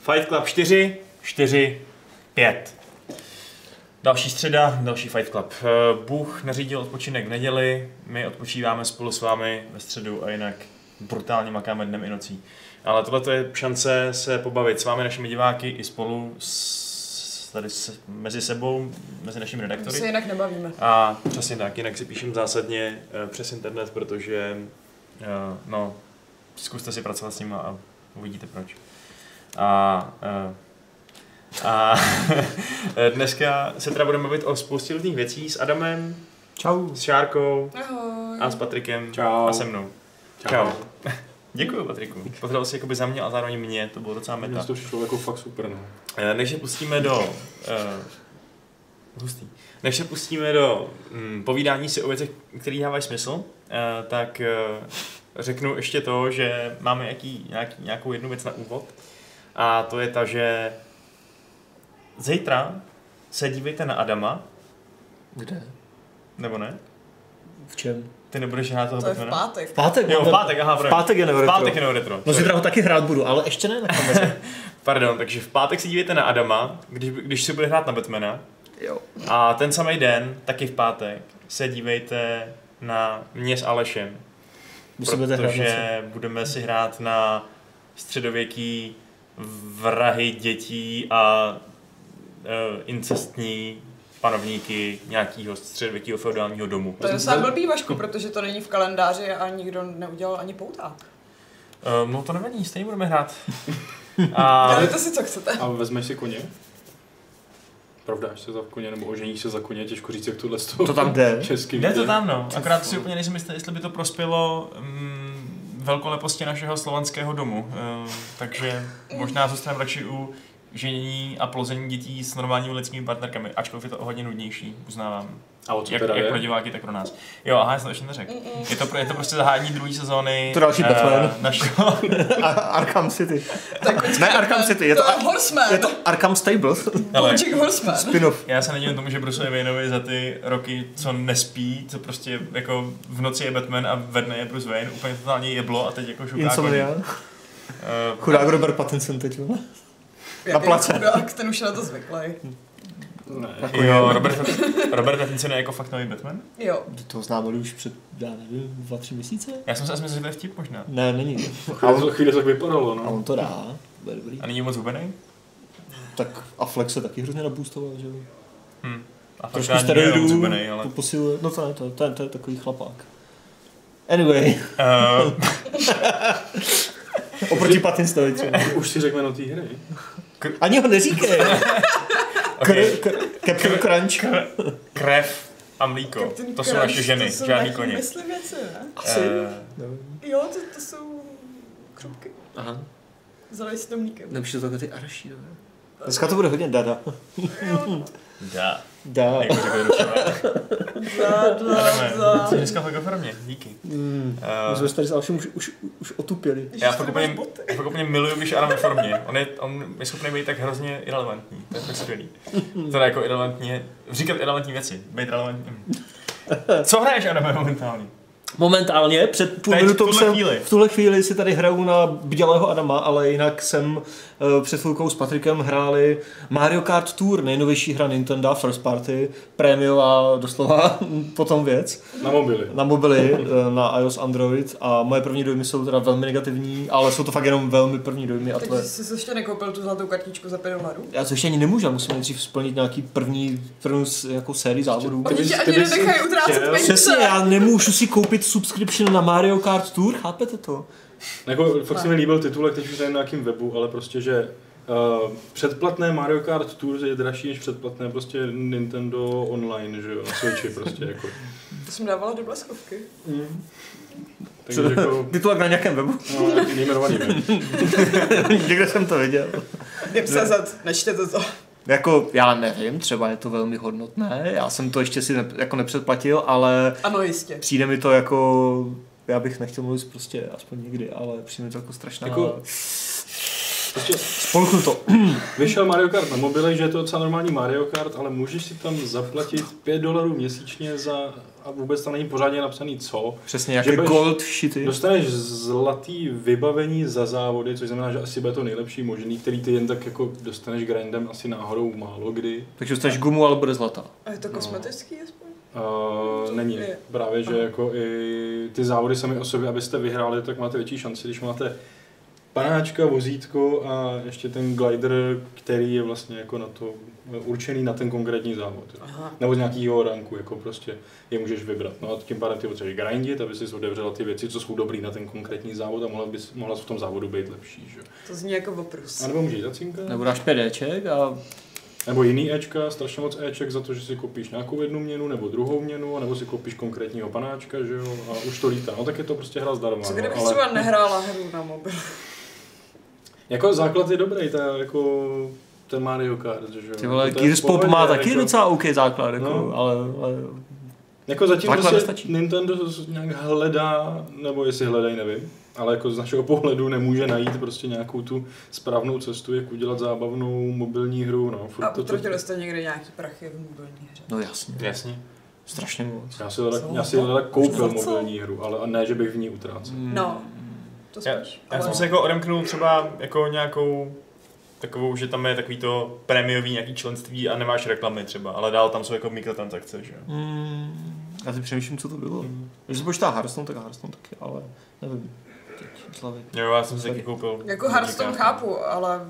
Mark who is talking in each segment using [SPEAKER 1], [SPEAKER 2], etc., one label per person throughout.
[SPEAKER 1] Fight Club 4, 4, 5. Další středa, další Fight Club. Eh, Bůh nařídil odpočinek v neděli, my odpočíváme spolu s vámi ve středu a jinak brutálně makáme dnem i nocí. Ale tohle je šance se pobavit s vámi, našimi diváky, i spolu s, tady s, mezi sebou, mezi našimi
[SPEAKER 2] To
[SPEAKER 1] redaktory.
[SPEAKER 2] se jinak nebavíme.
[SPEAKER 1] A přesně tak, jinak si píšem zásadně eh, přes internet, protože eh, no, zkuste si pracovat s nimi a uvidíte proč. A, eh, a eh, dneska se teda budeme mluvit o spoustě různých věcí s Adamem,
[SPEAKER 3] Čau.
[SPEAKER 1] s Šárkou
[SPEAKER 2] Ahoj.
[SPEAKER 1] a s Patrikem
[SPEAKER 3] Čau.
[SPEAKER 1] a se mnou. Čau. Děkuji, Patriku. Pozdravil jsi jakoby za mě a zároveň mě, to bylo docela
[SPEAKER 3] Mně
[SPEAKER 1] meta.
[SPEAKER 3] to šlo jako fakt super, no.
[SPEAKER 1] Eh, Než se pustíme do... Uh, hustý. Než se pustíme do mm, povídání si o věcech, které dávají smysl, uh, tak uh, řeknu ještě to, že máme jaký, nějaký, nějakou jednu věc na úvod. A to je ta, že zítra se dívejte na Adama,
[SPEAKER 4] Kde?
[SPEAKER 1] nebo ne?
[SPEAKER 4] V čem?
[SPEAKER 1] Ty nebudeš hrát toho
[SPEAKER 2] To je v
[SPEAKER 1] Batmana?
[SPEAKER 2] pátek.
[SPEAKER 4] V pátek.
[SPEAKER 1] Jo, v
[SPEAKER 4] mám-
[SPEAKER 1] pátek, aha,
[SPEAKER 4] V
[SPEAKER 1] v
[SPEAKER 4] pátek je
[SPEAKER 1] v
[SPEAKER 4] neuvěřitelné.
[SPEAKER 1] pátek je no retro.
[SPEAKER 4] No
[SPEAKER 1] sorry.
[SPEAKER 4] zítra ho taky hrát budu, ale ještě ne na kameře.
[SPEAKER 1] Pardon, takže v pátek se dívejte na Adama, když, když se bude hrát na Batmana,
[SPEAKER 4] jo.
[SPEAKER 1] A ten samý den, taky v pátek, se dívejte na mě s Alešem,
[SPEAKER 4] Musí budete hrát na co?
[SPEAKER 1] protože budeme si hrát na středověký vrahy dětí a e, incestní panovníky nějakého středověkého feudálního domu.
[SPEAKER 2] To je docela blbý, Vašku, protože to není v kalendáři a nikdo neudělal ani pouta.
[SPEAKER 1] E, no to nevadí, stejně budeme hrát. A
[SPEAKER 2] Dělejte si, co chcete.
[SPEAKER 3] A vezmeš si koně? Provdáš se za koně nebo oženíš se za koně, těžko říct, jak tohle z toho
[SPEAKER 4] To tam jde.
[SPEAKER 3] českým
[SPEAKER 1] jde
[SPEAKER 3] je.
[SPEAKER 1] to tam, no. Akorát si úplně nejsem jistý, jestli by to prospělo mm, velkoleposti našeho slovanského domu. E, takže možná zůstaneme radši u ženění a plození dětí s normálními lidskými partnerkami, ačkoliv je to o hodně nudnější, uznávám.
[SPEAKER 3] A o co
[SPEAKER 1] Jak,
[SPEAKER 3] teda
[SPEAKER 1] jak pro
[SPEAKER 3] jde?
[SPEAKER 1] diváky, tak pro nás. Jo, aha, já jsem to ještě neřekl. Je to, pro- je to prostě zahájení druhé sezóny.
[SPEAKER 4] To další
[SPEAKER 1] eh,
[SPEAKER 4] Batman.
[SPEAKER 1] našeho,
[SPEAKER 4] A- Arkham City.
[SPEAKER 2] Tak
[SPEAKER 4] Ne, Arkham City, je to,
[SPEAKER 2] to je Horseman.
[SPEAKER 4] je to Arkham Stables,
[SPEAKER 1] Hele,
[SPEAKER 2] Bojack Horseman.
[SPEAKER 4] spin-off.
[SPEAKER 1] Já se nedivím tomu, že Bruce Wayneovi za ty roky, co nespí, co prostě jako v noci je Batman a ve dne je Bruce Wayne, úplně totálně jeblo a teď jako šuká
[SPEAKER 4] Insomnia.
[SPEAKER 1] Uh,
[SPEAKER 4] Chudák Robert Pattinson teď. vole.
[SPEAKER 2] Jaký
[SPEAKER 4] place.
[SPEAKER 2] chudák, ten už je na to zvyklý.
[SPEAKER 3] Ne.
[SPEAKER 1] Jako jo, Robert, Robert Pattinson je jako fakt nový Batman?
[SPEAKER 2] Jo.
[SPEAKER 4] To oznámili už před, já nevím, dva, tři měsíce?
[SPEAKER 1] Já jsem se asi myslel, že to je vtip možná.
[SPEAKER 4] Ne, není.
[SPEAKER 3] Ale to chvíli tak vypadalo,
[SPEAKER 4] A on
[SPEAKER 3] no.
[SPEAKER 4] to dá. Bude dobrý.
[SPEAKER 1] A není moc hubený?
[SPEAKER 4] Tak a Flex se taky hrozně naboostoval, že jo?
[SPEAKER 1] Hm. A
[SPEAKER 4] Trošku
[SPEAKER 1] fakt já není moc
[SPEAKER 4] steroidů,
[SPEAKER 1] hubenej, ale...
[SPEAKER 4] to posiluje. No to ne, to, to, je, to je takový chlapák. Anyway,
[SPEAKER 1] Uh,
[SPEAKER 4] oproti Pattinsonovi třeba.
[SPEAKER 3] Už si řekl no té hry.
[SPEAKER 4] Ani ho neříkej.
[SPEAKER 1] okay.
[SPEAKER 4] Kr- kr- Captain Crunch.
[SPEAKER 1] Krev a mlíko.
[SPEAKER 2] Captain
[SPEAKER 1] Jako, To jsou
[SPEAKER 2] Crunch,
[SPEAKER 1] naše ženy,
[SPEAKER 2] to jsou
[SPEAKER 1] žádný
[SPEAKER 2] nějaký
[SPEAKER 1] koně.
[SPEAKER 2] myslivci, ne?
[SPEAKER 4] Asi.
[SPEAKER 1] Eh,
[SPEAKER 2] Jo, to, to jsou krupky.
[SPEAKER 5] Aha,
[SPEAKER 2] Zalej si to mlíkem.
[SPEAKER 5] nebo to takové ty araší, jo.
[SPEAKER 4] Dneska to bude hodně dada.
[SPEAKER 2] Jo,
[SPEAKER 1] Da.
[SPEAKER 4] Da.
[SPEAKER 1] Jako řekl Rušova.
[SPEAKER 2] za, za, za.
[SPEAKER 1] Jsi dneska fakt ohromně, díky.
[SPEAKER 4] Mm. My
[SPEAKER 1] Eh,
[SPEAKER 4] jsme se tady s Alšem už, už, už otupili.
[SPEAKER 2] Ježiš,
[SPEAKER 1] Já
[SPEAKER 2] ty
[SPEAKER 1] fakt
[SPEAKER 2] máš
[SPEAKER 1] úplně,
[SPEAKER 2] boty.
[SPEAKER 1] já fakt úplně miluju, když Adam ve formě. On je, on je schopný být tak hrozně irrelevantní. To je fakt skvělý. Teda jako irrelevantně, říkat irrelevantní věci, být relevantní. Co hraješ, Adame, momentálně?
[SPEAKER 4] Momentálně, před půl
[SPEAKER 1] Teď, v
[SPEAKER 4] minutou
[SPEAKER 1] tuhle
[SPEAKER 4] jsem,
[SPEAKER 1] chvíli.
[SPEAKER 4] v tuhle chvíli si tady hraju na Bdělého Adama, ale jinak jsem uh, před chvilkou s Patrikem hráli Mario Kart Tour, nejnovější hra Nintendo, first party, prémiová doslova potom věc,
[SPEAKER 3] Na mobily.
[SPEAKER 4] na mobily, eh, na iOS, Android a moje první dojmy jsou teda velmi negativní, ale jsou to fakt jenom velmi první dojmy a to je...
[SPEAKER 2] Takže jsi ještě nekoupil tu zlatou kartičku za 5 dolarů?
[SPEAKER 4] Já to ještě ani nemůžu, já musím nejdřív splnit nějaký první, první jako sérii závodů.
[SPEAKER 3] Ty
[SPEAKER 2] Oni
[SPEAKER 3] bys-
[SPEAKER 2] tě
[SPEAKER 3] ty
[SPEAKER 2] ani
[SPEAKER 3] bys-
[SPEAKER 2] nenechají utrácet
[SPEAKER 3] chtěl?
[SPEAKER 2] peníze.
[SPEAKER 4] Přesně, já nemůžu si koupit subscription na Mario Kart Tour, chápete to?
[SPEAKER 3] Jako, fakt se mi líbil titulek, teď už nevím na jakým webu, ale prostě, že Uh, předplatné Mario Kart Tour je dražší než předplatné prostě Nintendo online, že jo, na Switchi prostě jako.
[SPEAKER 2] To jsem dávala do bleskovky.
[SPEAKER 3] Takže jako,
[SPEAKER 4] Titulek na nějakém webu,
[SPEAKER 3] no, nějaký nejmenovaný web.
[SPEAKER 4] někde jsem to viděl.
[SPEAKER 2] Web.cz, nečtěte to.
[SPEAKER 4] Jako, já nevím, třeba je to velmi hodnotné, já jsem to ještě si ne, jako nepředplatil, ale
[SPEAKER 2] Ano, jistě.
[SPEAKER 4] přijde mi to jako, já bych nechtěl mluvit prostě aspoň nikdy, ale přijde mi to jako strašná...
[SPEAKER 3] Jako- Prostě
[SPEAKER 4] Spolknu to.
[SPEAKER 3] vyšel Mario Kart na mobile, že je to docela normální Mario Kart, ale můžeš si tam zaplatit 5 dolarů měsíčně za, a vůbec tam není pořádně napsaný co.
[SPEAKER 4] Přesně, No, jaké
[SPEAKER 3] budeš-
[SPEAKER 4] gold shity.
[SPEAKER 3] Dostaneš zlatý vybavení za závody, což znamená, že asi bude to nejlepší možný, který ty jen tak jako dostaneš grindem asi náhodou málo kdy.
[SPEAKER 4] Takže dostaneš gumu, ale bude zlatá.
[SPEAKER 2] A je to kosmetický aspoň?
[SPEAKER 3] Uh, není.
[SPEAKER 2] Je.
[SPEAKER 3] Právě, že jako i ty závody sami o sobě, abyste vyhráli, tak máte větší šanci, když máte panáčka, vozítko a ještě ten glider, který je vlastně jako na to určený na ten konkrétní závod. jo.
[SPEAKER 2] Aha.
[SPEAKER 3] Nebo z nějakého ranku, jako prostě je můžeš vybrat. No a tím pádem ty potřebuješ grindit, aby si odevřela ty věci, co jsou dobrý na ten konkrétní závod a mohla, bys, mohla jsi v tom závodu být lepší. Že? jo.
[SPEAKER 2] To zní jako oprus.
[SPEAKER 3] A nebo můžeš zacinkat.
[SPEAKER 4] Nebo dáš PDček a
[SPEAKER 3] Nebo jiný Ečka, strašně moc Eček za to, že si koupíš nějakou jednu měnu nebo druhou měnu, nebo si koupíš konkrétního panáčka, že jo, a už to lítá. No tak je to prostě hra zdarma.
[SPEAKER 2] Co
[SPEAKER 3] no,
[SPEAKER 2] kdybych
[SPEAKER 3] ale
[SPEAKER 2] třeba nehrála hru na mobil?
[SPEAKER 3] Jako základ je dobrý, ta jako ten Mario Kart, že jo.
[SPEAKER 4] ty vole,
[SPEAKER 3] No, To je v
[SPEAKER 4] Gears Pop
[SPEAKER 3] pohodě,
[SPEAKER 4] má taky
[SPEAKER 3] jako,
[SPEAKER 4] docela OK základ, jako,
[SPEAKER 3] No.
[SPEAKER 4] ale, ale
[SPEAKER 3] Jako zatím
[SPEAKER 4] Základ
[SPEAKER 3] prostě
[SPEAKER 4] nestačí.
[SPEAKER 3] Nintendo s- nějak hledá, nebo jestli hledají, nevím, ale jako z našeho pohledu nemůže najít prostě nějakou tu správnou cestu, jak udělat zábavnou mobilní hru, no. furt
[SPEAKER 2] A
[SPEAKER 3] to- to-
[SPEAKER 2] utratili jste někde nějaký prachy v mobilní hře?
[SPEAKER 4] no jasně,
[SPEAKER 1] Jasně.
[SPEAKER 4] strašně moc.
[SPEAKER 3] Já si teda,
[SPEAKER 2] Co?
[SPEAKER 3] já si teda koupil
[SPEAKER 2] Co?
[SPEAKER 3] mobilní hru, ale ne, že bych v ní utrácel.
[SPEAKER 2] No, to
[SPEAKER 1] Já,
[SPEAKER 2] spíš.
[SPEAKER 1] já jsem se jako odemknul třeba jako nějakou takovou, že tam je takový to prémiový nějaký členství a nemáš reklamy třeba, ale dál tam jsou jako mikrotransakce, že jo.
[SPEAKER 4] Mm, já si přemýšlím, co to bylo. Když se počítá Hearthstone, tak Hearthstone taky, ale nevím. Teď z hlavy.
[SPEAKER 1] Jo, já jsem si taky koupil.
[SPEAKER 2] Jako Hearthstone
[SPEAKER 1] díka.
[SPEAKER 2] chápu, ale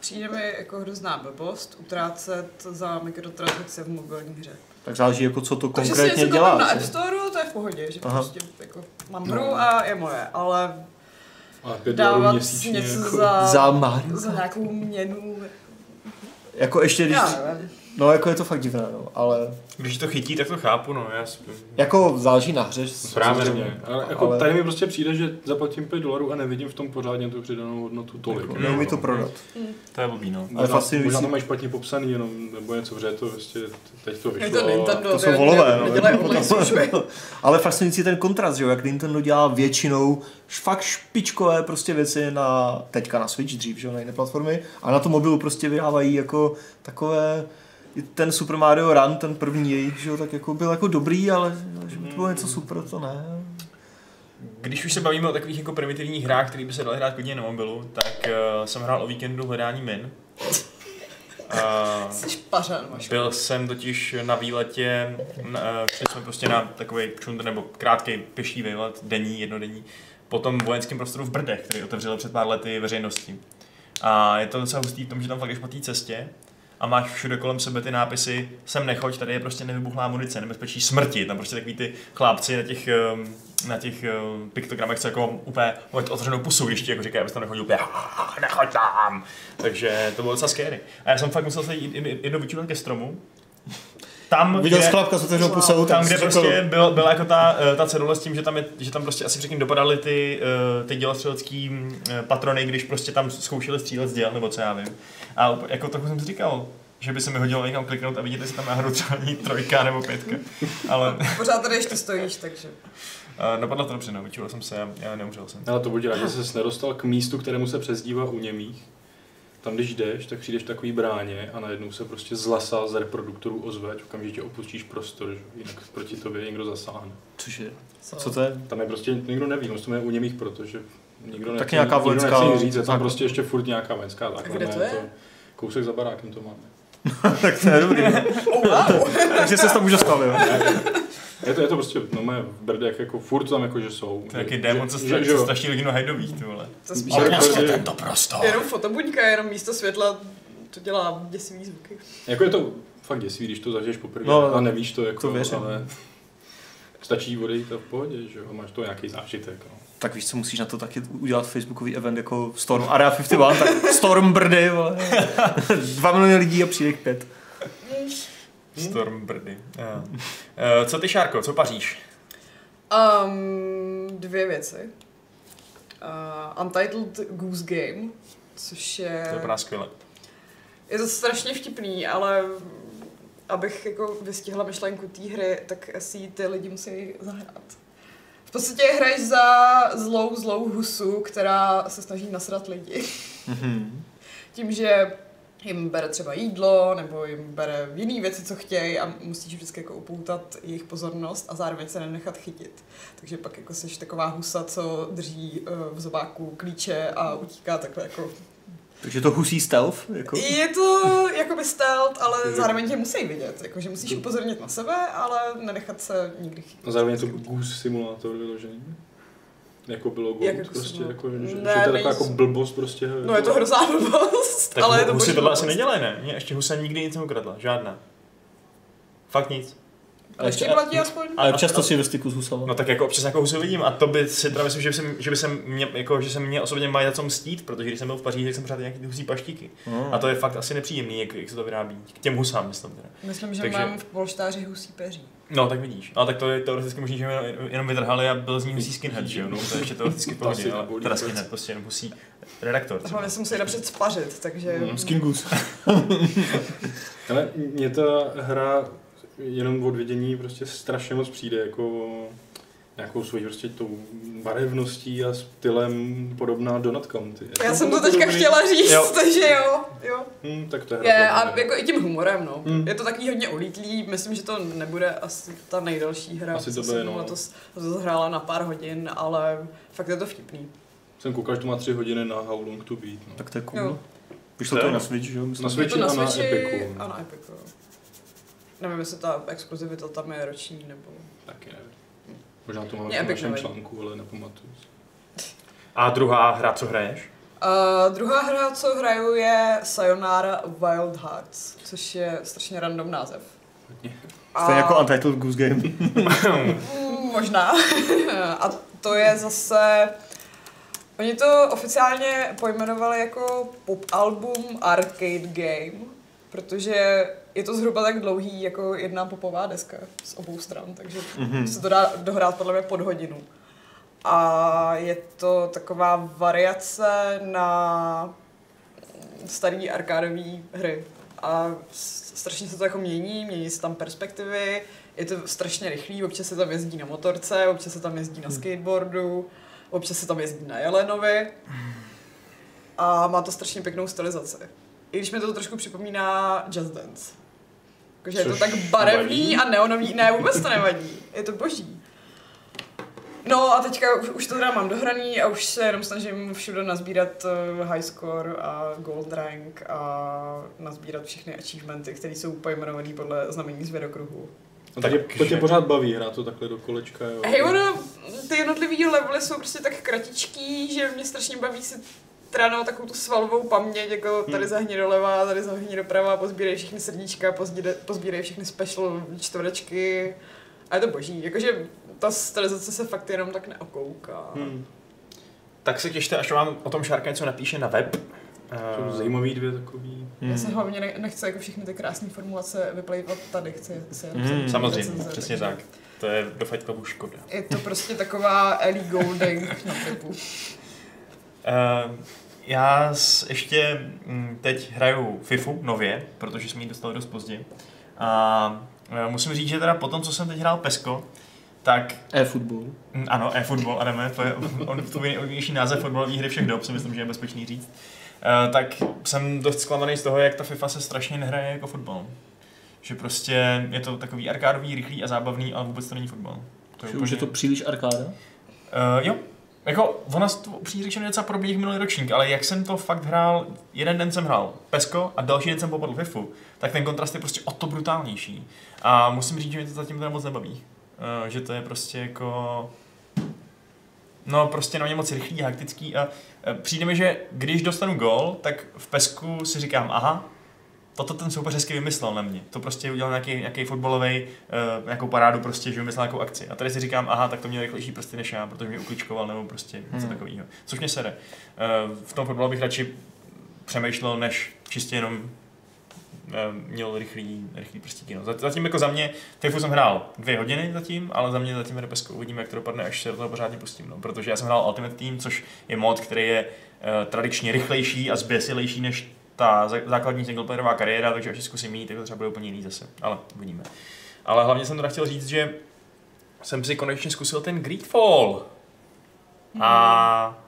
[SPEAKER 2] přijde mi jako hrozná blbost utrácet za mikrotransakce v mobilní hře.
[SPEAKER 4] Tak záleží, jako co to
[SPEAKER 2] To, že si něco
[SPEAKER 4] konkrétně
[SPEAKER 2] koupím
[SPEAKER 4] dělá.
[SPEAKER 2] na App Store, to je v pohodě, že
[SPEAKER 4] Aha.
[SPEAKER 2] prostě jako mám hru a je moje, ale
[SPEAKER 3] Ale pět dolarů
[SPEAKER 2] dávat si
[SPEAKER 3] měsíčně.
[SPEAKER 2] něco
[SPEAKER 3] Jako,
[SPEAKER 2] za,
[SPEAKER 4] Za Mario.
[SPEAKER 2] za nějakou měnu,
[SPEAKER 4] Jako ještě když...
[SPEAKER 2] já nevím.
[SPEAKER 4] No jako je to fakt divné, no, ale...
[SPEAKER 1] Když to chytí, tak to chápu, no, já si...
[SPEAKER 4] Jako záleží na hře. s-
[SPEAKER 1] Právě.
[SPEAKER 3] Samozřejmě. Ale, jako
[SPEAKER 4] Ale-
[SPEAKER 3] ale... tady mi prostě přijde, že zaplatím 5 dolarů a nevidím v tom pořádně tu přidanou hodnotu tolik.
[SPEAKER 4] Jako,
[SPEAKER 3] Jo,
[SPEAKER 4] neumí
[SPEAKER 3] no.
[SPEAKER 4] to prodat.
[SPEAKER 1] To je blbý, no.
[SPEAKER 3] Možná-
[SPEAKER 4] fascinující-
[SPEAKER 3] Možná to mají špatně popsaný, jenom, nebo něco, protože to prostě teď to vyšlo.
[SPEAKER 2] Je to Nintendo,
[SPEAKER 4] To
[SPEAKER 2] ne-
[SPEAKER 4] jsou volové,
[SPEAKER 2] ne-
[SPEAKER 4] no.
[SPEAKER 2] nedělají online služby.
[SPEAKER 4] Ale fascinující ten kontrast, že jo, jak Nintendo dělá většinou š- fakt špičkové prostě věci na, teďka na Switch dřív, že jo, na jiné platformy, a na tom mobilu prostě vydávají jako takové, i ten Super Mario Run, ten první jejich, že jo, tak jako byl jako dobrý, ale že by to bylo něco super, to ne.
[SPEAKER 1] Když už se bavíme o takových jako primitivních hrách, které by se daly hrát klidně na mobilu, tak eh, jsem hrál o víkendu hledání min. Eh,
[SPEAKER 2] Jsi pařan, máš.
[SPEAKER 1] Byl jsem totiž na výletě, na, eh, šli jsme prostě na takový čundr nebo krátký pěší výlet, denní, jednodenní, po tom vojenském prostoru v Brdech, který otevřel před pár lety veřejnosti. A je to docela hustý v tom, že tam fakt jdeš po té cestě a máš všude kolem sebe ty nápisy sem nechoď, tady je prostě nevybuchlá munice, nebezpečí smrti. Tam prostě takový ty chlápci na těch, ehm, na těch ehm, piktogramech, co jako úplně mají tu otevřenou pusu ještě, jako říkají, abyste tam nechodil úplně, "Ah, nechoď tam. Takže to bylo docela scary. A já jsem fakt musel se jít jednou vyčurat ke stromu. Tam,
[SPEAKER 4] Viděl
[SPEAKER 1] kde-
[SPEAKER 4] sklapka s otevřenou
[SPEAKER 1] tam,
[SPEAKER 4] pusou, tak
[SPEAKER 1] kde
[SPEAKER 4] si řekl,
[SPEAKER 1] prostě byl, byla jako ta, eh, ta cedule s tím, že tam, je, že tam prostě asi předtím dopadaly ty, eh, ty dělostřelecký mm, eh, patrony, když prostě tam zkoušeli střílet z děl, nebo co já vím. A úplně- jako tak jsem si říkal, že by se mi hodilo někam kliknout a vidět, jestli tam náhodou třeba není trojka nebo pětka. Ale
[SPEAKER 2] Pořád tady ještě stojíš, takže
[SPEAKER 1] eh, dopadlo to dobře, no, vyčuval jsem se a neumřel jsem.
[SPEAKER 3] Ale to buď rád, že ses nedostal k místu, kterému se přezdívá u němých. Tam, když jdeš, tak přijdeš k takový bráně a najednou se prostě z lasa z reproduktorů ozveč, okamžitě opustíš prostor, že? jinak proti tobě někdo zasáhne.
[SPEAKER 4] Cože? Co to je?
[SPEAKER 3] Tam je prostě nikdo neví, moc to je u němých, protože nikdo
[SPEAKER 4] Tak
[SPEAKER 3] nechce,
[SPEAKER 4] nějaká
[SPEAKER 3] nikdo
[SPEAKER 4] vojenská
[SPEAKER 3] nechce nic říct, je tam
[SPEAKER 4] základna.
[SPEAKER 3] prostě ještě furt nějaká vojenská základna.
[SPEAKER 2] kde to je?
[SPEAKER 3] kousek za barákem to máme.
[SPEAKER 4] tak to je dobrý. no.
[SPEAKER 2] Oh, wow.
[SPEAKER 4] Takže se tam už dostal, jo.
[SPEAKER 3] Je to, je to prostě no, mé v brdech, jako furt tam jako, že jsou.
[SPEAKER 1] To je
[SPEAKER 3] Že-
[SPEAKER 1] jaký démon, co
[SPEAKER 3] že-
[SPEAKER 1] stra-
[SPEAKER 3] že jo.
[SPEAKER 1] co straší lidi na hajdových, ty vole.
[SPEAKER 2] to spíš
[SPEAKER 3] Ale-
[SPEAKER 2] jako,
[SPEAKER 3] prostě-
[SPEAKER 1] tento prostor.
[SPEAKER 2] jenom fotobuňka, jenom místo světla to dělá děsivý zvuky.
[SPEAKER 3] Jako je to fakt děsivý, když to zažiješ poprvé
[SPEAKER 4] No,
[SPEAKER 3] no, a nevíš to, jako,
[SPEAKER 4] to věřím.
[SPEAKER 3] ale stačí odejít a v pohodě, že jo, máš to nějaký zážitek. No.
[SPEAKER 4] Tak víš, co musíš na to taky udělat facebookový event jako Storm Area 51, tak Storm brdy, vole. Dva miliony lidí a přijde k pět.
[SPEAKER 1] Storm brdy. Jo. Eh, Co ty, Šárko, co paříš?
[SPEAKER 2] Um, dvě věci. Uh, Untitled Goose Game, což je...
[SPEAKER 1] To je pro nás skvěle.
[SPEAKER 2] Je to strašně vtipný, ale abych jako vystihla myšlenku té hry, tak si ji ty lidi musí zahrát. V podstatě hraješ za zlou, zlou husu, která se snaží nasrat lidi.
[SPEAKER 4] Mhm.
[SPEAKER 2] Tím, že jim bere třeba jídlo, nebo jim bere jiné věci, co chtějí a musíš vždycky jako upoutat jejich pozornost a zároveň se nenechat chytit. Takže pak jako seš taková husa, co drží eh, v zobáku klíče a utíká takhle jako
[SPEAKER 4] Takže to husí stealth? Jako?
[SPEAKER 2] je to jakoby stealth, ale zároveň tě musí vidět. Jakože musíš upozornit na sebe, ale nenechat se nikdy chytit.
[SPEAKER 3] A zároveň je to Goose simulátor vyložený. Jako bylo Goat,
[SPEAKER 2] Jak jako
[SPEAKER 3] prostě,
[SPEAKER 2] simulá-
[SPEAKER 3] jako, že, že to je
[SPEAKER 2] Ne,
[SPEAKER 3] taková
[SPEAKER 2] nejsou.
[SPEAKER 3] jako blbost prostě.
[SPEAKER 2] No je to hrozná blbost,
[SPEAKER 1] Tak
[SPEAKER 2] ale je to
[SPEAKER 1] husy
[SPEAKER 2] boží
[SPEAKER 1] tohle asi
[SPEAKER 2] blbost.
[SPEAKER 1] nedělají, ne? Mě ještě husa nikdy nic neukradla, žádná. Fakt nic.
[SPEAKER 2] Ale ještě platí aspoň.
[SPEAKER 4] Ale často si ve styku s husama.
[SPEAKER 1] No tak jako občas nějakou husu vidím a to by si teda myslím, že by se, že by se mě, jako, že se mě osobně mají za co mstít, protože když jsem byl v Paříži, tak jsem přál nějaký ty husí paštíky.
[SPEAKER 4] Hmm.
[SPEAKER 1] A to je fakt asi nepříjemný, jak, jak se to vyrábí. K těm husám, myslím teda.
[SPEAKER 2] Myslím, že
[SPEAKER 1] takže-
[SPEAKER 2] takže... mám v polštáři husí peří.
[SPEAKER 1] No, tak vidíš. Ale tak to je teoreticky možný, že mi jenom- jenom vytrhali a byl z ní husí skinhead, že jo? No, to je ještě teoreticky v pohodě,
[SPEAKER 3] Asi
[SPEAKER 1] ale
[SPEAKER 3] nebudu
[SPEAKER 1] teda
[SPEAKER 3] vůbec.
[SPEAKER 1] skinhead, prostě jenom husí redaktor.
[SPEAKER 2] A
[SPEAKER 1] třeba.
[SPEAKER 2] hlavně se musí napřed spařit, takže...
[SPEAKER 3] Mm,
[SPEAKER 4] Skin Goose.
[SPEAKER 3] Ale mě ta hra jenom od vidění prostě strašně moc přijde jako nějakou svojí prostě tou barevností a stylem podobná Donut County. Je
[SPEAKER 2] Já
[SPEAKER 3] to
[SPEAKER 2] jsem to
[SPEAKER 3] Jako podobný?
[SPEAKER 2] teďka chtěla říct,
[SPEAKER 1] Jo.
[SPEAKER 2] takže jo, jo.
[SPEAKER 3] Hm, tak to je hra
[SPEAKER 2] Je,
[SPEAKER 3] pro
[SPEAKER 2] a
[SPEAKER 3] mě.
[SPEAKER 2] jako i tím humorem, no.
[SPEAKER 3] Mm.
[SPEAKER 2] Je to takový hodně ulítlý, myslím, že to nebude asi ta nejdelší hra.
[SPEAKER 3] Asi to
[SPEAKER 2] co
[SPEAKER 3] bude,
[SPEAKER 2] jsem
[SPEAKER 3] no.
[SPEAKER 2] Letos zhrála na pár hodin, ale fakt je to vtipný.
[SPEAKER 3] Jsem koukal, že to má tři hodiny na How Long To Beat. No.
[SPEAKER 4] Tak to je cool.
[SPEAKER 2] Jo.
[SPEAKER 4] Vyšlo
[SPEAKER 1] To
[SPEAKER 4] to
[SPEAKER 1] jo.
[SPEAKER 4] i na Switch, že jo? myslím.
[SPEAKER 3] Na
[SPEAKER 2] Je
[SPEAKER 3] Switchi
[SPEAKER 2] to na
[SPEAKER 3] a na
[SPEAKER 2] Switchi
[SPEAKER 3] Epiku.
[SPEAKER 2] a na Epiku. jo. Nevím, jestli ta exkluzivita tam je roční, nebo...
[SPEAKER 3] Taky nevím. Možná to máme
[SPEAKER 2] Mě
[SPEAKER 3] v
[SPEAKER 2] Epic
[SPEAKER 3] našem
[SPEAKER 2] nevadí.
[SPEAKER 3] článku, ale nepamatuju. si.
[SPEAKER 1] A druhá hra, co hraješ?
[SPEAKER 2] Uh, druhá hra, co hraju, je Sayonara Wild Hearts, což je strašně random název.
[SPEAKER 4] Stejně jako Untitled Goose Game.
[SPEAKER 2] Mm, Možná. A to je zase... Oni to oficiálně pojmenovali jako pop album arcade game, protože je to zhruba tak dlouhý jako jedna popová deska z obou stran, takže
[SPEAKER 4] Mhm.
[SPEAKER 2] se to dá dohrát podle mě pod hodinu. A je to taková variace na starý arkádový hry. A s- strašně se to jako mění, mění se tam perspektivy, je to strašně rychlý, občas se tam jezdí na motorce, občas se tam jezdí na skateboardu, občas se tam jezdí na jelenovi. A má to strašně pěknou stylizaci. I když mi to trošku připomíná Just Dance. Jakože je to
[SPEAKER 3] Což
[SPEAKER 2] tak barevný
[SPEAKER 3] nevadí.
[SPEAKER 2] a neonový, ne, vůbec to nevadí. Je to boží. No a teďka už, už to teda mám dohraný a už se jenom snažím všude nazbírat eh, high score a gold rank a nazbírat všechny achievementy, které jsou pojmenované podle znamení zvědokruhu.
[SPEAKER 3] A
[SPEAKER 1] Tak-
[SPEAKER 3] No tak, to tě pořád baví, hrát to takhle do kolečka. Jo.
[SPEAKER 2] Hej, ono, ty jednotlivý levely jsou prostě tak kratičký, že mě strašně baví si tránou takovou tu svalovou paměť, jako
[SPEAKER 1] Hmm.
[SPEAKER 2] tady zahni doleva, tady zahni doprava, pozbírej všechny srdíčka, pozbírej, pozbírej všechny special čtverečky. A je to boží, jakože ta stylizace se fakt jenom tak neokouká.
[SPEAKER 1] Hmm.
[SPEAKER 3] Hm,
[SPEAKER 1] Tak se těšte, až vám o tom Šárka něco napíše na web. Eh,
[SPEAKER 3] jsou zajímavý dvě takový.
[SPEAKER 2] Já se hlavně ne- nechci jako všechny ty krásné formulace vyplejvat tady, chci se jenom
[SPEAKER 4] Hmm,
[SPEAKER 2] mm,
[SPEAKER 1] Samozřejmě, přesně tak. To je do Fight Clubu škoda.
[SPEAKER 2] Je to prostě taková Ellie Goulding na typu.
[SPEAKER 1] Eh, já s, ještě mm, teď hraju FIFU nově, protože jsem ji dostal dost pozdě. A eh, musím říct, že teda po tom, co jsem teď hrál PESCO, tak
[SPEAKER 4] E-football.
[SPEAKER 1] mm, ano, e-fotbal, Adame, to je on, to největší název fotbalové hry všech dob, si myslím, že je bezpečný říct. Eh, tak jsem dost zklamaný z toho, jak ta FIFA se strašně nehraje jako fotbal. Že prostě je to takový arkádový, rychlý a zábavný, ale vůbec to není fotbal.
[SPEAKER 4] Že Už je to příliš arkáda.
[SPEAKER 1] Uh, jo, jako ona s- to upřímně řečeno docela probíhá minulý ročník, ale jak jsem to fakt hrál, jeden den jsem hrál Pesko a další den jsem popadl FIFU, tak ten kontrast je prostě o to brutálnější. A musím říct, že mě to zatím teda moc nebaví. Uh, že to je prostě jako... No prostě na mě moc rychlý, hektický a eh, přijde mi, že když dostanu gol, tak v pesku si říkám, aha, toto ten soupeř hezky vymyslel na mě. To prostě udělal nějaký, nějaký fotbalový, uh, nějakou parádu prostě, že vymyslel nějakou akci. A tady si říkám, aha, tak to měl rychlejší prostě než já, protože mě ukličkoval nebo prostě něco
[SPEAKER 4] Hmm.
[SPEAKER 1] takového. Což mě sere. Uh, v tom fotbalu bych radši přemýšlel, než čistě jenom uh, měl rychlý, rychlý prstíky. No. Za- Zatím jako za mě, Fifu jsem hrál dvě hodiny zatím, ale za mě zatím hra peskou. Uvidíme, jak to dopadne, až se do toho pořádně pustím. No. Protože já jsem hrál Ultimate Team, což je mod, který je eh, tradičně rychlejší a zběsilejší než ta zá- základní singleplayerová kariéra, takže až ji zkusím mít, tak to třeba bude úplně jiný zase, ale uvidíme. Ale hlavně jsem teda chtěl říct, že jsem si konečně zkusil ten Greedfall. A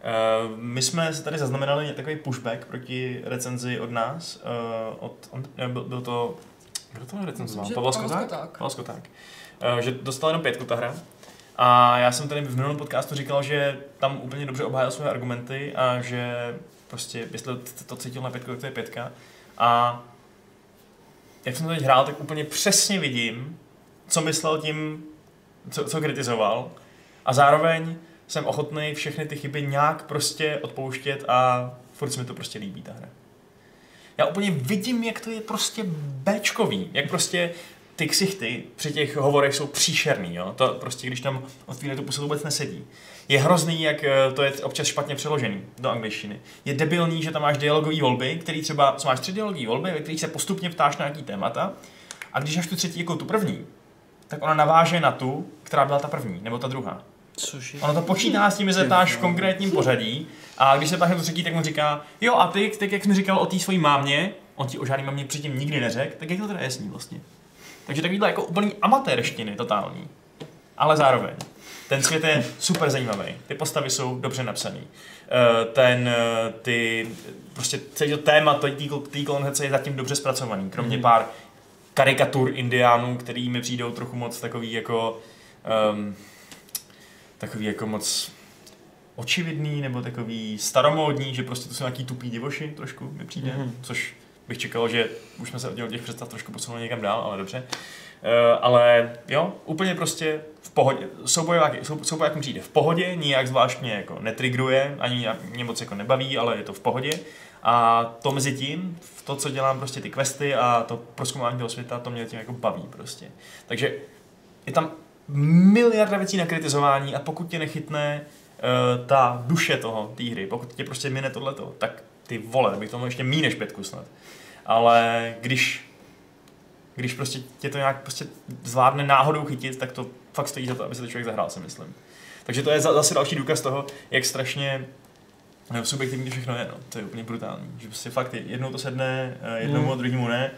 [SPEAKER 1] eh, my jsme si tady zaznamenali takový pushback proti recenzi od nás. eh, Od, on, eh, byl, byl to... Kdo to recenzoval? Pavel Skoták?
[SPEAKER 2] tak.
[SPEAKER 1] Pavel Skoták. Eh, Že dostal jenom pětku ta hra. A já jsem tady v minulém podcastu říkal, že tam úplně dobře obhájil své argumenty a že prostě, jestli t- to cítil na pětku, tak to je pětka. A jak jsem to teď hrál, tak úplně přesně vidím, co myslel tím, co, co kritizoval. A zároveň jsem ochotný všechny ty chyby nějak prostě odpouštět a furt se mi to prostě líbí ta hra. Já úplně vidím, jak to je prostě Bčkový, jak prostě ty ksichty při těch hovorech jsou příšerný, jo? To prostě, když tam otvírají tu pusu, to vůbec nesedí. Je hrozný, jak eh, to je občas špatně přeložený do angličtiny. Je debilní, že tam máš dialogové volby, který třeba, co máš tři dialogové volby, ve kterých se postupně ptáš na nějaký témata, a když až tu třetí jako tu první, tak ona naváže na tu, která byla ta první, nebo ta druhá.
[SPEAKER 4] Což je...
[SPEAKER 1] Ono to počítá s tím, že se ptáš v konkrétním pořadí a když se ptáš na to třetí, tak mu říká, jo a ty, tak jak jsi mi říkal o té svojí mámě, on ti o žádný mámě předtím nikdy neřekl, tak jak to teda je s ní vlastně? Takže takovýhle jako úplný amatérštiny totální. Ale zároveň. Ten svět je super zajímavý. Ty postavy jsou dobře napsané. Ten, eh, ty, prostě celý to téma té kolonizace je zatím dobře zpracovaný. Kromě pár karikatur indiánů, který mi přijdou trochu moc takový jako um, takový jako moc očividný nebo takový staromódní, že prostě to jsou nějaký tupý divoši trošku mi přijde, mm-hmm.
[SPEAKER 4] Mhm.
[SPEAKER 1] což bych čekal, že už jsme se od těch představ trošku posunuli někam dál, ale dobře. Eh, ale jo, úplně prostě v pohodě. Souboják, sou- souboják mi přijde v pohodě, nijak zvláštně jako netrigruje, ani nějak- mě moc jako nebaví, ale je to v pohodě. A to mezi tím, v to, co dělám prostě ty questy a to proskoumání toho světa, to mě tím jako baví prostě. Takže je tam miliarda věcí na kritizování a pokud tě nechytne uh, ta duše toho, té hry, pokud tě prostě mine tohleto, tak ty vole, tak bych tomu ještě míň než pětku snad. Ale když, když prostě tě to nějak prostě zvládne náhodou chytit, tak to fakt stojí za to, aby se to člověk zahrál, si myslím. Takže to je za- zase další důkaz toho, jak strašně eh, subjektivní všechno je, no. To je úplně brutální. Že prostě fakt je- jednou to sedne, eh, jednomu a druhému ne.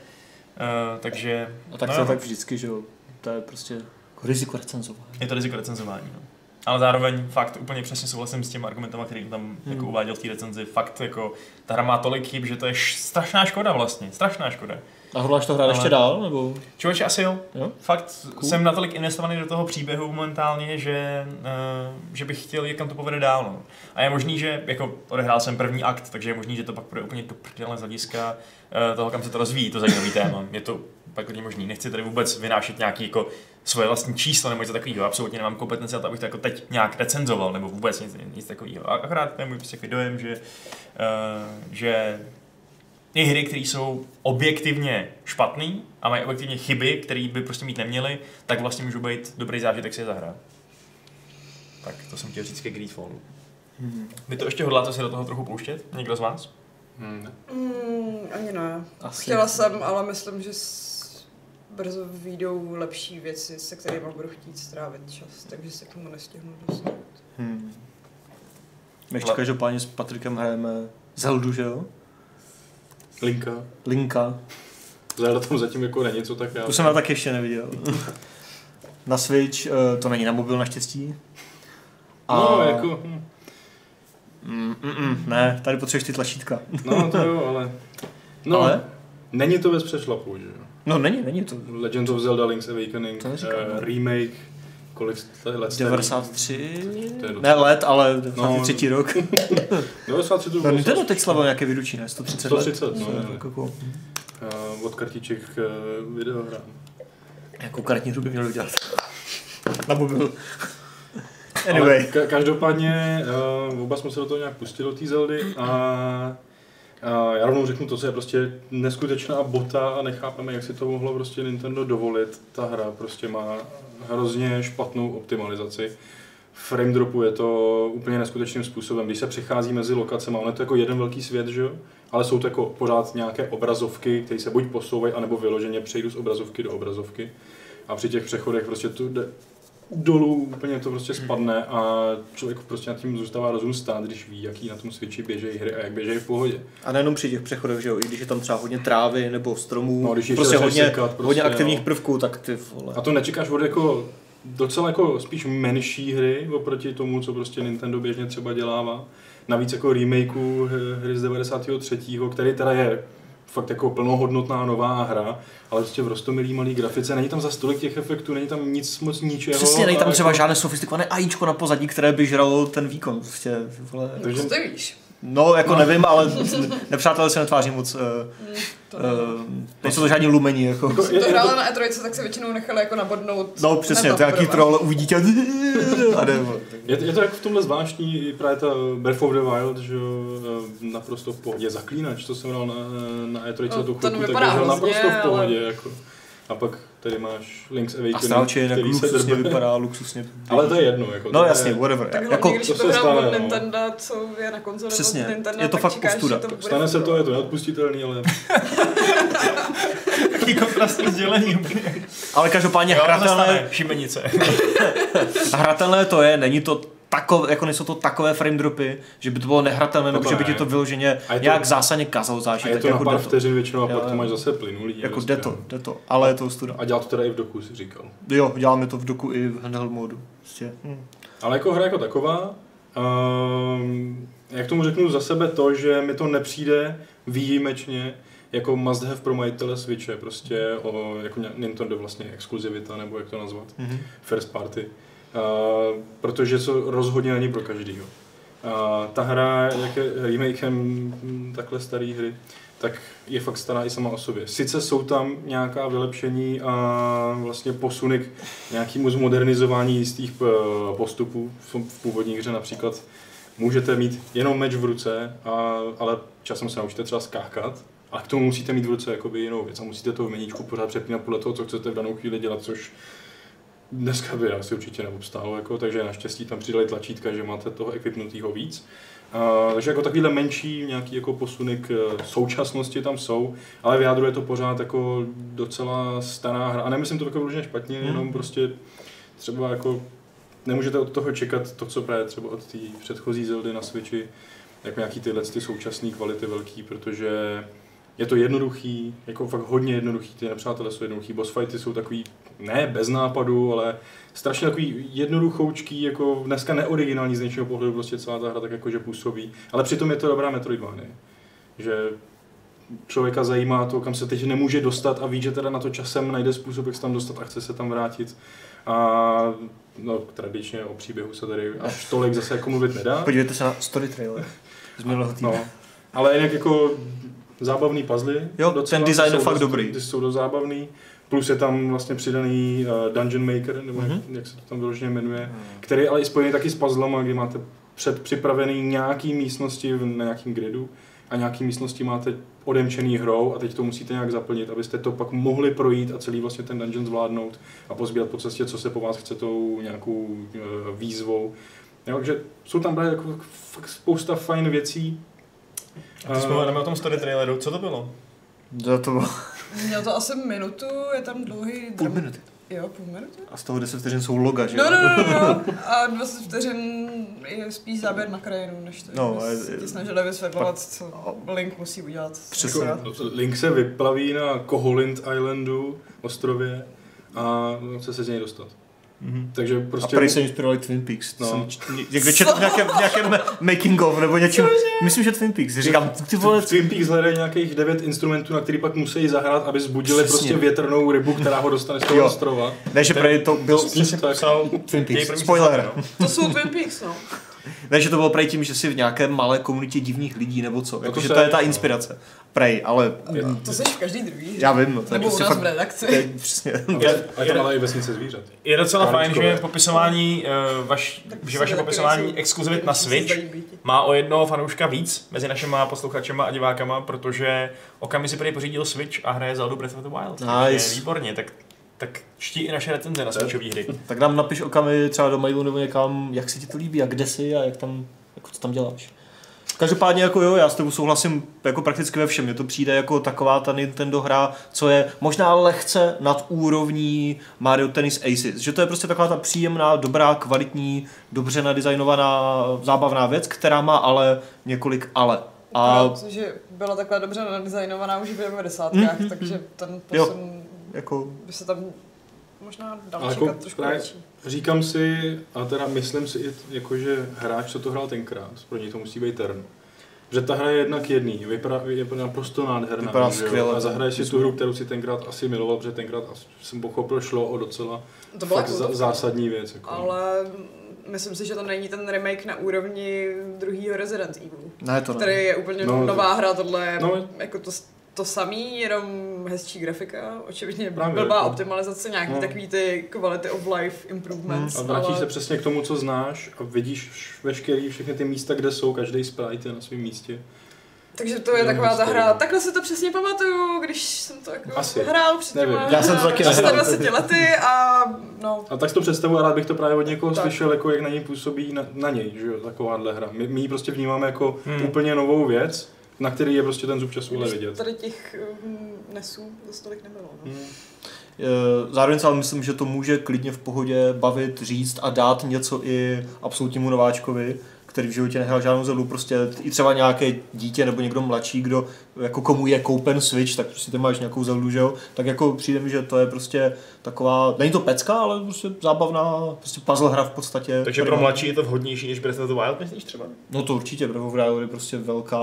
[SPEAKER 1] Eh, takže
[SPEAKER 4] A tak
[SPEAKER 1] no
[SPEAKER 4] to je
[SPEAKER 1] jo.
[SPEAKER 4] tak vždycky, že jo. To je prostě jako riziko recenzování.
[SPEAKER 1] Je to riziko recenzování, no. Ale zároveň fakt úplně přesně souhlasím s těmi argumentama, který tam hmm. jako
[SPEAKER 4] Hmm.
[SPEAKER 1] uváděl v té recenzi. Fakt jako ta hra má tolik chyb, že to je š- strašná škoda vlastně, strašná škoda.
[SPEAKER 4] A hodláš to hrát
[SPEAKER 1] Ale-
[SPEAKER 4] ještě dál, nebo?
[SPEAKER 1] Člověče, asi jo.
[SPEAKER 4] Jo?
[SPEAKER 1] Fakt cool.
[SPEAKER 4] Cool.
[SPEAKER 1] jsem natolik investovaný do toho příběhu momentálně, že, uh, že bych chtěl, jak kam to povede dál. No. A je možný, že jako odehrál jsem první akt, takže je možný, že to pak bude úplně do prdele z hlediska uh, toho, kam se to rozvíjí, to zajímavý téma. Je to pak hodně možný. Nechci tady vůbec vynášet nějaký jako svoje vlastní číslo nebo něco takového. Absolutně nemám kompetence na to, abych to jako teď nějak recenzoval nebo vůbec nic, nic takového. A- Akorát to je můj prostě takový dojem, že, uh, že ty hry, které jsou objektivně špatný a mají objektivně chyby, které by prostě mít neměly, tak vlastně můžou být dobrý zážitek si je zahrát. Tak to jsem chtěl říct ke Greedfallu.
[SPEAKER 4] Hmm.
[SPEAKER 1] Vy to ještě hodláte se do toho trochu pouštět? Někdo z vás?
[SPEAKER 3] Hmm.
[SPEAKER 2] Mm, ani ne.
[SPEAKER 4] Asi.
[SPEAKER 2] Chtěla jsem, ale myslím, že s... brzo vyjdou lepší věci, se kterými budu chtít strávit čas, takže se k tomu nestihnu dostat.
[SPEAKER 4] Hmm. My ještě
[SPEAKER 1] Ale-
[SPEAKER 4] každopádně s Patrikem hrajeme Zeldu, že jo?
[SPEAKER 3] Linka.
[SPEAKER 4] Linka.
[SPEAKER 3] Zelda tam zatím jako není, co tak já.
[SPEAKER 4] To jsem já tak ještě neviděl. na Switch, eh, to není na mobil naštěstí.
[SPEAKER 3] No, jako, hm.
[SPEAKER 4] Mm, mm, mm, ne, tady potřebuješ ty tlačítka.
[SPEAKER 3] no to jo, ale... No, ale?
[SPEAKER 4] Ale?
[SPEAKER 3] není to bez přešlapů, že jo.
[SPEAKER 4] No není, není to.
[SPEAKER 3] Legends of Zelda Link's Awakening,
[SPEAKER 4] To neříkám,
[SPEAKER 3] eh,
[SPEAKER 4] no.
[SPEAKER 3] remake, kolik to je let?
[SPEAKER 4] 93?
[SPEAKER 3] To je docela-
[SPEAKER 4] Ne let, ale 93 rok.
[SPEAKER 3] 93 to
[SPEAKER 4] No,
[SPEAKER 3] bylo
[SPEAKER 4] Nintendo
[SPEAKER 3] zase-
[SPEAKER 4] teď slavil nějaké výročí, ne? 130 let.
[SPEAKER 3] 130, no,
[SPEAKER 4] To je
[SPEAKER 3] no.
[SPEAKER 4] jako- jako-
[SPEAKER 3] Eh, od kartiček eh, videohrám.
[SPEAKER 4] Jakou karetní hru by měl udělat? Na mobil.
[SPEAKER 3] Anyway.
[SPEAKER 4] Anyway.
[SPEAKER 3] Ka- každopádně uh, oba jsme se do toho nějak pustili, do té Zeldy a a já rovnou řeknu to, co je prostě neskutečná bota a nechápeme, jak si to mohlo prostě Nintendo dovolit. Ta hra prostě má hrozně špatnou optimalizaci. Frame dropuje to úplně neskutečným způsobem. Když se přechází mezi lokacemi, ono je to jako jeden velký svět, že jo? Ale jsou to jako pořád nějaké obrazovky, které se buď posouvají, anebo vyloženě přejdu z obrazovky do obrazovky. A při těch přechodech prostě tu jde dolů, úplně to prostě spadne a člověk prostě nad tím zůstává rozum stát, když ví, jaký na tom switchi běžejí hry a jak běžejí v pohodě.
[SPEAKER 4] A nejenom při těch přechodech, že jo, i když je tam třeba hodně trávy nebo stromů,
[SPEAKER 3] No, když je
[SPEAKER 4] prostě
[SPEAKER 3] začneš
[SPEAKER 4] hodně,
[SPEAKER 3] sekat, prostě,
[SPEAKER 4] hodně aktivních
[SPEAKER 3] no.
[SPEAKER 4] prvků, tak ty vole.
[SPEAKER 3] A to nečekáš od jako docela jako spíš menší hry oproti tomu, co prostě Nintendo běžně třeba dělává. Navíc jako remakeu h- hry z 93., který teda je fakt jako plnohodnotná nová hra, ale prostě v rostomilý malý grafice, není tam za stolik těch efektů, není tam nic moc ničeho.
[SPEAKER 4] Přesně, není
[SPEAKER 3] a
[SPEAKER 4] tam
[SPEAKER 3] jako-
[SPEAKER 4] třeba žádné sofistikované ajíčko na pozadí, které by žralo ten výkon. Prostě, vole.
[SPEAKER 3] Takže-
[SPEAKER 2] to ty víš.
[SPEAKER 4] No, jako no. nevím, ale nepřátelé se netváří moc. Uh,
[SPEAKER 2] To
[SPEAKER 4] uh, nejsou to žádní lumení. Jako.
[SPEAKER 3] Jako-
[SPEAKER 2] Jsem to hrála na E3, tak se většinou nechala jako nabodnout.
[SPEAKER 4] No přesně, to je nějaký troll, uvidíte a jde. vole.
[SPEAKER 3] Je, je to jako v tomhle zvláštní, i právě ta Breath of the Wild, že jo, eh, naprosto v pohodě. Zaklínač, to jsem hrál na, eh, na E3
[SPEAKER 2] No, ten
[SPEAKER 3] tu chvilku, tak
[SPEAKER 2] vypadá
[SPEAKER 3] byl
[SPEAKER 2] hrozně,
[SPEAKER 3] naprosto v pohodě.
[SPEAKER 2] ale-
[SPEAKER 3] Jako. A pak tady máš Link's
[SPEAKER 4] A
[SPEAKER 3] Awakening,
[SPEAKER 4] strálče jinak luxusně
[SPEAKER 3] drbe.
[SPEAKER 4] vypadá, luxusně.
[SPEAKER 3] Ale to je jedno. Jako,
[SPEAKER 4] No
[SPEAKER 3] to
[SPEAKER 4] jasně,
[SPEAKER 3] je,
[SPEAKER 4] whatever.
[SPEAKER 2] Tak jako,
[SPEAKER 4] jako,
[SPEAKER 2] hlavně, když
[SPEAKER 3] to
[SPEAKER 2] to,
[SPEAKER 3] se
[SPEAKER 2] to hrál
[SPEAKER 3] stane, no.
[SPEAKER 2] od Nintendo, co je na konzoli
[SPEAKER 4] Přesně,
[SPEAKER 2] od Nintendo,
[SPEAKER 4] je to
[SPEAKER 2] tak
[SPEAKER 4] fakt
[SPEAKER 2] čekáš,
[SPEAKER 4] ostuda.
[SPEAKER 2] že to bude
[SPEAKER 3] Stane se to, je to neodpustitelný, ale
[SPEAKER 1] Jaký kontrastní sdělení.
[SPEAKER 4] ale každopádně
[SPEAKER 1] Jo, to se
[SPEAKER 4] hratelné,
[SPEAKER 1] stane, šibenice.
[SPEAKER 4] hratelné to je, není to takové, jako nejsou to takové frame dropy, že by to bylo nehratelné, nebo
[SPEAKER 3] to
[SPEAKER 4] že by ti
[SPEAKER 3] ne.
[SPEAKER 4] to vyloženě
[SPEAKER 3] A je to-
[SPEAKER 4] nějak zásadně kazalo
[SPEAKER 3] a je
[SPEAKER 4] zážitek.
[SPEAKER 3] to na
[SPEAKER 4] Jako
[SPEAKER 3] pár
[SPEAKER 4] jde to,
[SPEAKER 3] vteřin většinou a
[SPEAKER 4] Jo,
[SPEAKER 3] pak to
[SPEAKER 4] jo.
[SPEAKER 3] máš zase plynulý.
[SPEAKER 4] jako
[SPEAKER 3] prostě,
[SPEAKER 4] jde to,
[SPEAKER 3] no.
[SPEAKER 4] jde to, ale je to ostuda.
[SPEAKER 3] A dělal to teda i v doku, si říkal.
[SPEAKER 4] Jo, děláme to v doku i v handheld modu. Prostě.
[SPEAKER 2] Hmm.
[SPEAKER 4] Hm.
[SPEAKER 3] Ale jako hra jako taková, um, jak tomu řeknu za sebe to, že mi to nepřijde výjimečně jako must have pro majitele Switche, prostě o, jako ně- Nintendo vlastně exkluzivita, nebo jak to nazvat,
[SPEAKER 4] Mhm.
[SPEAKER 3] first party. Uh, protože to rozhodně není pro každýho. Uh, ta hra, jak je remakem mm, takhle staré hry, tak je fakt stará i sama o sobě. Sice jsou tam nějaká vylepšení a vlastně posuny k nějakému zmodernizování jistých eh, postupů. V v původní hře například můžete mít jenom meč v ruce, a, ale časem se naučíte třeba skákat. A k tomu musíte mít v ruce jakoby jinou věc a musíte to v meníčku pořád přepínat podle toho, co chcete v danou chvíli dělat, což dneska by asi určitě neobstálo, jako, takže naštěstí tam přidali tlačítka, že máte toho ekvipnutýho víc. Uh, takže jako takovýhle menší nějaký jako posuny k eh, současnosti tam jsou, ale v jádru je to pořád jako docela stará hra. A nemyslím to jako vyloženě špatně,
[SPEAKER 4] Mhm.
[SPEAKER 3] jenom prostě třeba jako nemůžete od toho čekat to, co právě třeba od té předchozí Zeldy na Switchi, jako nějaký tyhle ty současné kvality velký, protože je to jednoduchý, jako fakt hodně jednoduchý, ty nepřátelé jsou jednoduchý, boss fighty jsou takový, ne bez nápadu, ale strašně takový jednoduchoučký, jako dneska neoriginální z něčeho pohledu prostě celá ta hra tak jako, že působí, ale přitom je to dobrá Metroidvania, že člověka zajímá to, kam se teď nemůže dostat a ví, že teda na to časem najde způsob, jak se tam dostat a chce se tam vrátit. A no, tradičně o příběhu se tady až tolik zase jako mluvit nedá.
[SPEAKER 4] Podívejte se na story trailer z minulého týdne.
[SPEAKER 3] No, ale jinak jako zábavný puzzle.
[SPEAKER 4] Jo, ten design
[SPEAKER 3] ty
[SPEAKER 4] je
[SPEAKER 3] jsou
[SPEAKER 4] fakt
[SPEAKER 3] dost-
[SPEAKER 4] dobrý.
[SPEAKER 3] Ty jsou dost zábavný. Plus je tam vlastně přidaný eh, Dungeon Maker, nebo mm-hmm.
[SPEAKER 4] Mhm.
[SPEAKER 3] jak, jak se to tam vyloženě jmenuje, který je ale i spojený taky s puzzlama, kdy máte předpřipravený nějaký místnosti v- na nějakým gridu a nějaký místnosti máte odemčený hrou a teď to musíte nějak zaplnit, abyste to pak mohli projít a celý vlastně ten dungeon zvládnout a pozbírat po cestě, co se po vás chce tou nějakou eh, výzvou. Jo, takže jsou tam právě jako fakt spousta fajn věcí.
[SPEAKER 1] A když mluvíme o tom story traileru, co to bylo?
[SPEAKER 4] To, to bylo
[SPEAKER 2] Měl to asi minutu, je tam dlouhý...
[SPEAKER 4] půl
[SPEAKER 2] dram-
[SPEAKER 4] minuty.
[SPEAKER 2] Jo, půl minuty?
[SPEAKER 4] A z toho 10 vteřin jsou loga, že jo?
[SPEAKER 2] No, no, no, no, no. A 20 vteřin je spíš záběr na krajinu, než to,
[SPEAKER 4] No,
[SPEAKER 2] no,
[SPEAKER 4] a-
[SPEAKER 2] že ti snažili vysvětlovat, co Link musí udělat.
[SPEAKER 4] Přesně.
[SPEAKER 3] Eh, Link se vyplaví na Koholint Islandu, ostrově a no, chce se z něj dostat.
[SPEAKER 1] Mhm.
[SPEAKER 3] Takže
[SPEAKER 4] A
[SPEAKER 3] prostě...
[SPEAKER 4] prý se inspirovali Twin Peaks.
[SPEAKER 3] No.
[SPEAKER 4] No. Jsem čet, někde četl v nějakém, v nějakém making of nebo něčím. Myslím, že Twin Peaks. Říkám, ty vole,
[SPEAKER 3] v Twin Peaks hledají nějakých devět instrumentů, na který pak musí zahrát, aby zbudili
[SPEAKER 4] Přesně.
[SPEAKER 3] prostě větrnou rybu, která ho dostane z toho
[SPEAKER 4] Jo.
[SPEAKER 3] ostrova. Prostě
[SPEAKER 4] ne, že prej to byl
[SPEAKER 1] Přesně
[SPEAKER 3] tak.
[SPEAKER 1] psal
[SPEAKER 4] Twin
[SPEAKER 1] Děj
[SPEAKER 4] Peaks.
[SPEAKER 1] první no.
[SPEAKER 4] Spoiler.
[SPEAKER 1] sezóny,
[SPEAKER 2] To jsou Twin Peaks, no.
[SPEAKER 4] Ne, že to bylo prej tím, že si v nějaké malé komunitě divných lidí nebo co. Jako,
[SPEAKER 3] No to
[SPEAKER 4] že
[SPEAKER 3] se-
[SPEAKER 4] to je ta inspirace. Prej, ale mm,
[SPEAKER 2] To jsi v každý druhý.
[SPEAKER 4] já vím, no, to je
[SPEAKER 2] Nebo u
[SPEAKER 4] prostě
[SPEAKER 2] nás
[SPEAKER 4] fakt...
[SPEAKER 2] v
[SPEAKER 4] to
[SPEAKER 2] redakci.
[SPEAKER 4] je Přesně.
[SPEAKER 3] A
[SPEAKER 1] Je-
[SPEAKER 3] to- A je tam ale i vesnice zvířat.
[SPEAKER 1] Je docela fajn,
[SPEAKER 3] Karličkové.
[SPEAKER 1] že popisování, eh, vaš,
[SPEAKER 2] Tak
[SPEAKER 1] že
[SPEAKER 2] se
[SPEAKER 1] vaše
[SPEAKER 2] taky
[SPEAKER 1] popisování
[SPEAKER 2] nejsou-
[SPEAKER 1] exkluzivit na
[SPEAKER 2] nejsou
[SPEAKER 1] Switch
[SPEAKER 2] zajímavější.
[SPEAKER 1] má o jednoho fanouška víc mezi našima posluchačema a divákama, protože Okami si prý pořídil Switch a hraje Zelda Breath of the Wild. takže
[SPEAKER 4] Nice.
[SPEAKER 1] Výborně, tak, tak čtí i naše recenze na Switchové hry.
[SPEAKER 4] Tak nám napiš okamy třeba do mailu nebo někam, jak se ti to líbí a kde jsi a jak tam, jako co tam děláš. Každopádně jako jo, já s tebou souhlasím jako prakticky ve všem. Mně to přijde jako taková ta Nintendo hra, co je možná lehce nad úrovní Mario Tennis Aces. Že to je prostě taková ta příjemná, dobrá, kvalitní, dobře nadizajnovaná, zábavná věc, která má ale několik ale. A
[SPEAKER 2] A... Protože byla takhle dobře
[SPEAKER 1] Mm-hmm.
[SPEAKER 2] nadizajnovaná už v 90. Mm, takže ten
[SPEAKER 4] Jo.
[SPEAKER 2] posun
[SPEAKER 4] jako
[SPEAKER 2] by se tam možná
[SPEAKER 3] Ale
[SPEAKER 2] další
[SPEAKER 3] jako
[SPEAKER 2] jako trošku
[SPEAKER 3] právě-
[SPEAKER 2] větší.
[SPEAKER 3] Říkám si, a teda myslím si i t- jako, že hráč, co to hrál tenkrát, pro něj to musí být turn. Že ta hra je jedna k jedný, vypadá, je naprosto nádherná.
[SPEAKER 4] Vypadá
[SPEAKER 3] že jo?
[SPEAKER 4] skvěle.
[SPEAKER 3] A zahraješ si tu hru, kterou si tenkrát asi miloval, protože tenkrát asi jsem pochopil, šlo o docela
[SPEAKER 2] To byla
[SPEAKER 3] fakt za,
[SPEAKER 2] kultovka.
[SPEAKER 3] zásadní věc. Jako.
[SPEAKER 2] Ale myslím si, že to není ten remake na úrovni druhého Resident Evil,
[SPEAKER 4] Ne, to
[SPEAKER 2] který
[SPEAKER 4] ne.
[SPEAKER 2] je úplně
[SPEAKER 3] No,
[SPEAKER 2] no, nová hra, tohle je
[SPEAKER 3] No.
[SPEAKER 2] no, jako to, to samý, jenom hezčí grafika, očividně
[SPEAKER 3] Právě,
[SPEAKER 2] blbá
[SPEAKER 3] jako-
[SPEAKER 2] optimalizace, nějaký
[SPEAKER 3] No.
[SPEAKER 2] takový ty quality of life improvements,
[SPEAKER 3] A
[SPEAKER 2] hmm,
[SPEAKER 3] vrátíš
[SPEAKER 2] ale
[SPEAKER 3] se přesně k tomu, co znáš a vidíš vš- veškerý, všechny ty místa, kde jsou, každý sprite je na svém místě.
[SPEAKER 2] takže to je
[SPEAKER 3] Jenom
[SPEAKER 2] taková ta
[SPEAKER 3] historie.
[SPEAKER 2] hra, takhle si to přesně pamatuju, když jsem to jako
[SPEAKER 3] Asi.
[SPEAKER 2] hrál před
[SPEAKER 3] Nevím.
[SPEAKER 2] těma
[SPEAKER 4] Já jsem to taky nehrál.
[SPEAKER 2] 20 lety a no,
[SPEAKER 3] A tak si to představuji a rád bych to právě od někoho
[SPEAKER 2] Tak.
[SPEAKER 3] slyšel, jako jak na něj působí na, na něj, že jo, takováhle hra. My, my ji prostě vnímáme jako
[SPEAKER 1] Hmm.
[SPEAKER 3] hmm. úplně novou věc, na který je prostě ten zub času ale
[SPEAKER 2] když
[SPEAKER 3] vidět.
[SPEAKER 2] tady těch um, nesů zase tolik nebylo. No.
[SPEAKER 3] Hmm.
[SPEAKER 4] Eh, Zároveň si ale myslím, že to může klidně v pohodě bavit, říct a dát něco i absolutnímu nováčkovi, který v životě nehrál žádnou zelu, prostě t- i třeba nějaké dítě nebo někdo mladší, kdo jako komu je koupen Switch, tak prostě ty máš nějakou zelu, že jo? Tak jako přijde mi, že to je prostě taková, není to pecka, ale prostě zábavná, prostě puzzle hra v podstatě.
[SPEAKER 5] Takže pro mladší je to vhodnější než Breath of the Wild, myslíš třeba?
[SPEAKER 4] No to určitě, Breath of the Wild je prostě velká,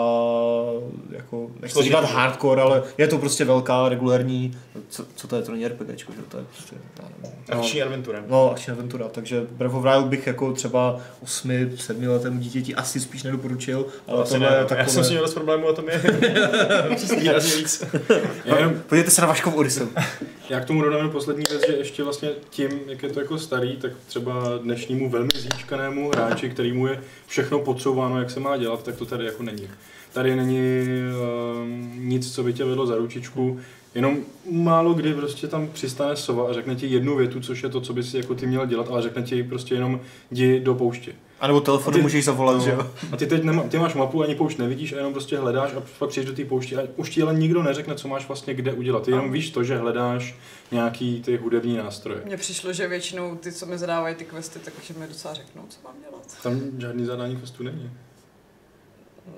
[SPEAKER 4] jako, nechci
[SPEAKER 5] Složitý.
[SPEAKER 4] říkat hardcore, ale je to prostě velká, regulární, co, co to je, to není RPGčko, že jo, to je prostě, já nevím.
[SPEAKER 5] Akční adventura.
[SPEAKER 4] No, až aventura, takže Breath of the Wild bych jako třeba 8, 7 letému dítěti asi spíš nedoporučil, ale
[SPEAKER 5] Asi
[SPEAKER 4] tohle
[SPEAKER 5] ne,
[SPEAKER 1] no.
[SPEAKER 4] je takové...
[SPEAKER 5] Já jsem si měl dost problémů a to mě výrazně víc.
[SPEAKER 3] Já, jenom,
[SPEAKER 4] Podívejte se na Vaškov Odysseu.
[SPEAKER 3] já k tomu dodám jenom poslední věc, že ještě vlastně tím, jak je to jako starý, tak třeba dnešnímu velmi zíčkanému hráči, kterýmu je všechno podsouváno, jak se má dělat, tak to tady jako není. Tady není ehm, nic, co by tě vedlo za ručičku, jenom málo kdy prostě tam přistane sova a řekne ti jednu větu, což je to, co by si jako ty měl dělat, ale řekne ti prostě jenom jdi do pouště.
[SPEAKER 4] A nebo telefonu
[SPEAKER 3] Ty- No.
[SPEAKER 4] můžeš zavolat, že jo?
[SPEAKER 3] A ty teď nemá, ty máš mapu, ani poušť nevidíš a jenom prostě hledáš a pak přijdeš do té poušti a už ti ale nikdo neřekne, co máš vlastně kde udělat. Ty jenom víš to, že hledáš nějaký ty hudební nástroje.
[SPEAKER 2] Mně přišlo, že většinou ty, co mi zadávají ty questy, takže mi docela řeknou, co mám dělat.
[SPEAKER 3] Tam žádný zadání festu není.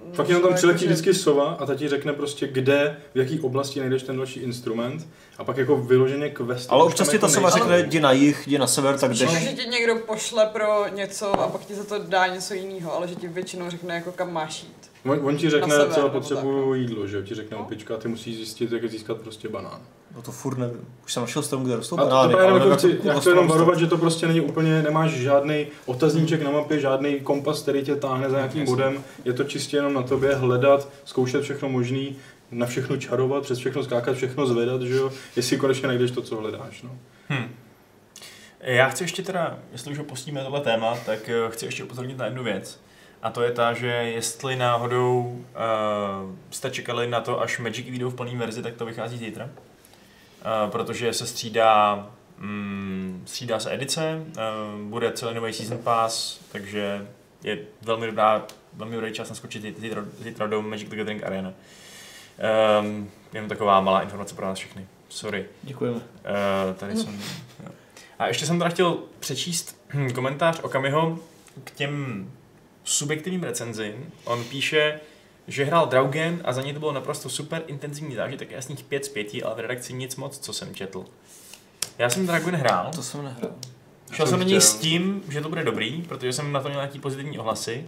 [SPEAKER 2] Mm,
[SPEAKER 3] Fakt jenom tam
[SPEAKER 2] že-
[SPEAKER 3] přiletí
[SPEAKER 2] že-
[SPEAKER 3] vždycky sova a ta ti řekne prostě kde, v jaký oblasti najdeš ten další instrument a pak jako vyloženě quest.
[SPEAKER 4] Ale
[SPEAKER 3] Už
[SPEAKER 4] občas
[SPEAKER 3] tam
[SPEAKER 4] ti
[SPEAKER 3] jako
[SPEAKER 4] ta sama
[SPEAKER 3] nejsou.
[SPEAKER 4] řekne, jdi na jich, jdi na sever, tak
[SPEAKER 2] Že, že
[SPEAKER 4] jdeš.
[SPEAKER 2] ti někdo pošle pro něco a pak ti za to dá něco jiného, ale že ti většinou řekne, jako kam máš jít.
[SPEAKER 3] On, on ti řekne,
[SPEAKER 2] Na sever,
[SPEAKER 3] třeba
[SPEAKER 2] nebo
[SPEAKER 3] potřebuju jídlo, že jo, ti řekne
[SPEAKER 2] No.
[SPEAKER 3] opička a ty musíš zjistit, jak získat prostě banán.
[SPEAKER 4] No to furt nevím. Už jsem našel strom, kde rostou
[SPEAKER 3] A to právě
[SPEAKER 4] banány.
[SPEAKER 3] jako
[SPEAKER 4] ale nevím,
[SPEAKER 3] chci,
[SPEAKER 4] jak to
[SPEAKER 3] já chci
[SPEAKER 4] rostou,
[SPEAKER 3] jenom
[SPEAKER 4] rostou.
[SPEAKER 3] varovat, že to prostě není úplně, nemáš žádný otazníček na mapě, žádný kompas, který tě táhne za nějakým bodem, je to čistě jenom na tobě hledat, zkoušet všechno možný, na všechno čarovat, přes všechno skákat, všechno zvedat, že jo, jestli konečně najdeš to, co hledáš, no.
[SPEAKER 1] Hm. Já chci ještě teda, jestli už opustíme tohle téma, tak eh, chci ještě upozornit na jednu věc. A to je ta, že jestli náhodou uh, jste čekali na to, až Magic vyjdou v plné verzi, tak to vychází zítra. Uh, protože se střídá, um, střídá se edice, uh, bude celý nový season pass, takže je velmi dobrá, velmi dobrý čas naskočit zítra, zítra do Magic the Gathering Arena. Um, jenom taková malá informace pro nás všechny. Sorry.
[SPEAKER 4] Děkujeme.
[SPEAKER 1] Eh, tady jsem. jo. A ještě jsem teda chtěl přečíst hm, komentář Okamiho k těm subjektivním recenzím. On píše, že hrál Draugen a za něj to bylo naprosto super intenzivní zážitek, jasných 5 z 5, ale v redakci nic moc, co jsem četl. Já jsem Dragon hrál,
[SPEAKER 4] To jsem nehrál.
[SPEAKER 1] šel
[SPEAKER 3] jsem
[SPEAKER 1] jsem na něj
[SPEAKER 3] chtěl.
[SPEAKER 1] s tím, že to bude dobrý, protože jsem na to měl nějaký pozitivní ohlasy.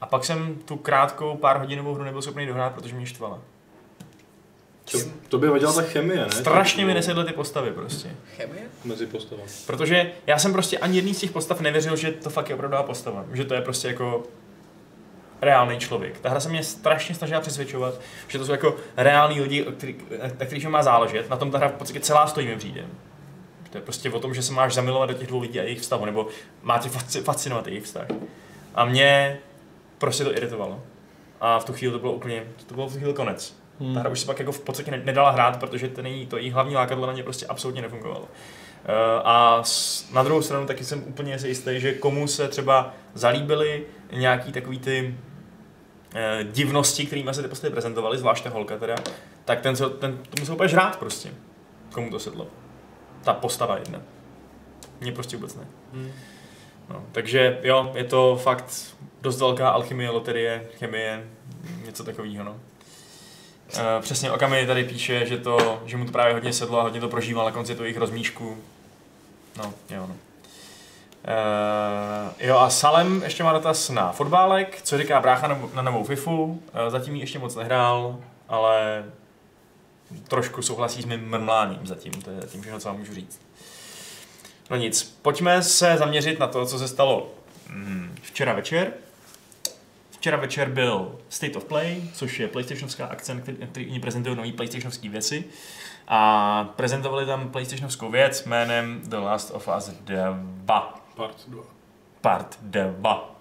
[SPEAKER 1] A pak jsem tu krátkou pár hodinovou hru nebyl schopný dohrát, protože mě štvala.
[SPEAKER 3] To, to by vadila ta chemie, ne? eh,
[SPEAKER 1] Strašně mi nesedly ty postavy prostě.
[SPEAKER 2] Chemie?
[SPEAKER 3] Mezi postavami.
[SPEAKER 1] Protože já jsem prostě ani jedný z těch postav nevěřil, že to fakt je opravdová postava. Že to je prostě jako reálný člověk. Ta hra se mě strašně snažila přesvědčovat, že to jsou jako reální lidi, o který, na kterých mi má záležet. Na tom ta hra v podstatě celá stojí mi přijde. Že To je prostě o tom, že se máš zamilovat do těch dvou lidí a jejich vztahu, nebo má tě fasci- fascinovat jejich vztah. A mě prostě to iritovalo. A v tu chvíli to bylo úplně, to bylo v tu chvíli konec.
[SPEAKER 4] Hmm.
[SPEAKER 1] Ta hra už se pak jako v podstatě ne- nedala hrát, protože ten její, to její hlavní lákadlo na ně prostě absolutně nefungovalo. Eh, A s- na druhou stranu taky jsem úplně si jistý, že komu se třeba zalíbily nějaký takový ty eh, divnosti, kterými se ty postavy prezentovaly, zvlášť ta holka teda, tak ten, se, ten to musel úplně žrát prostě. Komu to sedlo. Ta postava jedna. Mně prostě vůbec ne.
[SPEAKER 3] Hmm.
[SPEAKER 1] No, takže jo, je to fakt dost velká alchymie, loterie, chemie, něco takového, no. Eh, Přesně Okami tady píše, že, to, že mu to právě hodně sedlo a hodně to prožíval na konci toho jejich rozmíšku. No, jo, no. Uh, jo a Salem ještě má dotaz na fotbálek, co říká brácha na, na novou FIFU, uh, zatím ji ještě moc nehrál, ale trošku souhlasí s mým mrmláním zatím, to je zatím všechno, co vám můžu říct. No nic, pojďme se zaměřit na to, co se stalo mm, včera večer. Včera večer byl State of Play, což je PlayStationovská akce, na který, na který oni prezentují nové PlayStationovské věci. A prezentovali tam PlayStationovskou věc jménem The Last of Us 2
[SPEAKER 3] Part 2.
[SPEAKER 1] part 2.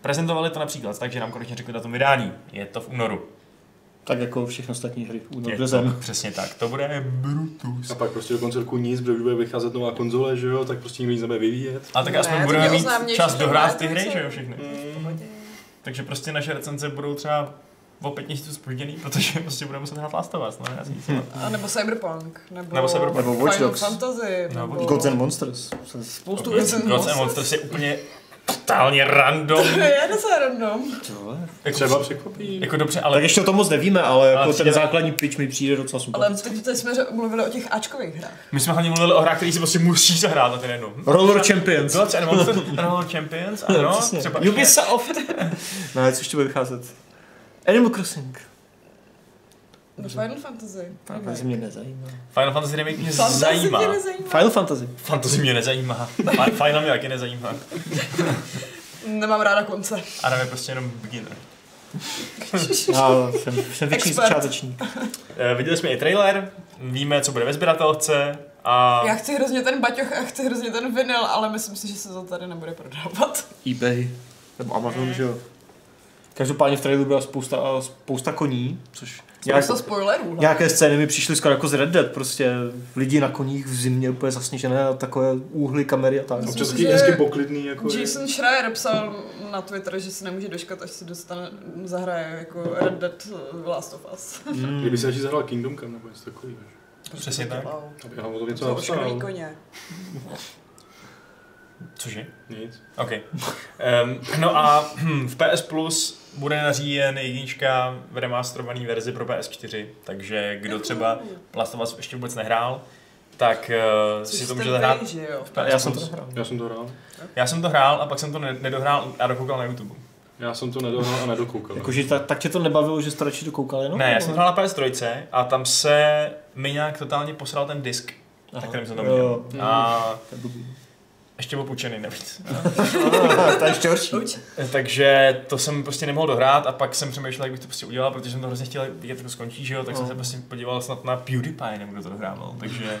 [SPEAKER 1] Prezentovali to například tak, že nám konečně řekli datum vydání. Je to v únoru.
[SPEAKER 4] Tak jako všechny ostatní hry.
[SPEAKER 1] Je
[SPEAKER 4] Únor,
[SPEAKER 1] No, to,
[SPEAKER 4] březen.
[SPEAKER 1] přesně tak. To bude
[SPEAKER 3] A
[SPEAKER 1] Brutus.
[SPEAKER 3] pak prostě do konce roku nic, protože bude vycházet nová konzole, že jo, tak prostě nikdo nic nebude vyvíjet.
[SPEAKER 1] Ale tak
[SPEAKER 2] Ne,
[SPEAKER 1] aspoň
[SPEAKER 2] tak
[SPEAKER 1] budeme
[SPEAKER 2] je
[SPEAKER 1] mít
[SPEAKER 2] oznámější,
[SPEAKER 1] čas
[SPEAKER 2] že
[SPEAKER 1] dohrát
[SPEAKER 2] máte
[SPEAKER 1] ty hry,
[SPEAKER 2] něco.
[SPEAKER 1] že jo, všechny.
[SPEAKER 2] Mm.
[SPEAKER 1] Takže prostě naše recenze budou třeba o pět měsíců spožděný, protože prostě budeme muset hrát Last of Us, no já si nic jiného.
[SPEAKER 2] A nebo Cyberpunk, nebo,
[SPEAKER 1] Nebo Cyberpunk.
[SPEAKER 4] Nebo Watch
[SPEAKER 2] Final
[SPEAKER 4] Dogs.
[SPEAKER 2] Fantasy,
[SPEAKER 1] No,
[SPEAKER 2] nebo...
[SPEAKER 4] Gods and Monsters.
[SPEAKER 2] Spoustu
[SPEAKER 1] Gods and Monsters je prostě úplně totálně random.
[SPEAKER 2] Je docela random.
[SPEAKER 1] Jako,
[SPEAKER 3] Třeba překvapí.
[SPEAKER 1] jako dobře,
[SPEAKER 4] Tak
[SPEAKER 1] ale
[SPEAKER 4] ještě o tom moc nevíme, ale jako
[SPEAKER 1] přijde-
[SPEAKER 4] ten základní pitch mi přijde docela
[SPEAKER 2] Ale
[SPEAKER 4] sympatický.
[SPEAKER 2] teď, teď jsme ř- mluvili o těch Ačkových hrách.
[SPEAKER 1] my jsme hlavně mluvili o hrách, který si prostě musí zahrát na ten jednou.
[SPEAKER 4] Roller Champions.
[SPEAKER 1] Gods and Monsters, Roller Champions, ano,
[SPEAKER 4] Přesně.
[SPEAKER 1] třeba
[SPEAKER 4] Ubisoft. no, co ještě bude vycházet? Animal Crossing.
[SPEAKER 2] No, Final Fantasy.
[SPEAKER 4] No, To mě nezajímá.
[SPEAKER 1] Final Fantasy Remake mě
[SPEAKER 2] Fantasy
[SPEAKER 1] zajímá.
[SPEAKER 2] tě nezajímá.
[SPEAKER 4] Final Fantasy.
[SPEAKER 1] Fantasy mě nezajímá. Fi- Final mě taky nezajímá.
[SPEAKER 2] Nemám ráda konce.
[SPEAKER 1] Adam je prostě jenom beginner.
[SPEAKER 4] Já jsem, jsem větší
[SPEAKER 2] Expert.
[SPEAKER 4] začátečník.
[SPEAKER 1] Eh, viděli jsme i trailer, víme, co bude ve sběratelce a
[SPEAKER 2] Já chci hrozně ten baťoch a chci hrozně ten vinyl, ale myslím si, že se to tady nebude prodávat.
[SPEAKER 4] eBay. Nebo Amazon, že jo. Každopádně v traileru byla spousta, eh, spousta koní, což nějak,
[SPEAKER 2] Spousta spoilerů. hlavně.
[SPEAKER 4] nějaké scény mi přišly skoro jako z Red Dead, prostě lidi na koních v zimě úplně zasněžené a takové úhly kamery a tak.
[SPEAKER 2] Myslím
[SPEAKER 3] Občas
[SPEAKER 2] si,
[SPEAKER 3] taky
[SPEAKER 2] že-
[SPEAKER 3] hezky poklidný, jako je.
[SPEAKER 2] Jason Schreier psal na Twitter, že si nemůže dočkat, až si dostane, zahraje jako Red Dead eh, Last of Us.
[SPEAKER 4] Mm.
[SPEAKER 3] Kdyby si radši zahrál Kingdom Come nebo něco takového, že?
[SPEAKER 1] Přesně tak.
[SPEAKER 2] Wow.
[SPEAKER 3] Aby já mu to něco
[SPEAKER 2] To ošklivý
[SPEAKER 3] napsal.
[SPEAKER 2] koně.
[SPEAKER 1] Cože?
[SPEAKER 3] Nic.
[SPEAKER 1] OK. Um, no a hm, v PS Plus bude naříjen jednička v remasterované verzi pro PS4, takže kdo
[SPEAKER 4] Mhm.
[SPEAKER 1] třeba Last of Us ještě vůbec nehrál, tak uh,
[SPEAKER 2] Což
[SPEAKER 1] si to
[SPEAKER 2] jste
[SPEAKER 1] může
[SPEAKER 2] vy,
[SPEAKER 1] zahrát.
[SPEAKER 2] že jo.
[SPEAKER 1] v PS
[SPEAKER 4] Já jsem to
[SPEAKER 1] Plus.
[SPEAKER 4] nehrál.
[SPEAKER 3] Já jsem to hrál.
[SPEAKER 1] Já jsem to hrál a pak jsem to ne- nedohrál a dokoukal na YouTube.
[SPEAKER 3] Já jsem to nedohrál a nedokoukal.
[SPEAKER 4] Jakože tak, tak tě to nebavilo, že jsi to radši dokoukal jenom?
[SPEAKER 1] ne, já
[SPEAKER 4] Nebo-
[SPEAKER 1] jsem to hrál na PS3 a tam se mi nějak totálně posral ten disk, na
[SPEAKER 4] Aha.
[SPEAKER 1] kterém jsem to
[SPEAKER 4] Jo,
[SPEAKER 1] měl.
[SPEAKER 4] jo. Mhm.
[SPEAKER 1] A
[SPEAKER 4] To je blbý.
[SPEAKER 1] ještě byl půjčený navíc.
[SPEAKER 4] Ah, to je ještě horší.
[SPEAKER 2] Uč.
[SPEAKER 1] Takže to jsem prostě nemohl dohrát a pak jsem přemýšlel, jak bych to prostě udělal, protože jsem to hrozně chtěl vidět, jak to skončí, že jo, tak jsem
[SPEAKER 4] No.
[SPEAKER 1] se prostě podíval snad na PewDiePie, nebo kdo to dohrával, takže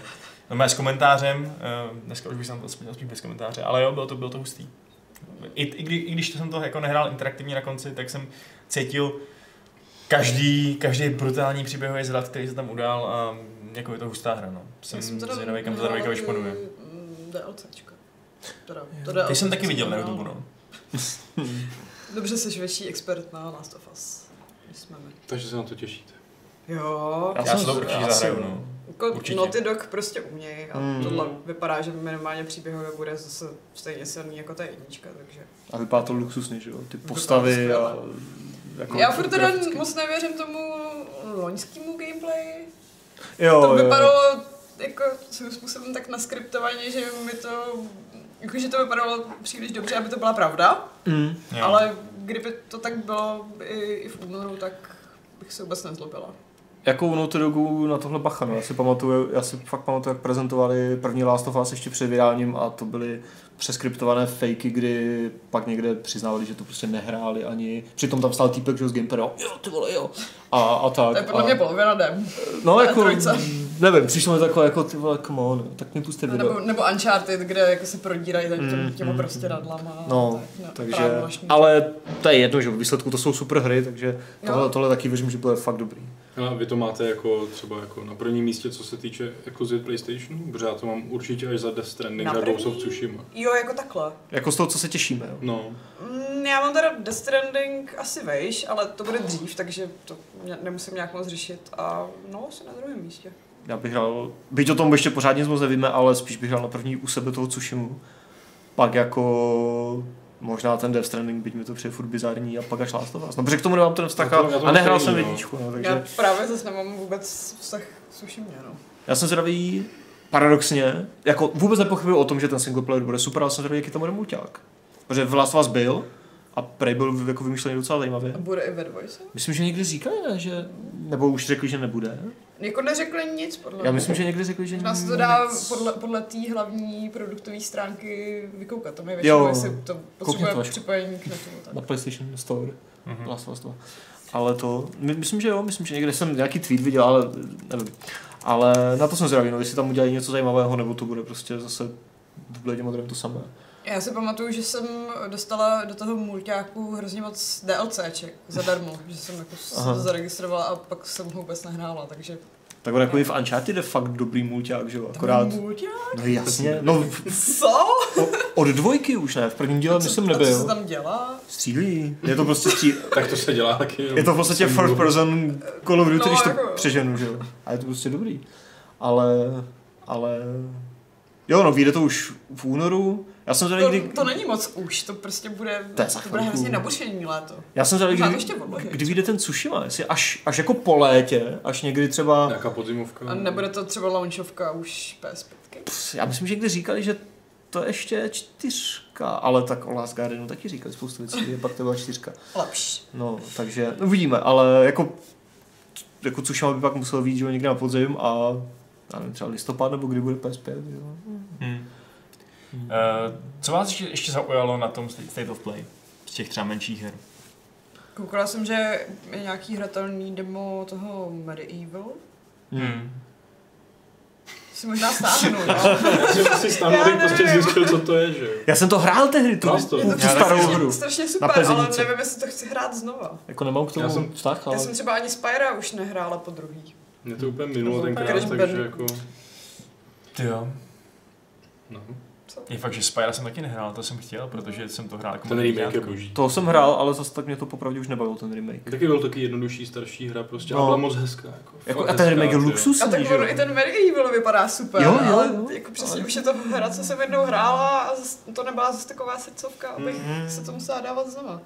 [SPEAKER 1] no mé s komentářem, eh, dneska už bych se na to vzpomněl spíš bez komentáře, ale jo, bylo to, bylo to hustý. I, i, kdy, I když to jsem to jako nehrál interaktivně na konci, tak jsem cítil každý, každý brutální příběhový zrad, který se tam udál a jako je to hustá hra, no. Jsem,
[SPEAKER 2] Já
[SPEAKER 1] jsem
[SPEAKER 2] teda
[SPEAKER 1] zvědavý, kam to
[SPEAKER 2] nehrála
[SPEAKER 1] Zedavejka
[SPEAKER 2] ty,
[SPEAKER 1] vyšponuje.
[SPEAKER 2] mm, DLCčka. Teda, to
[SPEAKER 1] Ty
[SPEAKER 2] DLC
[SPEAKER 1] jsem taky viděl na
[SPEAKER 2] hrál.
[SPEAKER 1] YouTube, no.
[SPEAKER 2] Dobře, jsi větší expert na Last of Us. My jsme my.
[SPEAKER 3] Takže se na to těšíte.
[SPEAKER 2] Jo,
[SPEAKER 1] Já,
[SPEAKER 4] jsem
[SPEAKER 1] si to
[SPEAKER 4] z-
[SPEAKER 1] určitě
[SPEAKER 4] já
[SPEAKER 1] zahraju,
[SPEAKER 4] jsem-
[SPEAKER 1] no.
[SPEAKER 2] jako
[SPEAKER 1] určitě.
[SPEAKER 2] Naughty Dog prostě umějí a
[SPEAKER 4] Mm.
[SPEAKER 2] tohle vypadá, že minimálně příběhově bude zase stejně silný jako ta jednička, takže...
[SPEAKER 4] A vypadá to luxusně, že jo? Ty postavy a... Jako
[SPEAKER 2] Já furt teda
[SPEAKER 4] graficky.
[SPEAKER 2] moc nevěřím tomu eh, loňskému gameplay.
[SPEAKER 4] jo,
[SPEAKER 2] To
[SPEAKER 4] jo.
[SPEAKER 2] vypadalo jako svým způsobem tak naskriptovaně, že mi to... Jakože to vypadalo příliš dobře, aby to byla pravda.
[SPEAKER 4] Mm.
[SPEAKER 1] Jo.
[SPEAKER 2] Ale kdyby to tak bylo i, i v únoru, tak bych se vůbec nezlobila.
[SPEAKER 4] Jako u Naughty Dogu na tohle bacha, no. Já si pamatuju, já si fakt pamatuju, jak prezentovali první Last of Us ještě před vydáním a to byly přeskriptované fakey, kdy pak někde přiznávali, že to prostě nehráli ani, přitom tam stál týpek, že jo, z Gamepadu, jo, ty vole, jo, a, a tak.
[SPEAKER 2] To je podle
[SPEAKER 4] a,
[SPEAKER 2] mě polovina dem.
[SPEAKER 4] No,
[SPEAKER 2] to je
[SPEAKER 4] jako,
[SPEAKER 2] trojce.
[SPEAKER 4] nevím, přišlo mi takové, jako, ty vole, come on, jo, tak mi pusty video.
[SPEAKER 2] Nebo, nebo Uncharted, kde jako se prodírají tak těm, těma prostě radlama. a
[SPEAKER 4] Mhm, No,
[SPEAKER 2] tak, no,
[SPEAKER 4] takže,
[SPEAKER 2] právě vlastně.
[SPEAKER 4] ale to je jedno, že v výsledku to jsou super hry, takže tohle,
[SPEAKER 2] Jo.
[SPEAKER 4] tohle taky věřím, že bude fakt dobrý.
[SPEAKER 3] Hele, a vy to máte jako třeba jako na prvním místě, co se týče exkluzivit PlayStationu, protože já to mám určitě až za Death Stranding
[SPEAKER 2] Na
[SPEAKER 3] a Ghost
[SPEAKER 2] první?
[SPEAKER 3] of Tsushima.
[SPEAKER 2] Jo, jako takhle.
[SPEAKER 4] Jako z toho, co se těšíme, jo.
[SPEAKER 3] No,
[SPEAKER 2] Mm, já mám teda Death Stranding asi vejš, ale to bude dřív, takže to mě- nemusím nějak moc řešit. A no, asi na druhém místě.
[SPEAKER 4] Já bych hrál, byť o tom ještě pořád nic moc nevíme, ale spíš bych hrál na první u sebe toho Tsushimu. Pak jako Možná ten Death Stranding, byť mi to přijde furt bizarní a pak až Last of Us. No, protože k tomu nemám ten vztah
[SPEAKER 3] Já to- já
[SPEAKER 4] a,
[SPEAKER 3] to
[SPEAKER 4] a nehrál
[SPEAKER 3] mám
[SPEAKER 4] jsem
[SPEAKER 3] stejný, no.
[SPEAKER 4] jedničku, no, takže...
[SPEAKER 2] Já právě zase nemám vůbec vztah s ušimě, no.
[SPEAKER 4] Já jsem zvědavý, paradoxně, jako vůbec nepochybuju o tom, že ten single player bude super, ale jsem zvědavý, jaký tam bude mulťák. Protože v Last of Us byl a prej byl jako vymýšlený docela zajímavě.
[SPEAKER 2] A bude i ve dvojce?
[SPEAKER 4] Myslím, že někdy říkali, ne? že... Nebo už řekli, že nebude.
[SPEAKER 2] Jako neřekli nic, podle
[SPEAKER 4] Já
[SPEAKER 2] mě.
[SPEAKER 4] myslím, že někdy řekli, že...
[SPEAKER 2] Nás to dá podle, podle té hlavní produktové stránky vykoukat. To mi většinou,
[SPEAKER 4] Jo.
[SPEAKER 2] jestli to potřebuje
[SPEAKER 4] to až.
[SPEAKER 2] připojení k netu. Tak.
[SPEAKER 4] Na PlayStation Store.
[SPEAKER 1] Mhm.
[SPEAKER 4] Mm-hmm. Last of Us 2. Ale to, my, myslím, že jo, myslím, že někde jsem nějaký tweet viděl, ale nevím. Ale na to jsem zvědavý, no, jestli tam udělají něco zajímavého, nebo to bude prostě zase v Blade Modrem to samé.
[SPEAKER 2] Já si pamatuju, že jsem dostala do toho mulťáku hrozně moc DLCček zadarmo, že jsem jako s-
[SPEAKER 4] Aha.
[SPEAKER 2] zaregistrovala a pak jsem ho vůbec nehrála, takže
[SPEAKER 4] Tak jako i v Uncharted je fakt dobrý mulťák, že jo, akorát.
[SPEAKER 2] mulťák?
[SPEAKER 4] No jasně, no v-
[SPEAKER 2] Co?
[SPEAKER 4] od dvojky už ne, v prvním díle myslím
[SPEAKER 2] a co se
[SPEAKER 4] nebyl.
[SPEAKER 2] tam dělá?
[SPEAKER 4] Střílí. Je to prostě stří...
[SPEAKER 3] Tak to se dělá taky. jo.
[SPEAKER 4] Je to v podstatě first person Call of Duty,
[SPEAKER 2] No,
[SPEAKER 4] když to
[SPEAKER 2] jako jo.
[SPEAKER 4] přeženu, že jo. A je to prostě dobrý. Ale, ale... Jo, no vyjde to už v únoru. Já jsem zvedal, kdy...
[SPEAKER 2] To, to není moc už, to prostě bude,
[SPEAKER 4] To je za
[SPEAKER 2] to, bude
[SPEAKER 4] chvilku.
[SPEAKER 2] hrozně nabušení léto.
[SPEAKER 4] Já jsem zvedal,
[SPEAKER 2] Možná to
[SPEAKER 4] kdy,
[SPEAKER 2] ještě odložit.
[SPEAKER 4] kdy vyjde ten Tsushima, jestli až, až jako po létě, až někdy třeba...
[SPEAKER 3] Nějaká podzimovka.
[SPEAKER 2] A nebude to třeba launchovka už PS5.
[SPEAKER 4] Já myslím, že někdy říkali, že to ještě je čtyřka, ale tak o Last Guardianu taky říkali spoustu věcí, že pak to byla čtyřka.
[SPEAKER 2] Lepší.
[SPEAKER 4] No, takže no, uvidíme, ale jako, jako Tsushima by pak musel víc, že jo, někde na podzim a já nevím, třeba listopad nebo kdy bude PS5, jo.
[SPEAKER 1] Hmm. Eh, co vás ještě, ještě zaujalo na tom State of Play? Z těch třeba menších her.
[SPEAKER 2] Koukala jsem, že je nějaký hratelný demo toho Medieval.
[SPEAKER 1] Hmm.
[SPEAKER 2] Si možná stáhnu, no.
[SPEAKER 3] Že si
[SPEAKER 2] Já
[SPEAKER 3] standard
[SPEAKER 2] nevím.
[SPEAKER 3] prostě zjistil, co to je, že jo.
[SPEAKER 4] Já jsem to hrál tehdy, tu,
[SPEAKER 3] Hrál jsi to?
[SPEAKER 4] tu
[SPEAKER 3] Já
[SPEAKER 2] taky
[SPEAKER 4] starou
[SPEAKER 2] prostě strašně,
[SPEAKER 4] hru.
[SPEAKER 2] strašně
[SPEAKER 4] Na
[SPEAKER 2] super, ale
[SPEAKER 4] pezenici.
[SPEAKER 2] nevím, jestli to chci hrát znova.
[SPEAKER 4] Jako nemám k tomu
[SPEAKER 3] Já jsem-
[SPEAKER 4] vztah,
[SPEAKER 2] Já
[SPEAKER 4] ale...
[SPEAKER 2] jsem třeba ani Spyra už nehrála po druhý.
[SPEAKER 3] Mě to úplně minulo
[SPEAKER 2] To jsem
[SPEAKER 3] tenkrát,
[SPEAKER 2] úplně
[SPEAKER 3] takže
[SPEAKER 2] rozbrný.
[SPEAKER 3] jako...
[SPEAKER 1] Ty jo.
[SPEAKER 3] No.
[SPEAKER 1] Je fakt, že Spyra jsem taky nehrál, to jsem chtěl, protože jsem to hrál jako
[SPEAKER 3] Ten remake
[SPEAKER 1] malý
[SPEAKER 3] je boží.
[SPEAKER 4] To jsem hrál, ale zase tak mě to popravdě už nebavilo, ten remake.
[SPEAKER 3] Taky byl taky jednodušší, starší hra prostě,
[SPEAKER 4] No.
[SPEAKER 3] ale byla moc hezká. Jako,
[SPEAKER 4] Jako,
[SPEAKER 3] Fakt
[SPEAKER 4] a ten remake
[SPEAKER 3] hezká,
[SPEAKER 4] je
[SPEAKER 3] ty
[SPEAKER 2] A
[SPEAKER 3] jo.
[SPEAKER 4] luxusní,
[SPEAKER 2] tak
[SPEAKER 4] že jo?
[SPEAKER 2] ono i ten Medieval vypadá super,
[SPEAKER 4] Jo, jo,
[SPEAKER 2] ale
[SPEAKER 4] jo.
[SPEAKER 2] jako přesně
[SPEAKER 4] Ale-
[SPEAKER 2] už je to hra, co jsem jednou hrála a zas- to nebyla zase taková srdcovka, abych
[SPEAKER 4] Mhm.
[SPEAKER 2] se to musela dávat znova.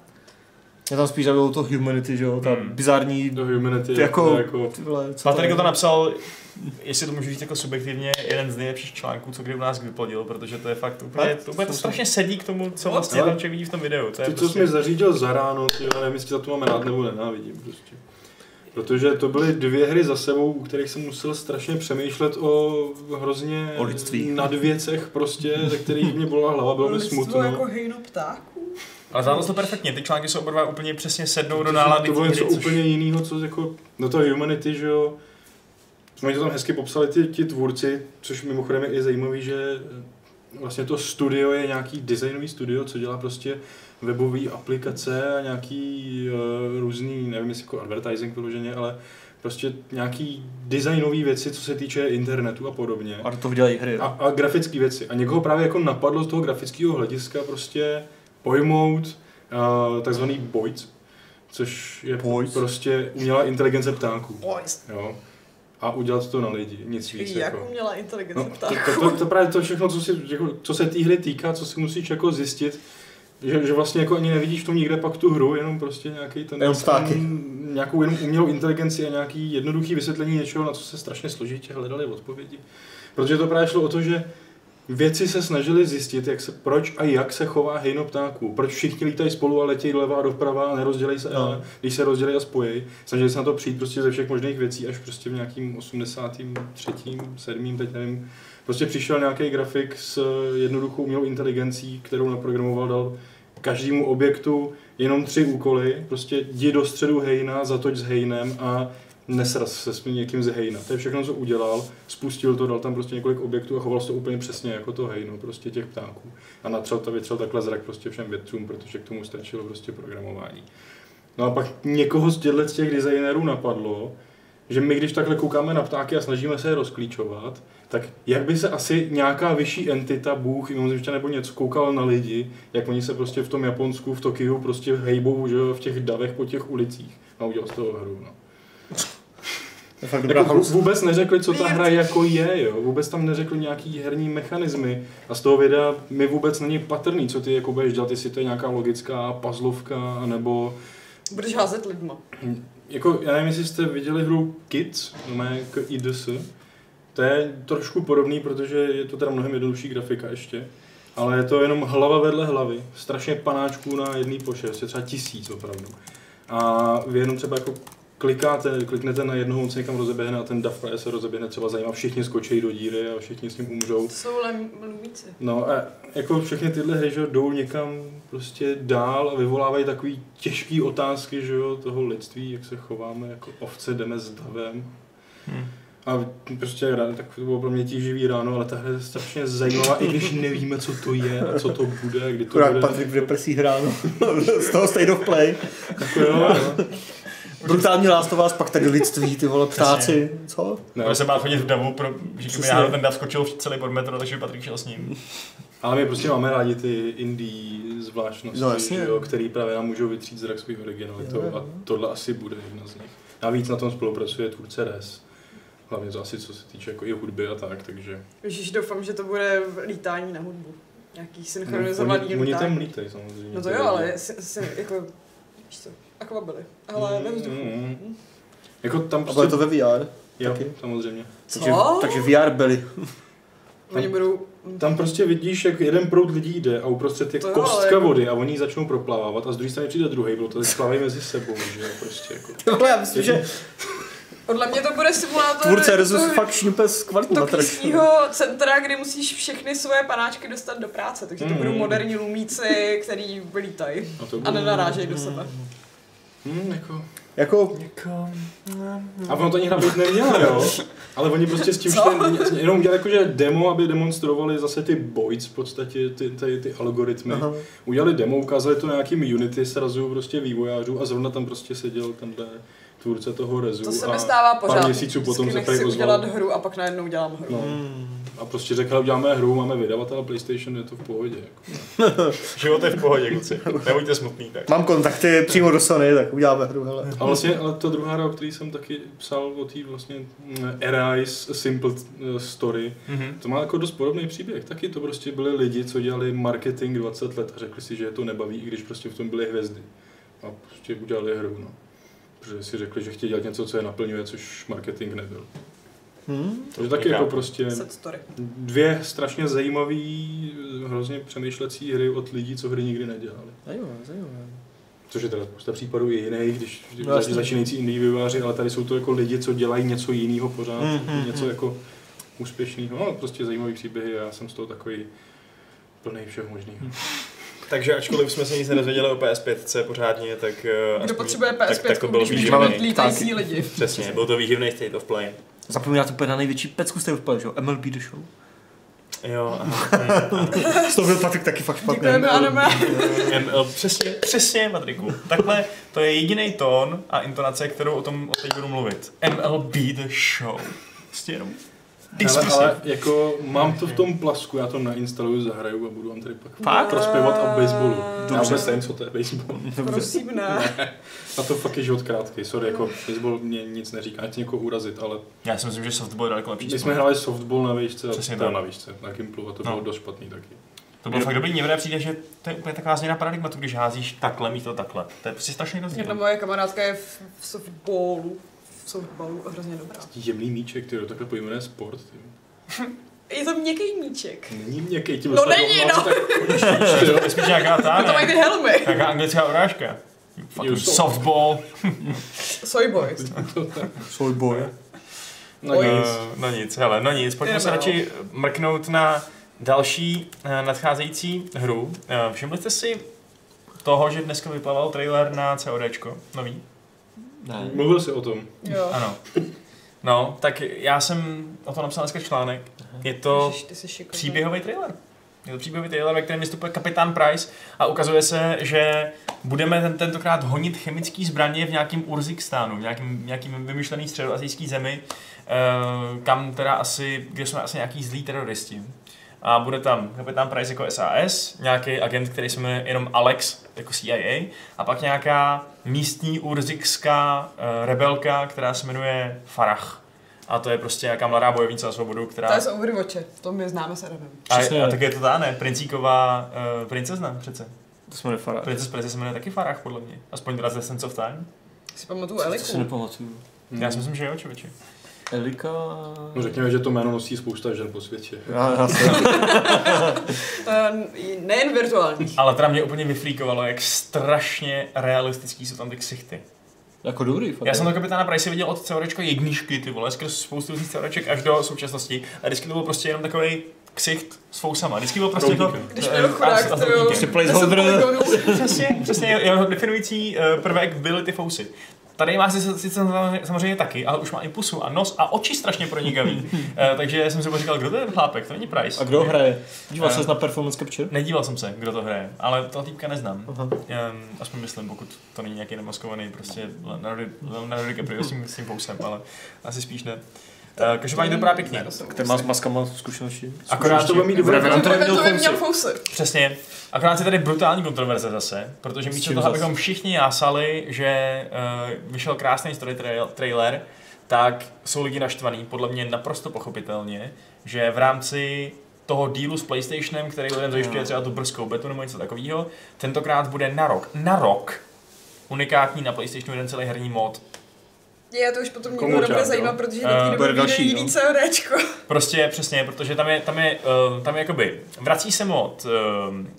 [SPEAKER 4] Mě tam spíš zabilo to Humanity, že jo, ta
[SPEAKER 1] Hmm.
[SPEAKER 4] bizarní...
[SPEAKER 3] Do Humanity,
[SPEAKER 4] Ty
[SPEAKER 3] jako,
[SPEAKER 4] jako-
[SPEAKER 3] jako
[SPEAKER 4] Ty vole, co
[SPEAKER 1] Patrik
[SPEAKER 4] je?
[SPEAKER 1] to napsal, jestli to můžu říct jako subjektivně, jeden z nejlepších článků, co kdy u nás vyplodil, protože to je fakt úplně, to, úplně to strašně sedí k tomu, co vlastně
[SPEAKER 3] Ale-
[SPEAKER 1] tam člověk vidí v tom videu. To je prostě-
[SPEAKER 3] ty, co jsi mi zařídil za ráno, ty jo, nevím, jestli za to mám rád nebo nenávidím prostě. Protože to byly dvě hry za sebou, u kterých jsem musel strašně přemýšlet o hrozně
[SPEAKER 4] O lidství.
[SPEAKER 3] nad věcech prostě, ze kterých mě bolela hlava, bylo mi
[SPEAKER 2] Lidstvo
[SPEAKER 3] smutno.
[SPEAKER 2] jako hejno ptáků.
[SPEAKER 1] Ale zvládlo to perfektně, ty články jsou oba dva úplně přesně sednou do
[SPEAKER 3] To-
[SPEAKER 1] nálady.
[SPEAKER 3] To bylo
[SPEAKER 1] té hry,
[SPEAKER 3] něco
[SPEAKER 1] což-
[SPEAKER 3] úplně jiného, co jako, no to je Humanity, že jo. Oni to tam hezky popsali ti, ti tvůrci, což mimochodem je i zajímavý, že eh, vlastně to studio je nějaký designový studio, co dělá prostě webové aplikace a nějaký uh, různý, nevím jestli jako advertising vyloženě, ale prostě nějaký designové věci, co se týče internetu a podobně.
[SPEAKER 4] A to dělají hry.
[SPEAKER 3] A, a grafické věci. A někoho právě jako napadlo z toho grafického hlediska prostě pojmout uh, takzvaný boys, což je
[SPEAKER 4] Boys?
[SPEAKER 3] prostě umělá inteligence ptáků.
[SPEAKER 2] Boys.
[SPEAKER 3] Jo? A udělat to na lidi, nic víc.
[SPEAKER 2] Jak
[SPEAKER 3] Jako.
[SPEAKER 2] umělá inteligence
[SPEAKER 3] No,
[SPEAKER 2] no,
[SPEAKER 3] to,
[SPEAKER 2] ptáků.
[SPEAKER 3] to, to, to, právě to všechno, co, si, jako, co se té hry týká, co si musíš jako zjistit, že, že vlastně jako ani nevidíš v tom nikde pak tu hru, jenom prostě nějaký ten,
[SPEAKER 4] Jenom ptáky.
[SPEAKER 3] ten- nějakou jenom umělou inteligenci a nějaký jednoduchý vysvětlení něčeho, na co se strašně složitě hledali odpovědi. Protože to právě šlo o to, že věci se snažili zjistit, jak se, proč a jak se chová hejno ptáků. Proč všichni lítají spolu a letějí doleva a doprava a nerozdělej se,
[SPEAKER 4] No.
[SPEAKER 3] no. když se rozdělí a spojí. Snažili se na to přijít prostě ze všech možných věcí, až prostě v nějakým 83. 7. teď nevím. Prostě přišel nějaký grafik s eh, jednoduchou umělou inteligencí, kterou naprogramoval, dal každému objektu jenom tři úkoly. Prostě jdi do středu hejna, zatoč s hejnem a nesraz se s někým z hejna. To je všechno, co udělal. Spustil to, dal tam prostě několik objektů a choval se to úplně přesně jako to hejno, prostě těch ptáků. A natřel to, vytřel takhle zrak prostě všem vědcům, protože k tomu stačilo prostě programování. No a pak někoho z těchto z těch designérů napadlo, že my když takhle koukáme na ptáky a snažíme se je rozklíčovat, tak jak by se asi nějaká vyšší entita, Bůh, mimozemšťan nebo něco, koukal na lidi, jak oni se prostě v tom Japonsku, v Tokiu prostě hejbou, že jo, v těch davech po těch ulicích. A udělal z toho hru, no.
[SPEAKER 4] je fakt dobrá
[SPEAKER 3] Jako
[SPEAKER 4] jako,
[SPEAKER 3] vů- vůbec neřekli, co ta hra jako je, jo. Vůbec tam neřekli nějaký herní mechanismy a z toho videa mi vůbec není patrný, co ty jako budeš dělat, jestli to je nějaká logická puzzlovka, nebo
[SPEAKER 2] Budeš házet lidma.
[SPEAKER 3] jako, já nevím, jestli jste viděli hru Kids, no má jako IDS. To je trošku podobný, protože je to teda mnohem jednodušší grafika ještě. Ale je to jenom hlava vedle hlavy, strašně panáčků na jedný pošest, je třeba tisíc opravdu. A vy jenom třeba jako klikáte, kliknete na jednoho, on se někam rozeběhne a ten dav právě se rozeběhne třeba zajímá, všichni skočí do díry a všichni s ním umřou.
[SPEAKER 2] To jsou lem- lůmíci.
[SPEAKER 3] No a jako všechny tyhle hry, že jo, jdou někam prostě dál a vyvolávají takový těžký otázky, že jo, toho lidství, jak se chováme jako ovce, jdeme s davem.
[SPEAKER 1] Hmm.
[SPEAKER 3] A prostě ráno, tak to bylo pro mě tíživý ráno, ale tahle je strašně zajímavá, i když nevíme, co to je a co to bude, a kdy to
[SPEAKER 4] Kurák
[SPEAKER 3] bude.
[SPEAKER 4] Patrik v depresích hrál, no. z toho State of Play.
[SPEAKER 3] Jako, jo, jo.
[SPEAKER 4] Brutální Last of Us, pak tady lidství, ty vole, ptáci, co?
[SPEAKER 1] No.
[SPEAKER 3] No,
[SPEAKER 1] Bude se bát chodit v davu, pro, že kdyby
[SPEAKER 4] Přesně.
[SPEAKER 1] náhodou ten dav skočil v celý podmetr, takže Patrik šel s ním.
[SPEAKER 3] ale my prostě máme rádi ty indie zvláštnosti,
[SPEAKER 4] No,
[SPEAKER 3] no,
[SPEAKER 4] jasně.
[SPEAKER 3] že jo, který právě nám můžou vytřít zrak svých originalitou
[SPEAKER 4] Jo, jo.
[SPEAKER 3] a tohle asi bude jedna z nich. Navíc na tom spolupracuje tvůrce Res. Hlavně to asi co se týče jako i hudby a tak, takže...
[SPEAKER 2] Ježíš, doufám, že to bude v- lítání na hudbu. Nějaký synchronizovaný
[SPEAKER 3] No, oni, oni
[SPEAKER 2] lítání.
[SPEAKER 3] tam lítej samozřejmě.
[SPEAKER 2] No to jo, ale si, si, jako, víš co, akvabily. Ale ve vzduchu.
[SPEAKER 3] mm. Jako tam
[SPEAKER 4] A
[SPEAKER 3] prostě...
[SPEAKER 4] bude to ve VR.
[SPEAKER 3] jo,
[SPEAKER 4] taky.
[SPEAKER 3] samozřejmě.
[SPEAKER 4] Takže,
[SPEAKER 2] Co?
[SPEAKER 4] takže VR byli.
[SPEAKER 2] Oni budou...
[SPEAKER 3] Tam prostě vidíš, jak jeden proud lidí jde a uprostřed je
[SPEAKER 2] To jo,
[SPEAKER 3] kostka
[SPEAKER 2] ale- jako-
[SPEAKER 3] vody a oni ji začnou proplávat a z druhé strany přijde druhý, bylo to tak plávají mezi sebou, že jo, prostě jako.
[SPEAKER 4] Tohle já myslím, že
[SPEAKER 2] Podle mě to bude simulátor...
[SPEAKER 4] tvůrce Rezus
[SPEAKER 2] toho-
[SPEAKER 4] fakt šnipe s kvalitu na
[SPEAKER 2] to
[SPEAKER 4] trh.
[SPEAKER 2] klisního centra, kde musíš všechny svoje panáčky dostat do práce, takže to
[SPEAKER 3] Mm.
[SPEAKER 2] budou moderní lumíci, který vylítají
[SPEAKER 3] A to
[SPEAKER 2] a nenarážejí do sebe.
[SPEAKER 3] Hmm, jako.
[SPEAKER 4] Jako,
[SPEAKER 3] A ono to ani hra být neměla, jo? Ale oni prostě s tím
[SPEAKER 2] Co?
[SPEAKER 3] šli, jenom udělali jakože demo, aby demonstrovali zase ty boys v podstatě, ty, ty, ty algoritmy. Aha.
[SPEAKER 4] aha.
[SPEAKER 3] Udělali demo, ukázali to nějakým Unity srazu prostě vývojářů a zrovna tam prostě seděl tenhle tvůrce toho rezu.
[SPEAKER 2] To se
[SPEAKER 3] a,
[SPEAKER 2] mi stává
[SPEAKER 3] pár
[SPEAKER 2] pořád.
[SPEAKER 3] měsíců potom
[SPEAKER 2] Vždycky
[SPEAKER 3] se
[SPEAKER 2] nechci
[SPEAKER 3] tady ozval.
[SPEAKER 2] udělat hru a pak najednou dělám hru.
[SPEAKER 3] no, a prostě řekl, uděláme hru, máme vydavatele PlayStation, je to v pohodě. Jako.
[SPEAKER 5] Život je v pohodě, kluci. Nebuďte smutný, tak.
[SPEAKER 4] Mám kontakty přímo do Sony, tak uděláme hru, hele.
[SPEAKER 3] A vlastně, ale ta druhá hra, o který jsem taky psal, o té vlastně mm, Arise Simple eh, Story,
[SPEAKER 1] Mhm.
[SPEAKER 3] To má jako dost podobný příběh. Taky to prostě byli lidi, co dělali marketing 20 let a řekli si, že je to nebaví, i když prostě v tom byly hvězdy. A prostě udělali hru, no. Protože si řekli, že chtějí dělat něco, co je naplňuje, což marketing nebyl.
[SPEAKER 4] Hm?
[SPEAKER 3] Takže taky
[SPEAKER 1] Nechápu.
[SPEAKER 3] jako prostě
[SPEAKER 2] Set story.
[SPEAKER 3] dvě strašně zajímavé, hrozně přemýšlecí hry od lidí, co hry nikdy nedělali.
[SPEAKER 4] Zajímavé, zajímavé.
[SPEAKER 3] Což je teda spousta případů i jiných, když
[SPEAKER 4] No,
[SPEAKER 3] no,
[SPEAKER 4] jasně.
[SPEAKER 3] začínající indie vývojáři, ale tady jsou to jako lidi, co dělají něco jiného pořád,
[SPEAKER 4] Mm, mm,
[SPEAKER 3] mm, něco
[SPEAKER 4] mm.
[SPEAKER 3] jako úspěšného, no, prostě zajímavý příběhy a já jsem z toho takový plný všeho možného.
[SPEAKER 5] Takže ačkoliv jsme se nic nedozvěděli o PS5 pořádně, tak... eh,
[SPEAKER 2] Kdo
[SPEAKER 5] aspoň-
[SPEAKER 2] potřebuje
[SPEAKER 5] tak, tak to
[SPEAKER 2] PS5,
[SPEAKER 5] byl
[SPEAKER 2] když může mít
[SPEAKER 4] výživný.
[SPEAKER 5] výživný.
[SPEAKER 2] lítající lidi.
[SPEAKER 5] Přesně, byl to výživný state of play.
[SPEAKER 4] Zapomínáte úplně na největší pecku jste vypadali, že jo? MLB The Show.
[SPEAKER 5] Jo,
[SPEAKER 4] Z toho byl Patrik taky fakt
[SPEAKER 3] No,
[SPEAKER 4] špatný.
[SPEAKER 2] Děkujeme, anime.
[SPEAKER 1] ML, eh, přesně, přesně, Patriku. Takhle, to je jediný tón a intonace, kterou o tom o teď budu mluvit. MLB The Show. Prostě jenom.
[SPEAKER 3] Ale,
[SPEAKER 1] Expresiv.
[SPEAKER 3] ale jako mám to v tom plasku, já to nainstaluju, zahraju a budu vám tady pak
[SPEAKER 2] Fakt?
[SPEAKER 3] prospěvat o baseballu. Já
[SPEAKER 2] Dobře.
[SPEAKER 3] vůbec nevím, co to je baseball.
[SPEAKER 2] Prosím, ne.
[SPEAKER 3] Na to fakt je život krátký, sorry, jako baseball mě nic neříká, nechci někoho urazit, ale
[SPEAKER 1] Já si myslím, že softball je daleko lepší.
[SPEAKER 3] my jsme
[SPEAKER 1] sport.
[SPEAKER 3] hráli softball na výšce,
[SPEAKER 1] Přesně
[SPEAKER 3] Přesně teda
[SPEAKER 1] tak.
[SPEAKER 3] na výšce, na Gimplu a to
[SPEAKER 1] No.
[SPEAKER 3] bylo dost špatný taky.
[SPEAKER 1] To bylo fakt dobrý, mně teda přijde, že to je úplně taková změna paradigmatu, když házíš takhle místo takhle. To je prostě strašný
[SPEAKER 2] Jedna
[SPEAKER 1] rozdíl.
[SPEAKER 2] moje kamarádka je v v softballu. V softballu hrozně dobrá.
[SPEAKER 3] Jemný míček, ty takhle pojmenuje sport. Ty.
[SPEAKER 2] Je to měkký míček.
[SPEAKER 3] Není měkký, tím
[SPEAKER 2] No není, no.
[SPEAKER 1] To je spíš nějaká ta,
[SPEAKER 2] No to mají
[SPEAKER 1] ne?
[SPEAKER 2] ty helmy.
[SPEAKER 1] Nějaká anglická urážka. Fucking
[SPEAKER 3] jsou.
[SPEAKER 1] softball.
[SPEAKER 2] Soy boys.
[SPEAKER 4] Soulboy.
[SPEAKER 3] No
[SPEAKER 2] Oj.
[SPEAKER 3] nic.
[SPEAKER 1] Eh, No nic, hele, no nic. Pojďme se
[SPEAKER 2] Jdeme dál.
[SPEAKER 1] radši mrknout na další eh, nadcházející hru. Eh, Všimli jste si toho, že dneska vyplaval trailer na CODčko, nový?
[SPEAKER 4] Ne.
[SPEAKER 3] Mluvil jsi o tom.
[SPEAKER 2] Jo.
[SPEAKER 1] Ano. No, tak já jsem o tom napsal dneska článek. Je to
[SPEAKER 2] Ježiš, ty jsi šikovný.
[SPEAKER 1] příběhový trailer. Je to příběhový trailer, ve kterém vystupuje kapitán Price a ukazuje se, že budeme ten, tentokrát honit chemické zbraně v nějakém Urzikstánu, v nějakém, nějakým vymyšlený středoazijský zemi, eh, kam teda asi, kde jsou asi nějaký zlí teroristi. A bude tam kapitán Price jako SAS, nějaký agent, který se jmenuje jenom Alex, jako CIA, a pak nějaká místní urzikská eh, rebelka, která se jmenuje Farah. A to je prostě nějaká mladá bojovnice za svobodu, která...
[SPEAKER 2] To je z Overwatche, to my známe s Adamem.
[SPEAKER 1] A,
[SPEAKER 4] Přesně.
[SPEAKER 1] a tak je to ta, ne? Princíková uh, princezna přece.
[SPEAKER 4] To jsme nefara.
[SPEAKER 1] Princess Princess se jmenuje taky Farah, podle mě. Aspoň teda ze Sense of Time.
[SPEAKER 2] Si pamatuju Eliku.
[SPEAKER 4] nepamatuju.
[SPEAKER 3] Mm.
[SPEAKER 1] Hmm. Já si myslím, že jo, čověče.
[SPEAKER 4] Elika...
[SPEAKER 3] No řekněme, že to jméno nosí spousta žen po světě.
[SPEAKER 4] Já, já jsem...
[SPEAKER 2] Eh, Nejen virtuální.
[SPEAKER 1] Ale teda mě úplně vyflíkovalo, jak strašně realistický jsou tam ty ksichty.
[SPEAKER 4] jako dobrý, fakt.
[SPEAKER 1] Já jsem to kapitána Price viděl od CRčka jedničky, ty vole, skrz spoustu různých CRček až do současnosti. A vždycky to byl prostě jenom takový ksicht s fousama. Vždycky byl prostě to...
[SPEAKER 3] Proutníkem.
[SPEAKER 2] Když
[SPEAKER 1] eh,
[SPEAKER 2] byl
[SPEAKER 1] a-
[SPEAKER 2] chudák,
[SPEAKER 1] a s
[SPEAKER 2] kterou-
[SPEAKER 1] proutníkem.
[SPEAKER 4] Si placeholder.
[SPEAKER 2] deset polygonů.
[SPEAKER 1] Přesně, přesně, jeho definující eh, prvek byly ty fousy. Tady má sice, sice samozřejmě taky, ale už má i pusu a nos a oči strašně pronikavý. Eh, takže jsem si úplně říkal, kdo to je ten chlápek, to není Price.
[SPEAKER 4] A kdo hraje? Díval
[SPEAKER 1] Eh.
[SPEAKER 4] ses na performance capture?
[SPEAKER 1] Nedíval jsem se, kdo to hraje, ale toho týpka neznám.
[SPEAKER 4] Aha.
[SPEAKER 1] Ehm, aspoň myslím, pokud to není nějaký nemaskovaný, prostě Leonardo Leonardo DiCaprio s tím, s tím fousem, ale asi spíš ne. Eh, Každopádně to vypadá pěkně.
[SPEAKER 4] Který
[SPEAKER 2] prostě-
[SPEAKER 4] má s maskama zkušenosti?
[SPEAKER 1] Akorát,
[SPEAKER 3] Už to bude mít dobré
[SPEAKER 2] Protože
[SPEAKER 4] Revenant.
[SPEAKER 3] jméno.
[SPEAKER 4] Antoine
[SPEAKER 2] Revenant
[SPEAKER 4] měl
[SPEAKER 2] měl fousy.
[SPEAKER 1] přesně, akorát je tady brutální kontroverze zase, protože
[SPEAKER 4] S
[SPEAKER 1] místo
[SPEAKER 4] čím
[SPEAKER 1] toho,
[SPEAKER 4] zas?
[SPEAKER 1] abychom všichni jásali, že eh, vyšel krásný story trail, trailer, tak jsou lidi naštvaný, podle mě naprosto pochopitelně, že v rámci toho dílu s PlayStationem, který lidem
[SPEAKER 4] Hmm.
[SPEAKER 1] zajišťuje třeba tu brzkou betu nebo něco takového, tentokrát bude na rok, na rok unikátní na PlayStationu jeden celý herní mod.
[SPEAKER 2] Je, to už potom
[SPEAKER 3] Komu
[SPEAKER 2] nikdo nebude
[SPEAKER 3] čas,
[SPEAKER 2] zajímat,
[SPEAKER 3] jo?
[SPEAKER 2] protože
[SPEAKER 1] Eh,
[SPEAKER 2] nikdy
[SPEAKER 4] bude
[SPEAKER 2] nebude
[SPEAKER 4] další,
[SPEAKER 2] vidět jiný
[SPEAKER 4] no.
[SPEAKER 2] CRčko.
[SPEAKER 1] Prostě přesně, protože tam je, tam je, eh, tam je jakoby, vrací se mod, um,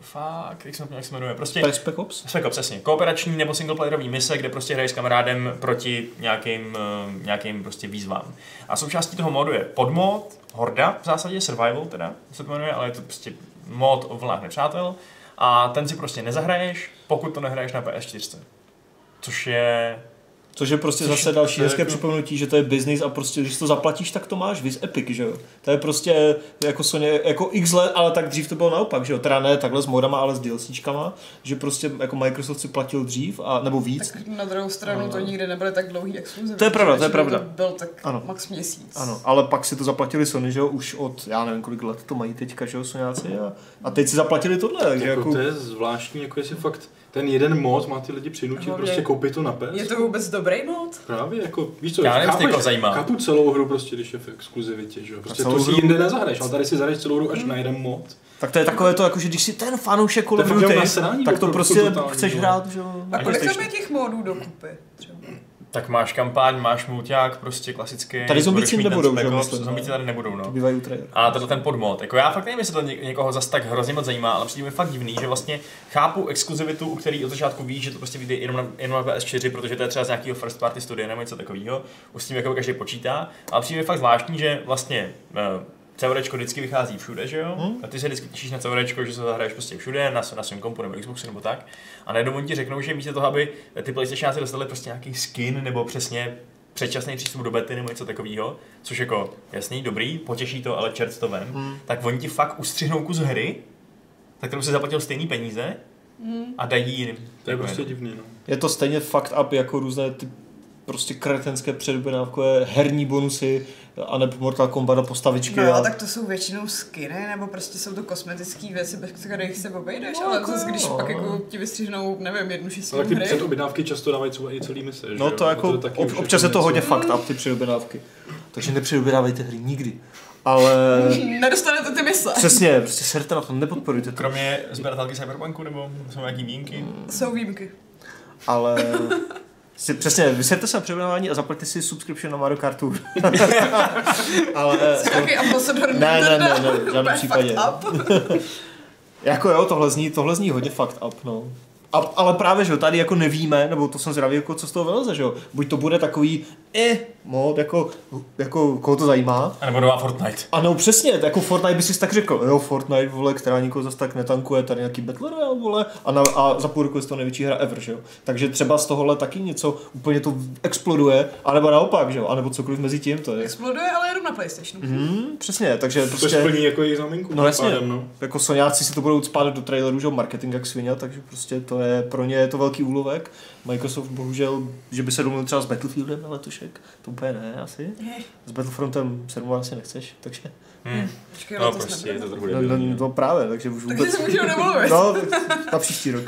[SPEAKER 1] fakt, jak se, jak se jmenuje, prostě...
[SPEAKER 4] Spec Spec Ops?
[SPEAKER 1] Spec Ops, přesně. Kooperační nebo singleplayerový mise, kde prostě hraješ s kamarádem proti nějakým, eh, nějakým prostě výzvám. A součástí toho modu je podmod, horda, v zásadě survival teda, se to jmenuje, ale je to prostě mod o vlnách nepřátel. A ten si prostě nezahraješ, pokud to nehraješ na PS4. Což je...
[SPEAKER 4] Což je prostě
[SPEAKER 1] Což-
[SPEAKER 4] zase další
[SPEAKER 1] to je
[SPEAKER 4] hezké
[SPEAKER 1] jako-
[SPEAKER 4] připomenutí, že to je business a prostě, když to zaplatíš, tak to máš, vis Epic, že jo. To je prostě jako Sony, jako x let, ale tak dřív to bylo naopak, že jo. Teda ne takhle s modama, ale s DLCčkama, že prostě jako Microsoft si platil dřív, a, nebo víc.
[SPEAKER 2] Tak na druhou stranu to nikdy nebude tak dlouhý exkluzivní.
[SPEAKER 4] No, To je pravda, to je
[SPEAKER 2] Většinou
[SPEAKER 4] pravda.
[SPEAKER 2] To byl tak
[SPEAKER 4] Ano.
[SPEAKER 2] max měsíc.
[SPEAKER 4] Ano, ale pak si to zaplatili Sony, že jo, už od, já nevím kolik let to mají teďka, že jo, Sonyáci a, a teď si zaplatili tohle, takže
[SPEAKER 3] Jako,
[SPEAKER 4] jako,
[SPEAKER 3] to je zvláštní, jako jestli fakt ten jeden mod má ty lidi přinutit
[SPEAKER 2] Hlavně-
[SPEAKER 3] prostě koupit to na PES.
[SPEAKER 2] Je to vůbec dobrý mod?
[SPEAKER 3] Právě, jako, víš co,
[SPEAKER 1] Já nevím, jestli
[SPEAKER 3] chápu,
[SPEAKER 1] někoho zajímá.
[SPEAKER 3] chápu celou hru prostě, když je v exkluzivitě, že jo. Prostě
[SPEAKER 4] celou
[SPEAKER 3] to si
[SPEAKER 4] hru-
[SPEAKER 3] jinde nezahraješ, ale tady si zahraješ celou hru až na jeden mod.
[SPEAKER 4] tak to je takové to, jako, že když si ten fanoušek Call
[SPEAKER 3] To je
[SPEAKER 4] of
[SPEAKER 3] fakt
[SPEAKER 4] Duty,
[SPEAKER 3] jenom nasrání
[SPEAKER 4] tak to
[SPEAKER 3] opravdu
[SPEAKER 4] prostě
[SPEAKER 3] totální,
[SPEAKER 4] chceš
[SPEAKER 3] jo. Jako
[SPEAKER 4] hrát, že jo.
[SPEAKER 2] A kolik tam
[SPEAKER 4] PlayStation.
[SPEAKER 2] je těch modů dokupy? Třeba?
[SPEAKER 1] Tak máš kampaň, máš mulťák, prostě klasický...
[SPEAKER 4] Tady zombíci
[SPEAKER 1] budeš mít ten
[SPEAKER 4] nebudou,
[SPEAKER 1] Spec
[SPEAKER 4] že jo,
[SPEAKER 1] Ops,
[SPEAKER 4] myslím,
[SPEAKER 1] Zombíci tady nebudou, no.
[SPEAKER 4] To bývají u trailer.
[SPEAKER 1] A tenhle ten podmod, jako já fakt nevím, jestli to ně- někoho zas tak hrozně moc zajímá, ale přijde mi fakt divný, že vlastně chápu exkluzivitu, u který od začátku víš, že to prostě vyjde jenom na, jenom na PS4, protože to je třeba z nějakého first party studia nebo něco takového, už s tím jako každý počítá, ale přijde mi fakt zvláštní, že vlastně eh, CVDčko vždycky vychází všude, že jo? A ty se vždycky těšíš na CVDčko, že se zahraješ prostě všude, na, na svém kompu nebo Xboxu nebo tak. A najednou oni ti řeknou, že místo toho, aby ty PlayStationáci dostali prostě nějaký skin nebo přesně předčasný přístup do bety nebo něco takového, což jako jasný, dobrý, potěší to, ale čert to ven, hmm. tak oni ti fakt ustřihnou kus hry, za kterou si zaplatil stejný peníze a dají jiným.
[SPEAKER 3] To je
[SPEAKER 1] Jako
[SPEAKER 3] prostě
[SPEAKER 1] jenom.
[SPEAKER 3] divný, no.
[SPEAKER 4] Je to stejně fucked up jako různé ty prostě kretenské předobjednávkové herní bonusy a nebo Mortal Kombat a postavičky.
[SPEAKER 2] No,
[SPEAKER 4] a...
[SPEAKER 2] tak to jsou většinou skiny, nebo prostě jsou to kosmetické věci, bez kterých se obejdeš,
[SPEAKER 4] No,
[SPEAKER 2] ale
[SPEAKER 4] jako
[SPEAKER 2] zase když
[SPEAKER 4] jo.
[SPEAKER 2] pak jako ti vystřihnou, nevím, jednu
[SPEAKER 3] No
[SPEAKER 2] šestinu
[SPEAKER 3] tak ty
[SPEAKER 2] hry.
[SPEAKER 3] předobjednávky často dávají třeba i celý mise, že
[SPEAKER 4] no
[SPEAKER 3] jo?
[SPEAKER 4] to jako,
[SPEAKER 3] je taky
[SPEAKER 4] ob,
[SPEAKER 3] už
[SPEAKER 4] občas je to
[SPEAKER 3] něco.
[SPEAKER 4] hodně fucked up ty předobjednávky. Takže nepředobjednávejte hry nikdy. Ale
[SPEAKER 2] Nedostanete ty mise.
[SPEAKER 4] přesně, prostě serte na to, nepodporujte to.
[SPEAKER 1] Kromě sběratelky Cyberpunku nebo jsou nějaký výjimky?
[SPEAKER 2] Jsou výjimky.
[SPEAKER 4] Ale si, přesně, vyserte se na předobjednávání a zaplaťte si subscription na Mario Kart Tour. ale
[SPEAKER 2] Taky ambasador
[SPEAKER 4] Ne, ne, ne, ne,
[SPEAKER 2] Nintendo.
[SPEAKER 4] v žádném
[SPEAKER 2] Úplně
[SPEAKER 4] případě.
[SPEAKER 2] fucked up.
[SPEAKER 4] Jako jo, tohle zní, tohle zní hodně fucked up, no. A, ale právě, že jo, tady jako nevíme, nebo to jsem zvědavý, jako co z toho vyleze, že jo. Buď to bude takový, eh, mod, jako, jako koho to zajímá.
[SPEAKER 1] A nebo nová Fortnite.
[SPEAKER 4] Ano, přesně, jako Fortnite by si tak řekl, jo, Fortnite, vole, která nikoho zase tak netankuje, tady nějaký Battle Royale, vole, a, na, a za půl roku je to největší hra ever, že jo. Takže třeba z tohohle taky něco úplně to exploduje, anebo naopak, že jo, anebo cokoliv mezi tím, to je.
[SPEAKER 2] Exploduje, ale jenom na PlayStationu.
[SPEAKER 4] Hmm, přesně, takže
[SPEAKER 3] To
[SPEAKER 4] prostě...
[SPEAKER 3] splní jako jejich znamínku.
[SPEAKER 4] No
[SPEAKER 3] tím
[SPEAKER 4] jasně.
[SPEAKER 3] pádem, no.
[SPEAKER 4] Jako soňáci si to budou spát do traileru, že jo, marketing jak svině, takže prostě to které pro ně je to velký úlovek. Microsoft bohužel, že by se domluvil třeba s Battlefieldem na letošek, to úplně ne asi. S Battlefrontem 7 asi nechceš, takže
[SPEAKER 1] Hmm.
[SPEAKER 2] Počkej,
[SPEAKER 1] No
[SPEAKER 2] to jsme
[SPEAKER 1] prostě je to trochu
[SPEAKER 4] no, no,
[SPEAKER 1] debilní.
[SPEAKER 4] no, právě, takže už
[SPEAKER 2] Takže
[SPEAKER 4] vůbec...
[SPEAKER 2] se můžeme domluvit.
[SPEAKER 4] No, na příští rok.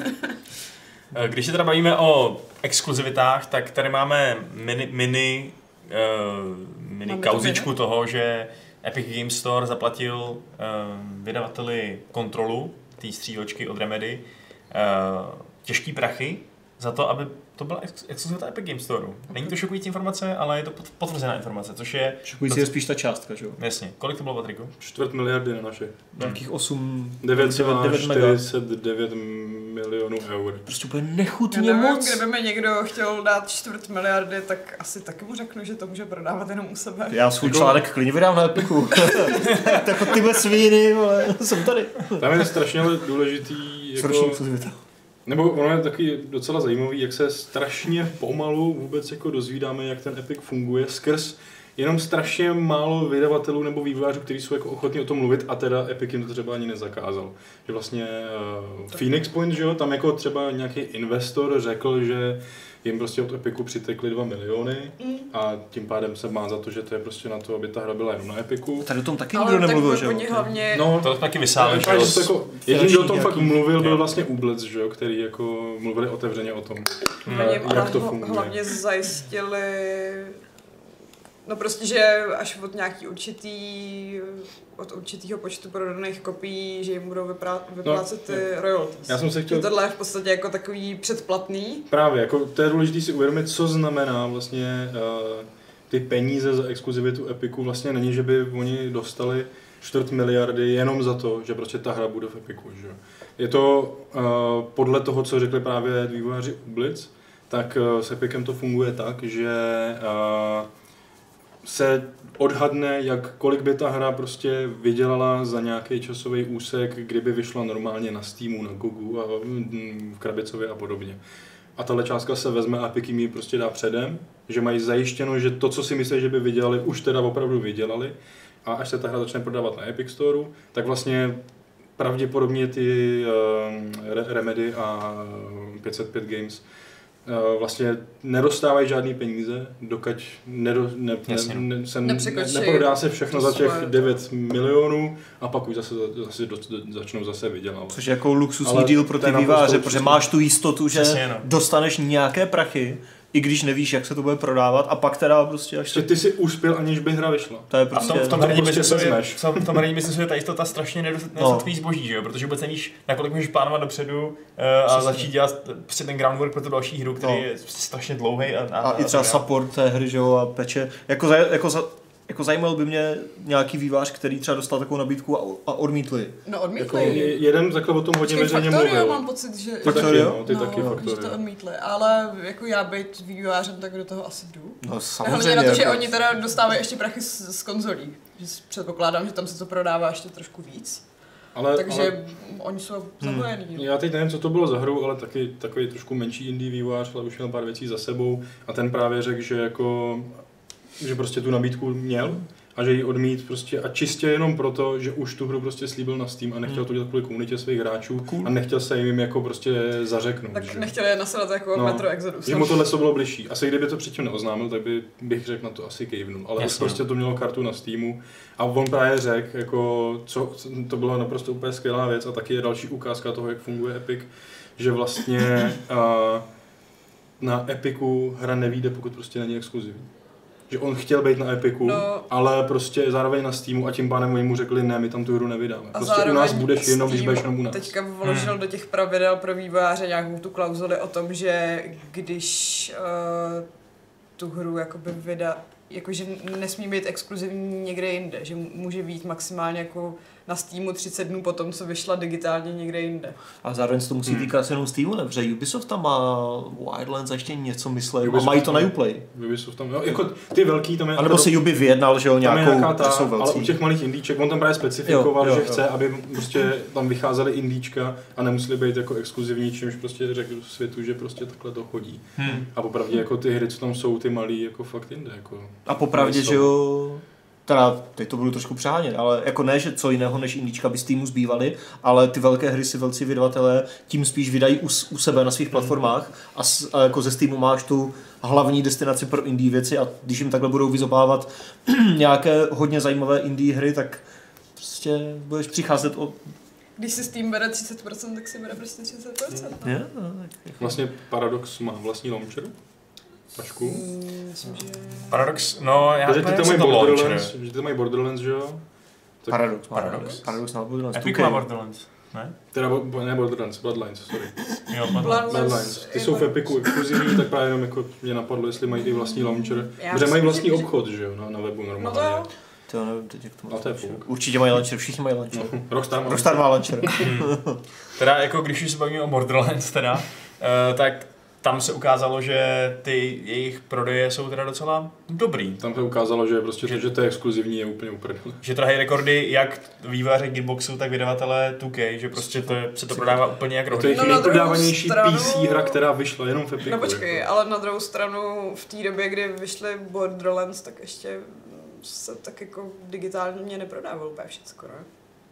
[SPEAKER 1] Eh, Když se teda bavíme o exkluzivitách, tak tady máme mini, mini, uh, mini
[SPEAKER 2] Máme to
[SPEAKER 1] kauzičku toho, že Epic Games Store zaplatil uh, vydavateli kontrolu té stříločky od Remedy uh, těžký prachy za to, aby to byla ex- exkluzivita Epic Games Store. Není to šokující informace, ale je to pot- potvrzená informace, což je,
[SPEAKER 4] Šokující je spíš ta částka, že jo?
[SPEAKER 1] jasně, kolik to bylo, Patriku?
[SPEAKER 3] Čtvrt miliardy na naše.
[SPEAKER 4] Nějakých 8...
[SPEAKER 3] 949 milionů eur.
[SPEAKER 4] Prostě úplně
[SPEAKER 2] Já
[SPEAKER 4] nechutně
[SPEAKER 2] nevím,
[SPEAKER 4] moc.
[SPEAKER 2] kdyby mi někdo chtěl dát čtvrt miliardy, tak asi taky mu řeknu, že to může prodávat jenom u sebe.
[SPEAKER 4] Já svůj článek klidně vydám na Epiku. tak od tyhle svíny, vole, jsem tady.
[SPEAKER 3] Tam je strašně ale důležitý,
[SPEAKER 4] Sroční
[SPEAKER 3] jako,
[SPEAKER 4] exkluzivita.
[SPEAKER 3] nebo ono je taky docela zajímavý, jak se strašně pomalu vůbec jako dozvídáme, jak ten Epic funguje skrz jenom strašně málo vydavatelů nebo vývojářů, kteří jsou jako ochotní o tom mluvit a teda Epic jim to třeba ani nezakázal. Že vlastně uh, Phoenix Point, že jo, tam jako třeba nějaký investor řekl, že jim prostě od Epiku přitekly 2 miliony a tím pádem se má za to, že to je prostě na to, aby ta hra byla jenom na Epiku.
[SPEAKER 4] Tady o tom taky nikdo nemluvil, že jo?
[SPEAKER 2] Oni hlavně no.
[SPEAKER 3] No,
[SPEAKER 1] To taky
[SPEAKER 3] Sám,
[SPEAKER 1] vysáli, že
[SPEAKER 3] že
[SPEAKER 1] jo?
[SPEAKER 3] to jako, jediný, kdo o tom
[SPEAKER 4] nějaký-
[SPEAKER 3] fakt mluvil, byl
[SPEAKER 1] jo.
[SPEAKER 3] vlastně Úblec, že jo, který jako mluvili otevřeně o tom.
[SPEAKER 2] Oni
[SPEAKER 3] Hmm, jak
[SPEAKER 2] ale
[SPEAKER 3] to
[SPEAKER 2] hla-
[SPEAKER 3] funguje.
[SPEAKER 2] hlavně zajistili, no prostě, že až od nějaký určitý, od určitého počtu prodaných kopií, že jim budou vyprá- vyplácet ty royalties.
[SPEAKER 3] No, Já jsem se
[SPEAKER 2] Že
[SPEAKER 3] chtěl
[SPEAKER 2] tohle je v podstatě jako takový předplatný.
[SPEAKER 3] právě, jako to je důležité si uvědomit, co znamená vlastně eh, ty peníze za exkluzivitu Epiku. Vlastně není, že by oni dostali čtvrt miliardy jenom za to, že prostě ta hra bude v Epiku, že jo. Je to eh, podle toho, co řekli právě vývojáři Ublic, tak eh, s Epicem to funguje tak, že eh, se odhadne, jak kolik by ta hra prostě vydělala za nějaký časový úsek, kdyby vyšla normálně na Steamu, na Gogu a mm, v Krabicově a podobně. A tahle částka se vezme a Epic jim ji prostě dá předem, že mají zajištěno, že to, co si myslí, že by vydělali, už teda opravdu vydělali. A až se ta hra začne prodávat na Epic Store, tak vlastně pravděpodobně ty eh, Re- Remedy a ehm, 505 Games eh, vlastně nedostávají žádný peníze, dokud nedo, ne,
[SPEAKER 1] Jasně,
[SPEAKER 3] ne,
[SPEAKER 1] no.
[SPEAKER 3] ne, se ne,
[SPEAKER 2] Nepřekročí
[SPEAKER 3] neprodá se všechno
[SPEAKER 2] to
[SPEAKER 3] za těch
[SPEAKER 2] svoje.
[SPEAKER 3] 9 milionů a pak už zase, zase do, začnou zase vydělávat.
[SPEAKER 4] Což je jako luxusní
[SPEAKER 3] Ale
[SPEAKER 4] díl pro
[SPEAKER 3] to
[SPEAKER 4] ty
[SPEAKER 3] je naprosto
[SPEAKER 4] výváře,
[SPEAKER 3] luxusní.
[SPEAKER 4] protože máš tu jistotu, že
[SPEAKER 1] Přesně, no.
[SPEAKER 4] dostaneš nějaké prachy, i když nevíš, jak se to bude prodávat, a pak teda prostě až
[SPEAKER 3] Že
[SPEAKER 4] se...
[SPEAKER 3] ty si uspěl, aniž by hra vyšla.
[SPEAKER 4] To je
[SPEAKER 1] A v
[SPEAKER 4] prostě...
[SPEAKER 1] tom,
[SPEAKER 4] No.
[SPEAKER 1] v tom
[SPEAKER 3] to
[SPEAKER 1] herním
[SPEAKER 3] prostě
[SPEAKER 1] biznesu je,
[SPEAKER 3] vezmeš.
[SPEAKER 1] v tom- v tom herním biznesu je ta jistota strašně nedost- nedostatkný zboží, že jo? protože vůbec nevíš, nakolik můžeš plánovat dopředu eh, a
[SPEAKER 4] Přesně.
[SPEAKER 1] začít dělat při ten groundwork pro tu další hru, který
[SPEAKER 4] No.
[SPEAKER 1] je strašně dlouhý. A,
[SPEAKER 4] a i třeba support té hry, že jo, a peče. Jako, za, jako, za, jako zajímal by mě nějaký vývář, který třeba dostal takovou nabídku a, a odmítli.
[SPEAKER 2] No
[SPEAKER 3] Jako,
[SPEAKER 2] odmítli.
[SPEAKER 3] je- jeden takhle o tom hodně
[SPEAKER 2] Počkej,
[SPEAKER 3] veřejně
[SPEAKER 2] Factorio,
[SPEAKER 3] mluvil.
[SPEAKER 2] mám pocit, že...
[SPEAKER 3] Ty taky,
[SPEAKER 4] Factorio?
[SPEAKER 3] no, ty taky
[SPEAKER 2] že to
[SPEAKER 3] Factorio.
[SPEAKER 2] odmítli, ale jako já být vývojářem, tak do toho asi jdu.
[SPEAKER 4] No
[SPEAKER 2] Hlavně na to,
[SPEAKER 3] jako-
[SPEAKER 2] že oni teda dostávají ještě prachy z, z konzolí. Že s- předpokládám, že tam se to prodává ještě trošku víc.
[SPEAKER 3] Ale,
[SPEAKER 2] Takže
[SPEAKER 3] ale Hmm.
[SPEAKER 2] oni jsou no. zapojení.
[SPEAKER 3] já teď nevím, co to bylo za hru, ale taky takový trošku menší indie vývojář, ale už měl pár věcí za sebou a ten právě řekl, že jako, že prostě tu nabídku měl a že ji odmít prostě a čistě jenom proto, že už tu hru prostě slíbil na Steam a
[SPEAKER 2] Mm.
[SPEAKER 3] nechtěl to dělat kvůli komunitě svých hráčů
[SPEAKER 4] Cool.
[SPEAKER 3] a nechtěl se jim jako prostě zařeknout.
[SPEAKER 2] Tak
[SPEAKER 3] že?
[SPEAKER 2] nechtěli je nasadat jako
[SPEAKER 3] No.
[SPEAKER 2] no. Metro Exodus.
[SPEAKER 3] Že mu tohle to bylo bližší. Asi kdyby to předtím neoznámil, tak by, bych řekl na to asi kejvnul. Ale
[SPEAKER 1] Jasně.
[SPEAKER 3] Jasně. prostě to mělo kartu na Steamu. A on právě řekl, jako, co, to byla naprosto úplně skvělá věc a taky je další ukázka toho, jak funguje Epic, že vlastně a, na Epiku hra nevíde, pokud prostě není exkluzivní. Že on chtěl být na Epiku,
[SPEAKER 2] No.
[SPEAKER 3] ale prostě zároveň na Steamu a tím pádem oni mu řekli, ne, my tam tu hru nevydáme.
[SPEAKER 2] A
[SPEAKER 3] Prostě u nás
[SPEAKER 2] zároveň
[SPEAKER 3] budeš jenom, když
[SPEAKER 2] Steam
[SPEAKER 3] budeš jenom u nás.
[SPEAKER 2] Teďka vložil
[SPEAKER 3] Hmm.
[SPEAKER 2] do těch pravidel pro vývojáře nějakou tu klauzuli o tom, že když uh, tu hru jakoby vydá, jakože nesmí být exkluzivní někde jinde, že může být maximálně jako na Steamu 30 dnů po tom, co vyšla digitálně někde jinde.
[SPEAKER 4] A zároveň se to
[SPEAKER 3] Hmm.
[SPEAKER 4] musí týkat jenom Steamu, ne? Protože Ubisoft tam má Wildlands a ještě něco myslel. A
[SPEAKER 3] Ubisoft
[SPEAKER 4] mají to na
[SPEAKER 3] má-
[SPEAKER 4] Uplay.
[SPEAKER 3] Ubisoft tam, no, jako ty velký tam je... jako
[SPEAKER 4] A nebo si Ubi vyjednal, že jo,
[SPEAKER 3] Tam je
[SPEAKER 4] nějakou,
[SPEAKER 3] nějaká
[SPEAKER 4] že
[SPEAKER 3] ta,
[SPEAKER 4] jsou
[SPEAKER 3] ale u
[SPEAKER 4] velcí.
[SPEAKER 3] těch malých indíček, on tam právě specifikoval,
[SPEAKER 4] Jo, jo,
[SPEAKER 3] že
[SPEAKER 4] jo.
[SPEAKER 3] chce, aby prostě tam vycházely indíčka a nemuseli být jako exkluzivní, čímž prostě řekl světu, že prostě takhle to chodí.
[SPEAKER 1] Hmm.
[SPEAKER 3] A popravdě jako ty hry, co tam jsou, ty malý, jako fakt jinde. Jako.
[SPEAKER 4] A popravdě,
[SPEAKER 3] nejsou.
[SPEAKER 4] že jo, Teda teď to budu trošku přehánět, ale jako ne, že co jiného než indíčka by z týmu zbývaly, ale ty velké hry si velcí vydavatelé tím spíš vydají u, s- u sebe na svých platformách a, s, a jako ze Steamu máš tu hlavní destinaci pro indie věci a když jim takhle budou vyzobávat nějaké hodně zajímavé indie hry, tak prostě budeš přicházet o...
[SPEAKER 2] Když si Steam bere 30%, tak si bere prostě 30%. No.
[SPEAKER 4] Je?
[SPEAKER 3] Vlastně Paradox má vlastní launcher? Pašku?
[SPEAKER 2] Myslím, že...
[SPEAKER 1] Paradox, no já
[SPEAKER 3] Protože
[SPEAKER 1] nevím,
[SPEAKER 3] ty tam
[SPEAKER 1] jestli
[SPEAKER 3] mají
[SPEAKER 1] to bylo launcher.
[SPEAKER 3] Borderlands, že ty mají Borderlands, že jo? Tak-
[SPEAKER 4] Paradox. má-
[SPEAKER 1] Paradox.
[SPEAKER 4] Paradox na Borderlands.
[SPEAKER 1] Epic
[SPEAKER 4] 2K.
[SPEAKER 1] má Borderlands, ne?
[SPEAKER 3] Teda bo- bo, ne Borderlands, Bloodlines, sorry.
[SPEAKER 1] Jo, Borderlands.
[SPEAKER 2] Bloodlines.
[SPEAKER 3] Bloodlines. Ty jsou v Epiku exkluzivní, tak právě jenom jako mě napadlo, jestli mají i vlastní launcher.
[SPEAKER 2] Já
[SPEAKER 3] Protože mají
[SPEAKER 2] myslím,
[SPEAKER 3] vlastní
[SPEAKER 2] že-
[SPEAKER 3] obchod, že jo, na, na webu
[SPEAKER 2] No to jo.
[SPEAKER 3] normálně.
[SPEAKER 4] To já nevím teď, jak to má.
[SPEAKER 3] A to je
[SPEAKER 4] launcher.
[SPEAKER 3] fuk.
[SPEAKER 4] Určitě mají launcher, všichni mají launcher.
[SPEAKER 3] No, Rockstar má.
[SPEAKER 4] Rockstar má launcher.
[SPEAKER 1] Teda jako když už se bavíme o Borderlands teda, eh, tak tam se ukázalo, že ty jejich prodeje jsou teda docela dobrý.
[SPEAKER 3] Tam se ukázalo, že prostě to, že to je exkluzivní, je úplně uprdele.
[SPEAKER 1] Že trhají rekordy jak výváře Gearboxu, tak vydavatelé 2K, že prostě to, je- se to prodává úplně jak
[SPEAKER 4] No,
[SPEAKER 3] Je to
[SPEAKER 1] rohlík.
[SPEAKER 3] jejich
[SPEAKER 2] na no, druhou
[SPEAKER 3] nejprodávanější
[SPEAKER 2] stranu-
[SPEAKER 3] PC hra, která vyšla jenom v Epiku.
[SPEAKER 2] No
[SPEAKER 3] jako.
[SPEAKER 2] počkej, ale na druhou stranu v té době, kdy vyšly Borderlands, tak ještě se tak jako digitálně neprodávalo úplně všecko, ne?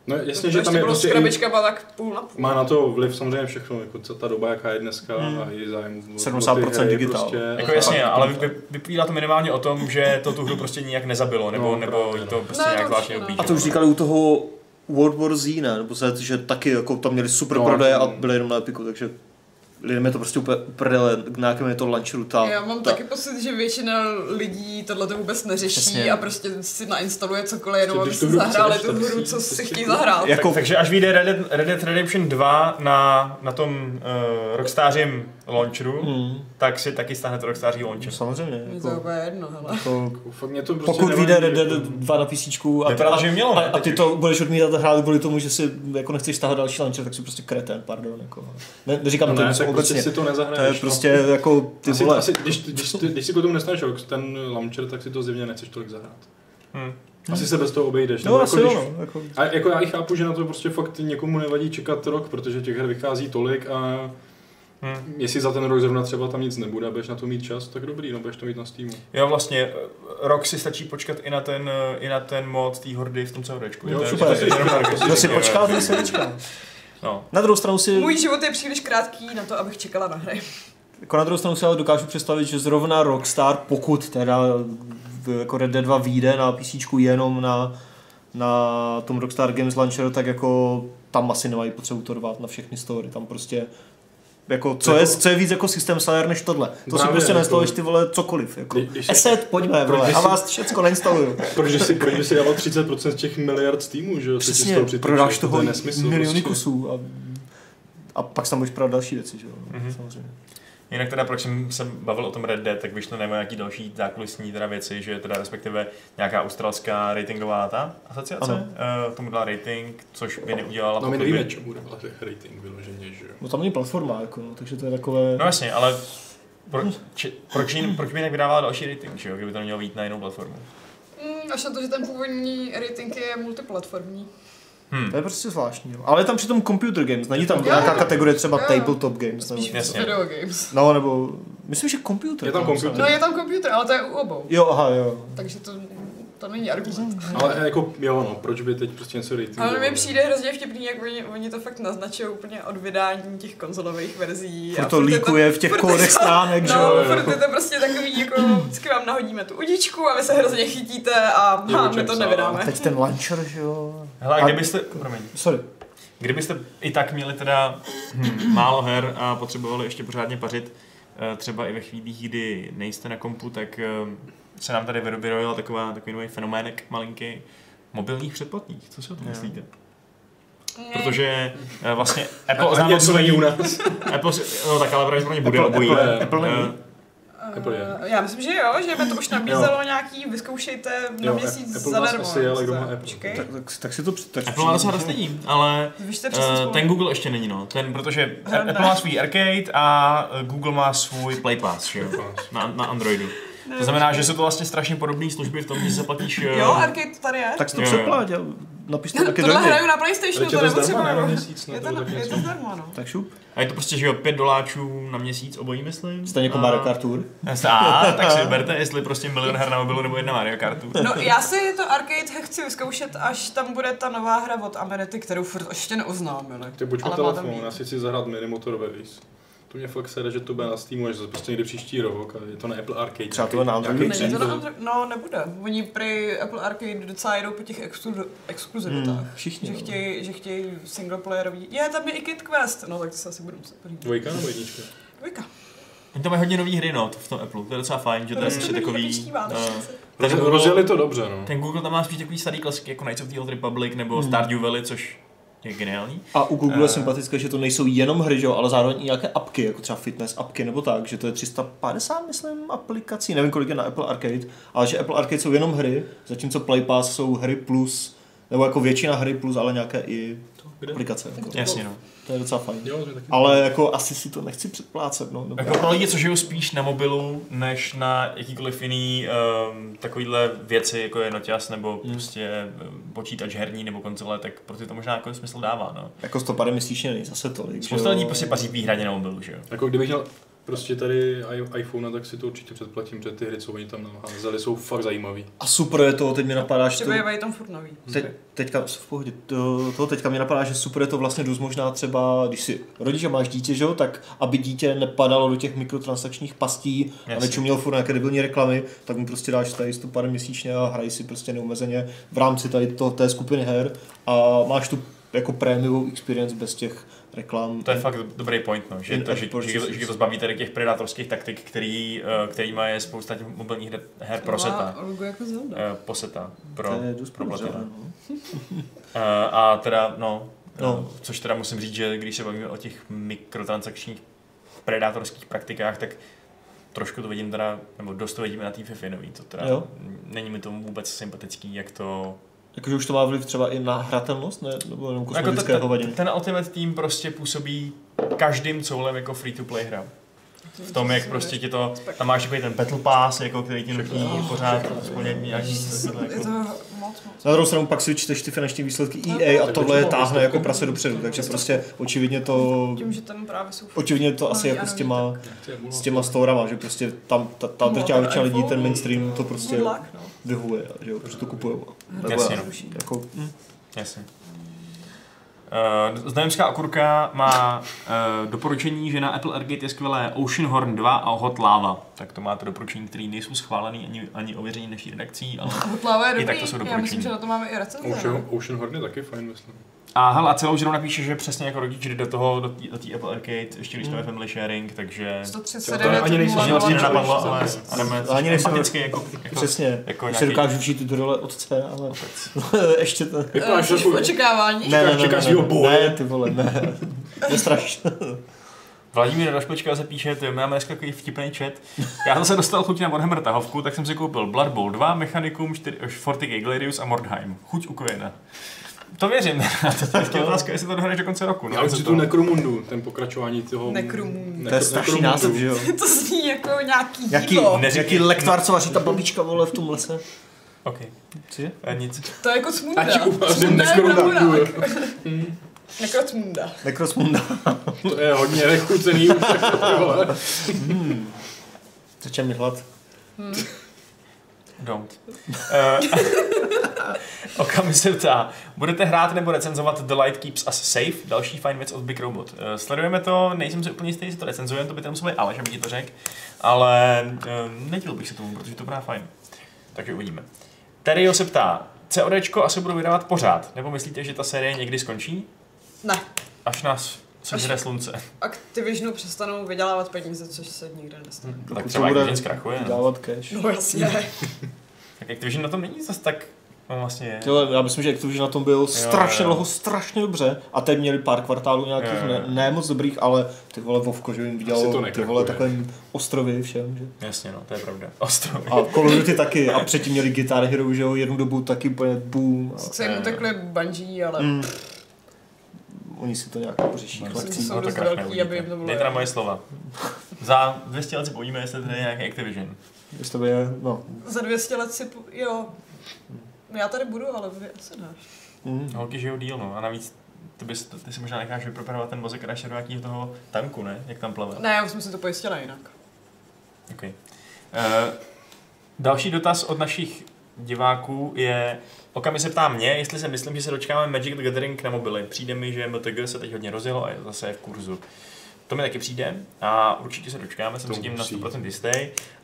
[SPEAKER 3] No jasně,
[SPEAKER 2] To
[SPEAKER 3] že tam je
[SPEAKER 2] bylo
[SPEAKER 3] prostě
[SPEAKER 2] s
[SPEAKER 3] i-
[SPEAKER 2] krabičkama tak půl na půl.
[SPEAKER 3] má na to vliv samozřejmě všechno, jako co ta doba, jaká je dneska
[SPEAKER 4] Hmm.
[SPEAKER 3] a i zájem. o- o ty
[SPEAKER 4] 70%
[SPEAKER 3] hry prostě.
[SPEAKER 4] digitál.
[SPEAKER 1] Jako jasně, ale vy- vyplývá to minimálně o tom, že to tu hru prostě nijak nezabilo, nebo,
[SPEAKER 3] No,
[SPEAKER 1] nebo
[SPEAKER 3] právě,
[SPEAKER 1] jí to
[SPEAKER 3] no.
[SPEAKER 1] prostě
[SPEAKER 2] No,
[SPEAKER 1] nějak
[SPEAKER 2] to
[SPEAKER 1] zvláštně
[SPEAKER 2] určitě, no.
[SPEAKER 1] objíždí.
[SPEAKER 4] A to už říkali u toho World War Z, ne? Nebo se, že taky jako tam měli super
[SPEAKER 3] No,
[SPEAKER 4] prodeje a
[SPEAKER 3] mm.
[SPEAKER 4] byli jenom na Epiku, takže lidem je to prostě úplně uprdele, na jakém je to launcheru ta,
[SPEAKER 2] Já mám
[SPEAKER 4] ta
[SPEAKER 2] taky pocit, že většina lidí tohle to vůbec neřeší
[SPEAKER 4] Přesně.
[SPEAKER 2] a prostě si nainstaluje cokoliv, jenom
[SPEAKER 3] Prostě
[SPEAKER 2] aby
[SPEAKER 3] když
[SPEAKER 2] si
[SPEAKER 3] tu hru
[SPEAKER 2] zahráli
[SPEAKER 3] chceš,
[SPEAKER 2] tu
[SPEAKER 3] tak
[SPEAKER 2] hru,
[SPEAKER 3] si
[SPEAKER 2] co
[SPEAKER 3] prostě
[SPEAKER 2] si chtějí
[SPEAKER 3] koupíš.
[SPEAKER 2] zahrát.
[SPEAKER 1] Jako...
[SPEAKER 4] Jako-
[SPEAKER 1] Tak, takže až vyjde Red Dead, Red Dead Redemption 2 na, na tom uh, Rockstarim launcheru,
[SPEAKER 4] Hmm,
[SPEAKER 1] tak si taky stáhnete Rockstaří launcher.
[SPEAKER 4] samozřejmě.
[SPEAKER 2] Mně to
[SPEAKER 4] Jako,
[SPEAKER 2] úplně jedno, hele.
[SPEAKER 4] jako,
[SPEAKER 3] Fakt mě to prostě
[SPEAKER 4] pokud
[SPEAKER 3] nevadí,
[SPEAKER 4] vyjde Red Dead
[SPEAKER 3] jako-
[SPEAKER 4] 2 na PC a,
[SPEAKER 1] Vypadá, že mělo,
[SPEAKER 4] a,
[SPEAKER 1] ne?
[SPEAKER 4] a, ty to budeš odmítat hrát kvůli tomu, že si jako nechceš tahat další launcher, tak si prostě kreten, pardon. Jako. Ne, neříkám
[SPEAKER 3] No
[SPEAKER 4] to
[SPEAKER 3] ne,
[SPEAKER 4] nic
[SPEAKER 3] tak
[SPEAKER 4] obecně.
[SPEAKER 3] prostě si to nezahraješ.
[SPEAKER 4] to je
[SPEAKER 3] no.
[SPEAKER 4] prostě jako ty
[SPEAKER 3] asi,
[SPEAKER 4] vole.
[SPEAKER 3] asi, když, když, ty, když si k tomu nestaneš rok, ten launcher, tak si to zjevně nechceš tolik zahrát.
[SPEAKER 1] Hmm.
[SPEAKER 3] Asi se bez toho obejdeš.
[SPEAKER 4] no
[SPEAKER 3] nebo
[SPEAKER 4] asi
[SPEAKER 3] jako když-
[SPEAKER 4] jo, no, jako,
[SPEAKER 3] A jako já i chápu, že na to prostě fakt někomu nevadí čekat rok, protože těch her vychází tolik a
[SPEAKER 1] Hmm.
[SPEAKER 3] jestli za ten rok zrovna třeba tam nic nebude a budeš na to mít čas, tak dobrý, no budeš to mít na Steamu.
[SPEAKER 1] Jo, vlastně, eh, rok si stačí počkat i na ten, eh, i na ten mod té hordy v tom CVDčku.
[SPEAKER 3] Jo,
[SPEAKER 1] To je-
[SPEAKER 3] super.
[SPEAKER 1] to je jenom rok.
[SPEAKER 4] kdo si počká, ten si počká.
[SPEAKER 1] No.
[SPEAKER 4] Na druhou stranu si...
[SPEAKER 2] Můj život je příliš krátký na to, abych čekala na hry.
[SPEAKER 4] Jako na druhou stranu si ale dokážu představit, že zrovna Rockstar, pokud teda v- jako Red Dead 2 vyjde na PC jenom na, na tom Rockstar Games Launcheru, tak jako tam asi nemají potřebu to rvát na všechny story, tam prostě jako, co, je, co je víc jako systém seller než tohle. To si
[SPEAKER 3] Právě,
[SPEAKER 4] prostě
[SPEAKER 3] jako-
[SPEAKER 4] nainstaluješ ty vole cokoliv. Jako.
[SPEAKER 3] Kdy- když se-
[SPEAKER 4] Asset, pojďme,
[SPEAKER 3] Proč
[SPEAKER 4] vole,
[SPEAKER 3] by
[SPEAKER 4] a
[SPEAKER 3] si-
[SPEAKER 4] vás všecko nainstaluju.
[SPEAKER 3] Protože si, protože si dával 30% z těch miliard Steamů, že jo? co ti z
[SPEAKER 4] Přesně,
[SPEAKER 3] toho přitečeš,
[SPEAKER 4] prodáš
[SPEAKER 3] to je
[SPEAKER 4] toho
[SPEAKER 3] nesmysl
[SPEAKER 4] miliony
[SPEAKER 3] prostě.
[SPEAKER 4] kusů a, a pak tam budeš prodat další věci, že jo,
[SPEAKER 1] Mhm.
[SPEAKER 4] samozřejmě.
[SPEAKER 1] Jinak teda, proč jsem se bavil o tom Red Dead, tak vyšlo nebo nějaký další zákulisní teda věci, že teda respektive nějaká australská ratingová ta asociace
[SPEAKER 4] Ano.
[SPEAKER 1] uh, tomu dala rating, což by neudělala.
[SPEAKER 3] No my
[SPEAKER 1] pokud by-
[SPEAKER 3] nevíme, čemu dala rating vyloženě, že jo?
[SPEAKER 4] No tam není platforma, jako, no, takže to je takové...
[SPEAKER 1] No jasně, ale pro, či, proč, jin, proč by jinak vydávala další rating, že jo? kdyby to mělo být na jinou platformu?
[SPEAKER 2] Mm, až na to, že ten původní rating je multiplatformní.
[SPEAKER 1] Hm.
[SPEAKER 4] To je prostě zvláštní. No. Ale je tam přitom computer games, není tam
[SPEAKER 2] Jo,
[SPEAKER 4] nějaká
[SPEAKER 2] jo.
[SPEAKER 4] kategorie třeba
[SPEAKER 2] Jo, jo.
[SPEAKER 4] tabletop games. Nebo,
[SPEAKER 2] Spíš
[SPEAKER 1] Jasně.
[SPEAKER 2] video games.
[SPEAKER 4] no nebo, myslím, že computer.
[SPEAKER 3] Je tam
[SPEAKER 4] games,
[SPEAKER 3] computer.
[SPEAKER 2] No
[SPEAKER 4] ale-
[SPEAKER 2] je tam počítač, ale to je u obou.
[SPEAKER 4] Jo, aha, jo.
[SPEAKER 2] Takže to, to není argument.
[SPEAKER 3] Ale jako, jo, no, proč by teď prostě něco ratingovali?
[SPEAKER 2] Ale mi přijde hrozně vtipný, jak oni, oni to fakt naznačují úplně od vydání těch konzolových verzí.
[SPEAKER 4] Furt
[SPEAKER 2] A
[SPEAKER 4] to
[SPEAKER 2] furt je
[SPEAKER 4] líkuje v těch
[SPEAKER 2] furt je
[SPEAKER 4] kódech
[SPEAKER 2] to-
[SPEAKER 4] stránek, že
[SPEAKER 2] No,
[SPEAKER 4] jo.
[SPEAKER 2] furt je to prostě takový, jako vždycky vám nahodíme tu udičku a vy se hrozně chytíte a
[SPEAKER 3] Je o
[SPEAKER 2] ha, my
[SPEAKER 3] čem
[SPEAKER 2] to
[SPEAKER 3] psát.
[SPEAKER 4] A
[SPEAKER 2] nevydáme.
[SPEAKER 4] teď ten launcher, že jo.
[SPEAKER 1] Hele, a
[SPEAKER 4] A-
[SPEAKER 1] kdybyste, promiň,
[SPEAKER 4] Sorry.
[SPEAKER 1] kdybyste i tak měli teda hm, málo her a potřebovali ještě pořádně pařit, eh, třeba i ve chvílích, kdy nejste na kompu, tak eh, se nám tady vyrobila taková, takový nový fenomének malinký mobilních předplatných. Co si o tom
[SPEAKER 4] Jo.
[SPEAKER 1] myslíte?
[SPEAKER 2] Mm,
[SPEAKER 1] Protože eh, vlastně Apple
[SPEAKER 3] Apple
[SPEAKER 1] oznámil
[SPEAKER 3] něco Jako, není
[SPEAKER 1] svoji...
[SPEAKER 3] u nás.
[SPEAKER 1] Apple, si- no tak ale pravděpodobně bude
[SPEAKER 4] Apple-
[SPEAKER 1] obojí.
[SPEAKER 4] Apple-
[SPEAKER 1] Eh,
[SPEAKER 3] Apple
[SPEAKER 4] není.
[SPEAKER 3] Apple je.
[SPEAKER 2] Eh, já myslím, že jo, že by to už nabízelo nějaký, vyzkoušejte na
[SPEAKER 3] Jo,
[SPEAKER 2] měsíc
[SPEAKER 3] Apple nás
[SPEAKER 2] zadarmo.
[SPEAKER 3] asi je, ale kdo
[SPEAKER 2] Co?
[SPEAKER 3] má Apple?
[SPEAKER 2] Počkej.
[SPEAKER 4] Tak, tak, tak si to při- tak
[SPEAKER 1] Apple má docela dost lidí, ale
[SPEAKER 2] Vyšte přesně
[SPEAKER 1] Eh,
[SPEAKER 2] spolu.
[SPEAKER 1] ten Google ještě není, no. Ten, protože
[SPEAKER 2] Hra-
[SPEAKER 1] Apple má svůj arcade a eh, Google má svůj Play Pass, že jo? Na, na Androidu. To znamená, že jsou to vlastně strašně podobné služby v tom, že zaplatíš... eh,
[SPEAKER 2] Jo, Arcade to tady je.
[SPEAKER 4] Tak si to
[SPEAKER 1] Jo, jo.
[SPEAKER 4] přeplať. a- napište
[SPEAKER 2] No,
[SPEAKER 4] taky do
[SPEAKER 2] tohle
[SPEAKER 4] mě.
[SPEAKER 2] hraju na PlayStationu,
[SPEAKER 3] Ale
[SPEAKER 2] to
[SPEAKER 3] to zdarma, ne? Na
[SPEAKER 2] nepotřebuju.
[SPEAKER 3] měsíc, ne?
[SPEAKER 2] Je
[SPEAKER 3] To
[SPEAKER 2] to,
[SPEAKER 3] bylo tak
[SPEAKER 2] je
[SPEAKER 3] něco.
[SPEAKER 2] to zdarma, no.
[SPEAKER 4] Tak šup.
[SPEAKER 1] A je to prostě, že jo, 5 doláčů na měsíc obojí, myslím.
[SPEAKER 4] Stejně jako
[SPEAKER 1] A-
[SPEAKER 4] Mario Kart Tour.
[SPEAKER 1] A, tak si vyberte, jestli prostě milion her na mobilu nebo jedna Mario Kartu.
[SPEAKER 2] No, já si to arcade chci vyzkoušet, až tam bude ta nová hra od Amenity, kterou furt ještě neoznámili.
[SPEAKER 3] Ty buď
[SPEAKER 2] Ale
[SPEAKER 3] má
[SPEAKER 2] má tam
[SPEAKER 3] telefon,
[SPEAKER 2] být.
[SPEAKER 3] já si chci zahrát mini motorové race. To mě fakt sere, že to bude na Steamu, až zase prostě někdy příští rok a je to na Apple Arcade.
[SPEAKER 4] Třeba to bude na Androidu.
[SPEAKER 3] Nějaký
[SPEAKER 2] Není to na
[SPEAKER 3] cen,
[SPEAKER 2] Andro- No, nebude. Oni prý Apple Arcade docela jedou po těch exklu- exkluzivitách.
[SPEAKER 4] Hmm, všichni,
[SPEAKER 2] Že
[SPEAKER 4] no.
[SPEAKER 2] chtějí, že chtějí singleplayerový. Je, tam je i Kid Quest. No, tak to se asi budu muset pořídit.
[SPEAKER 3] Dvojka nebo jednička?
[SPEAKER 2] Dvojka.
[SPEAKER 1] Oni tam mají hodně nových hry, no, v tom Apple. To je docela fajn, že to je prostě takový... no. Ten
[SPEAKER 3] Roz-
[SPEAKER 1] Google-
[SPEAKER 3] Rozjeli to dobře, no.
[SPEAKER 1] Ten Google tam má spíš takový starý klasiky jako Knights of the Old Republic nebo
[SPEAKER 4] Hmm.
[SPEAKER 1] Stardew Valley, což je geniální.
[SPEAKER 4] A u Google je
[SPEAKER 1] Eh.
[SPEAKER 4] sympatické, že to nejsou jenom hry, že jo, ale zároveň i nějaké apky, jako třeba fitness apky nebo tak, že to je 350, myslím, aplikací, nevím kolik je na Apple Arcade, ale že Apple Arcade jsou jenom hry, zatímco Play Pass jsou hry plus, nebo jako většina hry plus, ale nějaké i aplikace. Jako.
[SPEAKER 1] Jasně, no.
[SPEAKER 4] To je docela fajn.
[SPEAKER 3] Jo, to taky.
[SPEAKER 4] Ale jako asi si to nechci předplácet, no. Nebo...
[SPEAKER 1] Jako pro lidi, co žijou spíš na mobilu, než na jakýkoliv jiný um, takovýhle věci, jako je noťas nebo
[SPEAKER 4] Hmm.
[SPEAKER 1] prostě um, počítač herní nebo konzole, tak pro ty to možná jako smysl dává, no.
[SPEAKER 4] Jako 150 měsíčně není zase tolik,
[SPEAKER 1] Spousta lidí
[SPEAKER 4] jo.
[SPEAKER 1] prostě paří výhradně na mobilu, že jo.
[SPEAKER 3] Jako kdybych měl prostě tady i- iPhone, tak si to určitě předplatím, protože ty hry, co oni tam naházeli, jsou fakt zajímavý.
[SPEAKER 4] A super je to, teď mi napadá, že to...
[SPEAKER 2] Třeba je tam furt nový.
[SPEAKER 4] Teď, teďka, v pohodě, to, to, teďka mě napadá, že super je to vlastně dost možná třeba, když si rodiče máš dítě, že jo, tak aby dítě nepadalo do těch mikrotransakčních pastí a
[SPEAKER 1] Jasně.
[SPEAKER 4] nečuměl furt nějaké debilní reklamy, tak mu prostě dáš tady 100 pár měsíčně a hrají si prostě neomezeně v rámci tady to, té skupiny her a máš tu jako prémiovou experience bez těch reklam.
[SPEAKER 1] To je fakt dob- dobrý point, no, že,
[SPEAKER 4] In-
[SPEAKER 1] to, že,
[SPEAKER 4] in-
[SPEAKER 1] že, že, že to zbaví tady těch predátorských taktik, který, eh, kterýma je spousta těch mobilních her, her proseta.
[SPEAKER 2] Logo jako Zelda.
[SPEAKER 1] Eh, poseta pro,
[SPEAKER 4] to je dost
[SPEAKER 1] pro
[SPEAKER 4] průzřelé,
[SPEAKER 1] platina.
[SPEAKER 4] no.
[SPEAKER 1] Eh, A teda, no,
[SPEAKER 4] No.
[SPEAKER 1] no, což teda musím říct, že když se bavíme o těch mikrotransakčních predátorských praktikách, tak trošku to vidím teda, nebo dost to vidíme na té FIFA nový, to teda
[SPEAKER 4] Jo.
[SPEAKER 1] není mi tomu vůbec sympatický, jak to...
[SPEAKER 4] Jakože už to má vliv třeba i na hratelnost, ne? Nebo jenom
[SPEAKER 1] Jako
[SPEAKER 4] kosmetické
[SPEAKER 1] ten,
[SPEAKER 4] jako hovadiny.
[SPEAKER 1] ten Ultimate Team prostě působí každým coulem jako free-to-play hra. v tom, jak prostě ti to, tam máš takový ten battle pass, jako, který ti nutí pořád aspoň nějaký tohle,
[SPEAKER 2] Je
[SPEAKER 1] jako,
[SPEAKER 2] to moc, moc.
[SPEAKER 4] Na
[SPEAKER 1] No,
[SPEAKER 4] druhou stranu pak si čteš ty finanční výsledky
[SPEAKER 2] No,
[SPEAKER 4] EA a
[SPEAKER 3] tak
[SPEAKER 4] tohle je
[SPEAKER 3] to
[SPEAKER 4] táhne
[SPEAKER 3] bylo
[SPEAKER 4] jako prase dopředu, takže prostě očividně to,
[SPEAKER 2] Tím, že tam právě jsou
[SPEAKER 4] očividně to asi
[SPEAKER 2] No,
[SPEAKER 4] jako
[SPEAKER 2] ano,
[SPEAKER 4] s těma, s
[SPEAKER 3] S
[SPEAKER 4] těma storama, že prostě tam ta, ta
[SPEAKER 2] No,
[SPEAKER 4] drtivá
[SPEAKER 2] ten
[SPEAKER 4] většina lidí,
[SPEAKER 2] iPhone,
[SPEAKER 4] ten mainstream to prostě
[SPEAKER 2] good luck, no.
[SPEAKER 4] vyhovuje, že jo, prostě to kupujou.
[SPEAKER 1] Jasně, no.
[SPEAKER 4] Jako, hm.
[SPEAKER 1] Jasně. Uh, Znajemská okurka má uh, doporučení, že na Apple Arcade je skvělé Oceanhorn 2 a Hot Lava. Tak to máte doporučení, které nejsou schválený ani, ani ověření naší redakcí. Ale...
[SPEAKER 2] Hotláva je
[SPEAKER 1] I tak
[SPEAKER 2] dobrý,
[SPEAKER 1] to jsou
[SPEAKER 2] já myslím,
[SPEAKER 1] doporučení.
[SPEAKER 2] že na to máme i recenze.
[SPEAKER 3] Ocean, Ocean Horn je taky fajn, myslím.
[SPEAKER 1] A hele, a celou ženou napíše, že přesně jako rodič jde do toho, do té- do té Apple Arcade, ještě když tam je family sharing, takže...
[SPEAKER 3] To ani
[SPEAKER 2] 139
[SPEAKER 3] nejsem
[SPEAKER 1] To mě vlastně
[SPEAKER 3] Ani
[SPEAKER 1] nenapadlo,
[SPEAKER 3] nejsem-
[SPEAKER 1] ale Adame,
[SPEAKER 4] Ani
[SPEAKER 1] jsi
[SPEAKER 4] nejsem-
[SPEAKER 1] empatický jako, jako
[SPEAKER 4] Přesně,
[SPEAKER 1] jako
[SPEAKER 4] už si
[SPEAKER 1] nějaký-
[SPEAKER 4] dokážu všít ty role otce, ale ještě to...
[SPEAKER 3] Vypadáš
[SPEAKER 2] Jsi v
[SPEAKER 3] jako...
[SPEAKER 2] Eh, očekávání?
[SPEAKER 4] Ne, ne, ne,
[SPEAKER 3] čekáš
[SPEAKER 4] ne,
[SPEAKER 3] svýho
[SPEAKER 4] ne,
[SPEAKER 3] boje.
[SPEAKER 4] ne, ty vole, ne, nestraš.
[SPEAKER 1] Jako- Vladimír Rašpečka se píše, ty máme dneska takový vtipný chat. Já jsem se dostal chuť na Warhammer tahovku, tak jsem si koupil Blood Bowl 2, Mechanicum, 4, Fortic Iglerius a Mordheim. Chuť ukojena. To věřím, to je vždycky otázka, jestli to dohraješ do konce roku. no,
[SPEAKER 3] Já už si
[SPEAKER 1] se
[SPEAKER 3] tu Nekromundu, ten pokračování toho...
[SPEAKER 2] Nekrumundu.
[SPEAKER 3] Nekro-
[SPEAKER 4] To je strašný
[SPEAKER 1] Jako-
[SPEAKER 3] Nekromundu.
[SPEAKER 4] název, že jo.
[SPEAKER 2] To zní jako nějaký
[SPEAKER 4] Jaký,
[SPEAKER 2] jídlo.
[SPEAKER 4] jaký lektvar, co vaří ta babička, vole, v tom lese.
[SPEAKER 1] OK,
[SPEAKER 4] Cože?
[SPEAKER 1] eh, nic.
[SPEAKER 2] To jako je jako cmunda.
[SPEAKER 3] A ti uvařím
[SPEAKER 2] Cmunda je
[SPEAKER 3] Nekromundu.
[SPEAKER 2] dobrá.
[SPEAKER 3] jo.
[SPEAKER 2] Jako Nekrocmunda.
[SPEAKER 4] Nekrosmunda.
[SPEAKER 3] To je hodně nechucený už tak to ty vole.
[SPEAKER 4] Začal mi hlad.
[SPEAKER 1] Don't. Uh, Okam se ptá, budete hrát nebo recenzovat The Light Keeps Us Safe? Další fajn věc od Big Robot. Uh, sledujeme to, nejsem si úplně jistý, jestli to recenzujeme, to by tam musel být Aleš, aby ti to řekl, ale uh, nedíl bych se tomu, protože to bude fajn. Takže uvidíme. Terio se ptá, CODčko asi budou vydávat pořád, nebo myslíte, že ta série někdy skončí?
[SPEAKER 2] Ne.
[SPEAKER 1] Až nás sežere slunce.
[SPEAKER 2] Activisionu přestanou vydělávat peníze, což se nikde nestane.
[SPEAKER 1] Tak
[SPEAKER 4] Dokud
[SPEAKER 1] třeba
[SPEAKER 4] to bude
[SPEAKER 1] Activision zkrachuje, no.
[SPEAKER 4] Dávat cash.
[SPEAKER 2] No jasně.
[SPEAKER 3] Hmm.
[SPEAKER 1] Tak Activision na tom není zas tak, no vlastně je.
[SPEAKER 4] Jo, já myslím, že Activision na tom byl strašně
[SPEAKER 1] jo.
[SPEAKER 4] dlouho, strašně dobře. A teď měli pár kvartálů nějakých
[SPEAKER 1] Jo, jo.
[SPEAKER 4] ne, ne moc dobrých, ale ty vole Vovko, že jim
[SPEAKER 3] Asi to
[SPEAKER 4] vydělalo ty
[SPEAKER 3] nekrakuje.
[SPEAKER 4] vole takové ostrovy všem. Že?
[SPEAKER 1] Jasně no, to je pravda. Ostrovy.
[SPEAKER 4] A Call of Duty taky. A předtím měli Guitar Hero, že jo, jednu dobu taky úplně boom. A
[SPEAKER 2] Sice
[SPEAKER 3] Eh.
[SPEAKER 2] jim utekli Bungie, ale
[SPEAKER 4] Mm. oni si to nějak
[SPEAKER 1] No,
[SPEAKER 4] pořeší.
[SPEAKER 2] myslím, že
[SPEAKER 4] chlapci.
[SPEAKER 2] jsou dost
[SPEAKER 1] tak až
[SPEAKER 2] velký, aby jim to bylo...
[SPEAKER 1] Dejte na moje slova. Za 200 let si povíme, jestli tady je nějaký Activision.
[SPEAKER 4] Jestli to je, no.
[SPEAKER 2] Za 200 let si... po- Jo. Já tady budu, ale vy asi ne.
[SPEAKER 4] Mm.
[SPEAKER 1] Holky žijou díl, no. A navíc ty, bys, ty si možná necháš vypropravovat ten vozek až do nějakého toho tanku, ne? Jak tam
[SPEAKER 3] No.
[SPEAKER 1] plave.
[SPEAKER 2] Ne, já už jsem si to pojistila jinak.
[SPEAKER 1] Okay. Uh, další dotaz od našich diváků je, Okami se ptá mě, jestli si myslím, že se dočkáme Magic the Gathering na mobily. Přijde mi, že MTG se teď hodně rozjelo a je zase je v kurzu. To mi taky přijde a určitě se dočkáme, jsem
[SPEAKER 3] To
[SPEAKER 1] si tím na
[SPEAKER 3] musí.
[SPEAKER 1] 100% jistý,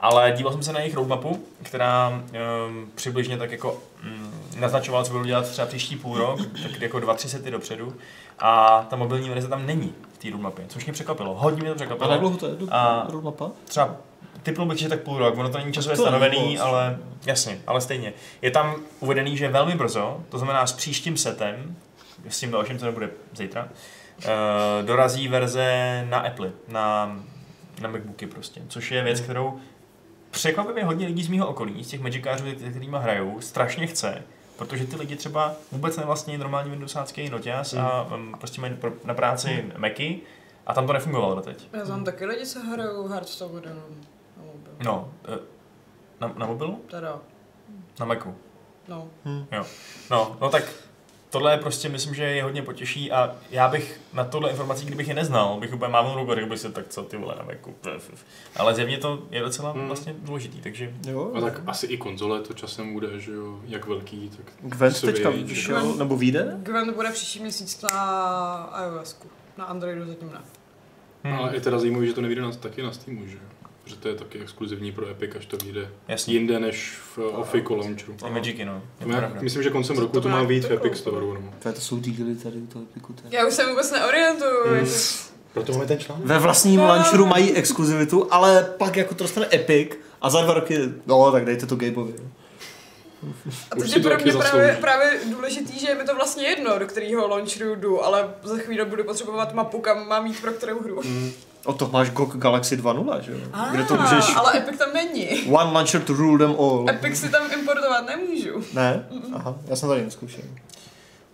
[SPEAKER 1] ale díval jsem se na jejich roadmapu, která um, přibližně tak jako um, naznačovala, co budou dělat třeba příští půl rok, tak jako dva, tři sety dopředu a ta mobilní verze tam není v té roadmapě, což mě překvapilo, hodně mě to
[SPEAKER 4] A
[SPEAKER 1] překvapilo
[SPEAKER 4] jak dlouho to je? Do,
[SPEAKER 1] no, A-
[SPEAKER 4] roadmapa?
[SPEAKER 1] třeba typnul bych, že tak půl rok, ono to není časově
[SPEAKER 4] To není
[SPEAKER 1] stanovený,
[SPEAKER 4] moc.
[SPEAKER 1] ale jasně, ale stejně. Je tam uvedený, že velmi brzo, to znamená s příštím setem, s tím dalším, co nebude zítra, eh, dorazí verze na Apple, na, na MacBooky prostě, což je
[SPEAKER 4] Hmm.
[SPEAKER 1] věc, kterou překvapivě hodně lidí z mého okolí, z těch Magikářů, se kterými hrajou, strašně chce, protože ty lidi třeba vůbec nevlastní normální windowsácký noťaz a
[SPEAKER 4] Hmm.
[SPEAKER 1] mm, prostě mají pro- na práci Macy a tam to nefungovalo doteď.
[SPEAKER 2] Já znám taky lidi, co hrajou Hearthstone na na mobil.
[SPEAKER 1] No, eh, na, na mobilu?
[SPEAKER 2] Teda,
[SPEAKER 1] Na Macu.
[SPEAKER 2] no.
[SPEAKER 1] No, no tak tohle je prostě, myslím, že je hodně potěší a já bych na tohle informací, kdybych je neznal, bych úplně mávnul rukou, řekl bych si, tak co ty vole na Macu. pf, pf. Ale zjevně to je docela
[SPEAKER 3] Hmm.
[SPEAKER 1] vlastně důležitý, takže
[SPEAKER 4] Jo.
[SPEAKER 3] A tak asi i konzole to časem bude, že jo, jak velký, tak
[SPEAKER 4] Gwent
[SPEAKER 3] co
[SPEAKER 4] teďka
[SPEAKER 3] vědí, že-
[SPEAKER 4] vyšel, nebo vyjde?
[SPEAKER 2] Gwen bude příští měsíc na iOSku. Na Androidu zatím ne.
[SPEAKER 1] hmm,
[SPEAKER 3] Ale je teda zajímavé, že to nevíde na, taky na Steamu, že jo? Že to je taky exkluzivní pro Epic, až to vyjde
[SPEAKER 1] jasně.
[SPEAKER 3] jinde než v Ofico launchu.
[SPEAKER 1] Ty Magicy, no. Je
[SPEAKER 3] To
[SPEAKER 1] to
[SPEAKER 3] má,
[SPEAKER 1] pravda.
[SPEAKER 3] myslím, že koncem roku to má být v Epic Store. No.
[SPEAKER 4] To, je- to jsou díly tady u toho epiku. to je-
[SPEAKER 2] Já už se vůbec neorientuju.
[SPEAKER 3] Mm.
[SPEAKER 2] jako-
[SPEAKER 3] Proto máme ten článek.
[SPEAKER 4] Ve vlastním
[SPEAKER 2] No.
[SPEAKER 4] launcheru mají exkluzivitu, ale pak jako to dostane Epic a za dva roky, no tak dejte to Gabeovi.
[SPEAKER 2] A
[SPEAKER 3] Už
[SPEAKER 2] teď
[SPEAKER 3] si
[SPEAKER 2] je
[SPEAKER 3] to
[SPEAKER 2] pro
[SPEAKER 3] taky
[SPEAKER 2] mě právě,
[SPEAKER 3] zaslouží.
[SPEAKER 2] právě důležitý, že je mi to vlastně jedno, do kterého launcheru jdu, ale za chvíli budu potřebovat mapu, kam mám jít pro kterou hru.
[SPEAKER 3] Hmm.
[SPEAKER 4] O to máš GOG Galaxy 2.0, že jo?
[SPEAKER 2] Ah,
[SPEAKER 4] Kde to můžeš
[SPEAKER 2] Ale Epic tam není.
[SPEAKER 4] one launcher to rule them all.
[SPEAKER 2] Epic si tam importovat nemůžu.
[SPEAKER 4] Ne? Aha, já jsem tady neskoušel.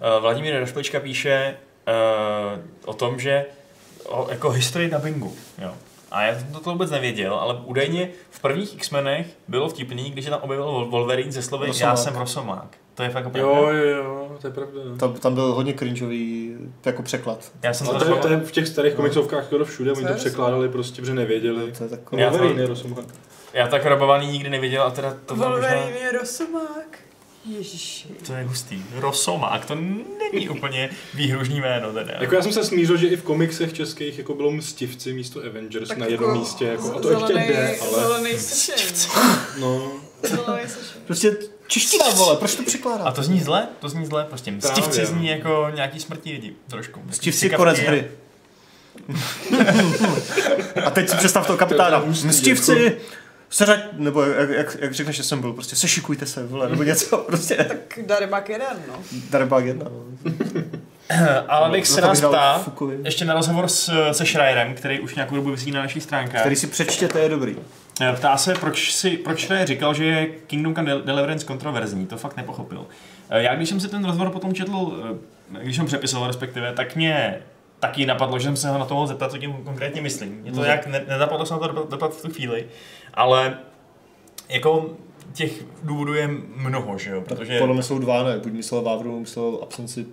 [SPEAKER 1] Eh, Vladimír Rašplička píše eh, o tom, že o, jako historii dubbingu. Jo. A já jsem to vůbec nevěděl, ale údajně v prvních X-menech bylo vtipný, když se tam objevil Vol- Wolverine ze slovy já
[SPEAKER 4] Rosomák.
[SPEAKER 1] jsem Rosomák. To je fakt opravdu.
[SPEAKER 3] Jo, jo, jo, to je pravda. no.
[SPEAKER 4] Tam, tam byl hodně cringeový jako překlad.
[SPEAKER 1] Já jsem
[SPEAKER 3] Ale
[SPEAKER 1] to,
[SPEAKER 3] to je, to
[SPEAKER 1] to
[SPEAKER 3] je v těch starých komiksovkách skoro všude, oni
[SPEAKER 2] Co
[SPEAKER 3] No. to
[SPEAKER 2] je?
[SPEAKER 3] překládali prostě, protože nevěděli.
[SPEAKER 4] To je takové.
[SPEAKER 1] Já-
[SPEAKER 3] Wolverine je Rosomák.
[SPEAKER 1] Já tak rabovaný nikdy neviděl a teda to bylo možná...
[SPEAKER 2] Wolverine je rosomák. Ježiši.
[SPEAKER 1] To je hustý. Rosomák, to není úplně výhružný jméno teda.
[SPEAKER 3] Jako já jsem se smířil, že i v komiksech českých jako bylo mstivci místo Avengers na jednom místě. Jako, a to ještě
[SPEAKER 2] zelenej-
[SPEAKER 3] jde, ale...
[SPEAKER 2] Zelenej sešení.
[SPEAKER 3] No,
[SPEAKER 2] Zelenej sešení.
[SPEAKER 4] Prostě čeština, vole, proč to
[SPEAKER 1] A
[SPEAKER 4] překládat?
[SPEAKER 1] to zní zle? To zní zle, prostě mstivci
[SPEAKER 3] Právě.
[SPEAKER 1] zní jako nějaký smrtní lidi, trošku.
[SPEAKER 4] Stivci
[SPEAKER 1] Jaký
[SPEAKER 4] konec
[SPEAKER 1] kapky-
[SPEAKER 4] hry. a teď si představ toho kapitána.
[SPEAKER 3] To je hustý,
[SPEAKER 4] Stivci, seřaď, nebo jak, jak, jak řekneš, že jsem byl, prostě sešikujte se, vole, nebo něco, prostě.
[SPEAKER 2] Tak Darebak jeden, no.
[SPEAKER 4] Darbák jedna. no.
[SPEAKER 1] Eh, Alex
[SPEAKER 3] No,
[SPEAKER 4] Za
[SPEAKER 1] se
[SPEAKER 4] to
[SPEAKER 1] nás
[SPEAKER 4] bych dal
[SPEAKER 1] ptá,
[SPEAKER 4] Fukovi.
[SPEAKER 1] ještě na rozhovor s, se Schreierem, který už nějakou dobu vysí na našich stránkách.
[SPEAKER 4] Který si přečtěte, je dobrý.
[SPEAKER 1] Eh, Ptá se, proč, si, proč Schreier říkal, že je Kingdom Come Del- Deliverance kontroverzní, to fakt nepochopil. Eh, Já když jsem si ten rozhovor potom četl, eh, když jsem přepisoval respektive, tak mě taky napadlo, že jsem se ho na to mohl zeptat, co tím konkrétně myslím. Mě to nějak ne- nenapadlo se na to dopa- dopad v tu chvíli, ale jako těch důvodů je mnoho, že jo, protože...
[SPEAKER 4] Podle mě jsou dva, ne? Buď myslel Vávru, nebo myslel absenci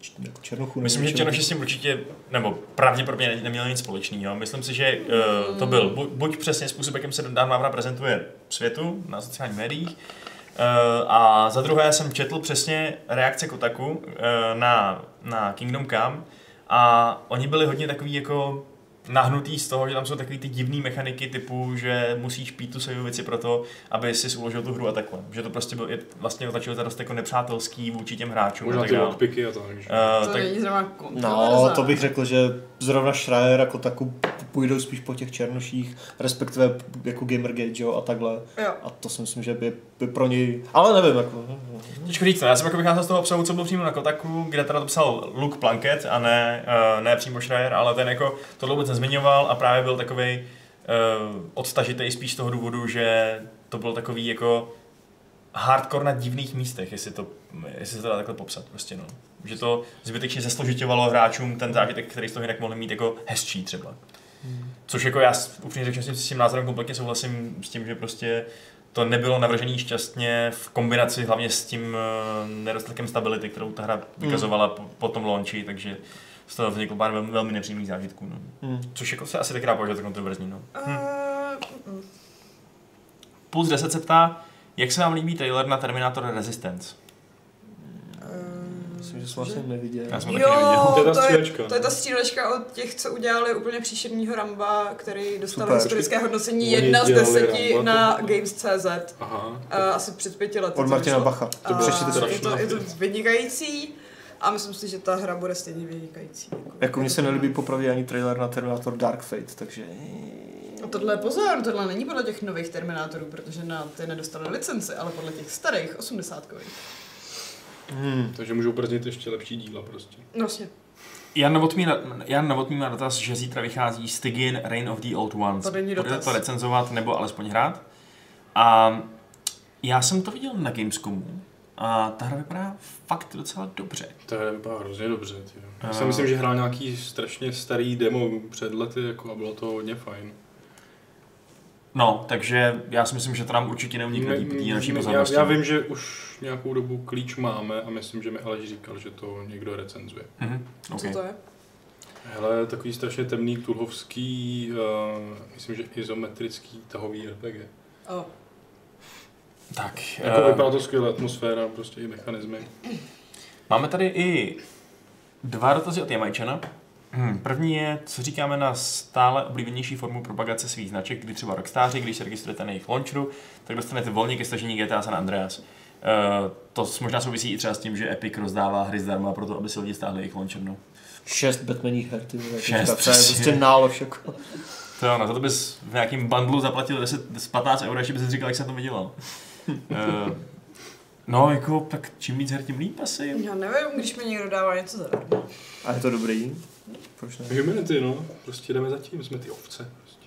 [SPEAKER 4] č- jako Černochu. nebo
[SPEAKER 1] Myslím, že
[SPEAKER 4] něčeho.
[SPEAKER 1] Černoši s tím určitě, nebo pravděpodobně ne- neměl nic společného. Myslím si, že uh, to
[SPEAKER 2] Hmm.
[SPEAKER 1] byl buď, buď přesně způsob, jakým se Dan Vávra prezentuje světu na sociálních médiích, uh, a za druhé jsem četl přesně reakce Kotaku uh, na, na Kingdom Come a oni byli hodně takový jako nahnutý z toho, že tam jsou takový ty divné mechaniky typu, že musíš pít tu svoji věci pro to, aby si uložil tu hru a takhle. Že to prostě byl, je, vlastně označil za dost jako nepřátelský vůči těm hráčům a
[SPEAKER 3] možná
[SPEAKER 1] tak
[SPEAKER 3] ty
[SPEAKER 1] dále.
[SPEAKER 3] lockpicky a tak. že?
[SPEAKER 1] Eh,
[SPEAKER 2] To
[SPEAKER 1] tak-
[SPEAKER 2] není zrovna
[SPEAKER 4] No,
[SPEAKER 2] kontroverzná.
[SPEAKER 4] to bych řekl, že zrovna Schreier jako taku půjdou spíš po těch Černoších, respektive jako Gamergate, jo, a takhle.
[SPEAKER 2] Jo.
[SPEAKER 4] A to si myslím, že by, by pro něj, ale nevím, jako.
[SPEAKER 1] Těžko říct, no, já jsem jako vycházel z toho obsahu, co byl přímo na Kotaku, kde teda to psal Luke Plunkett a ne, uh, ne přímo Schreier, ale ten jako to vůbec nezmiňoval a právě byl takovej uh, odtažitej spíš z toho důvodu, že to byl takový jako hardcore na divných místech, jestli to, jestli se to dá takhle popsat prostě no. Že to zbytečně zesložitěvalo hráčům ten zážitek, který z toho jinak mohli mít jako hezčí
[SPEAKER 4] Hmm.
[SPEAKER 1] třeba. Což jako já s- upřímně řečeno si s tím názorem kompletně souhlasím s tím, že prostě to nebylo navržené šťastně v kombinaci hlavně s tím eh, nedostatkem stability, kterou ta hra vykazovala po, po tom launchi, takže z toho vzniklo pár velmi, velmi nepříjemných zážitků. No.
[SPEAKER 4] Hmm.
[SPEAKER 1] Což jako se asi taky dá považovat za kontroverzní. No.
[SPEAKER 2] Uh,
[SPEAKER 1] Plus 10 se ptá, jak se vám líbí trailer na Terminator Resistance?
[SPEAKER 4] Myslím, že jsem vlastně neviděl.
[SPEAKER 1] Já jsem ho taky neviděl.
[SPEAKER 2] Jo,
[SPEAKER 3] To je ta
[SPEAKER 2] to
[SPEAKER 3] střílečka. no.
[SPEAKER 2] je, to je ta střílečka od těch, co udělali úplně příšerního Ramba, který dostal
[SPEAKER 4] Super.
[SPEAKER 2] historické hodnocení
[SPEAKER 3] Oni
[SPEAKER 2] 1 z
[SPEAKER 3] dělali
[SPEAKER 2] 10
[SPEAKER 3] Ramba,
[SPEAKER 2] na
[SPEAKER 3] to-
[SPEAKER 2] Games.cz
[SPEAKER 3] Aha.
[SPEAKER 2] eh, asi před pěti lety.
[SPEAKER 4] Od
[SPEAKER 2] to
[SPEAKER 4] Martina
[SPEAKER 2] vyšlo.
[SPEAKER 4] Bacha.
[SPEAKER 2] A
[SPEAKER 4] Přečtěte si.
[SPEAKER 3] to
[SPEAKER 2] je, to, je to
[SPEAKER 3] všechno.
[SPEAKER 2] vynikající a myslím si, že ta hra bude stejně vynikající.
[SPEAKER 4] Jako mně se nelíbí popravdě ani trailer na Terminator Dark Fate, takže...
[SPEAKER 2] A tohle pozor, tohle není podle těch nových Terminátorů, protože na ty nedostali licenci, ale podle těch starých, osmdesátkových.
[SPEAKER 4] Hmm.
[SPEAKER 3] Takže můžou brznit ještě lepší díla prostě.
[SPEAKER 2] Vlastně,
[SPEAKER 1] Jan Novotný, na- Jan Novotný má dotaz, že zítra vychází Stygin Reign of the Old Ones.
[SPEAKER 2] To není
[SPEAKER 1] Budete
[SPEAKER 2] dotaz.
[SPEAKER 1] to recenzovat nebo alespoň hrát? A já jsem to viděl na Gamescomu a ta hra vypadá fakt docela dobře.
[SPEAKER 3] To je vypadá hrozně dobře, ty. jo. Já
[SPEAKER 1] A-
[SPEAKER 3] si myslím, že hrál nějaký strašně starý demo před lety jako, a bylo to hodně fajn.
[SPEAKER 1] No, takže já si myslím, že to nám určitě neunikne
[SPEAKER 3] Ne-
[SPEAKER 1] tý naší
[SPEAKER 3] ne-
[SPEAKER 1] pozornosti.
[SPEAKER 3] já, já, vím, že už nějakou dobu klíč máme a myslím, že mi Aleš říkal, že to někdo recenzuje.
[SPEAKER 1] Mhm, okay.
[SPEAKER 2] co to je?
[SPEAKER 3] Hele, takový strašně temný tulhovský, uh, myslím, že izometrický tahový RPG.
[SPEAKER 2] Oh.
[SPEAKER 1] Tak,
[SPEAKER 3] Jako
[SPEAKER 1] eh,
[SPEAKER 3] vypadá to skvěle, atmosféra, prostě i mechanismy.
[SPEAKER 1] Máme tady i dva dotazy od Jamajčana. Hmm, První je, co říkáme na stále oblíbenější formu propagace svých značek, kdy třeba rockstáři, když se registrujete na jejich launcheru, tak dostanete volně ke stažení GTA San Andreas. Uh, to s- možná souvisí i třeba s tím, že Epic rozdává hry zdarma proto, aby si lidi stáhli jejich no. launchernu.
[SPEAKER 4] Šest Batmaních her, ty vole.
[SPEAKER 1] Šest,
[SPEAKER 4] teďka, to je
[SPEAKER 1] přesně.
[SPEAKER 4] prostě nálož, jako.
[SPEAKER 1] To jo, no, za to bys v nějakém bundlu zaplatil 10, z 15 eur, ještě bys říkal, jak se to vydělal. uh, no, jako, tak čím víc her, tím líp asi.
[SPEAKER 2] Já nevím, když mi někdo dává něco zadarmo.
[SPEAKER 4] A je to dobrý? Proč ne?
[SPEAKER 3] Humanity, no, prostě jdeme zatím, jsme ty ovce. Prostě.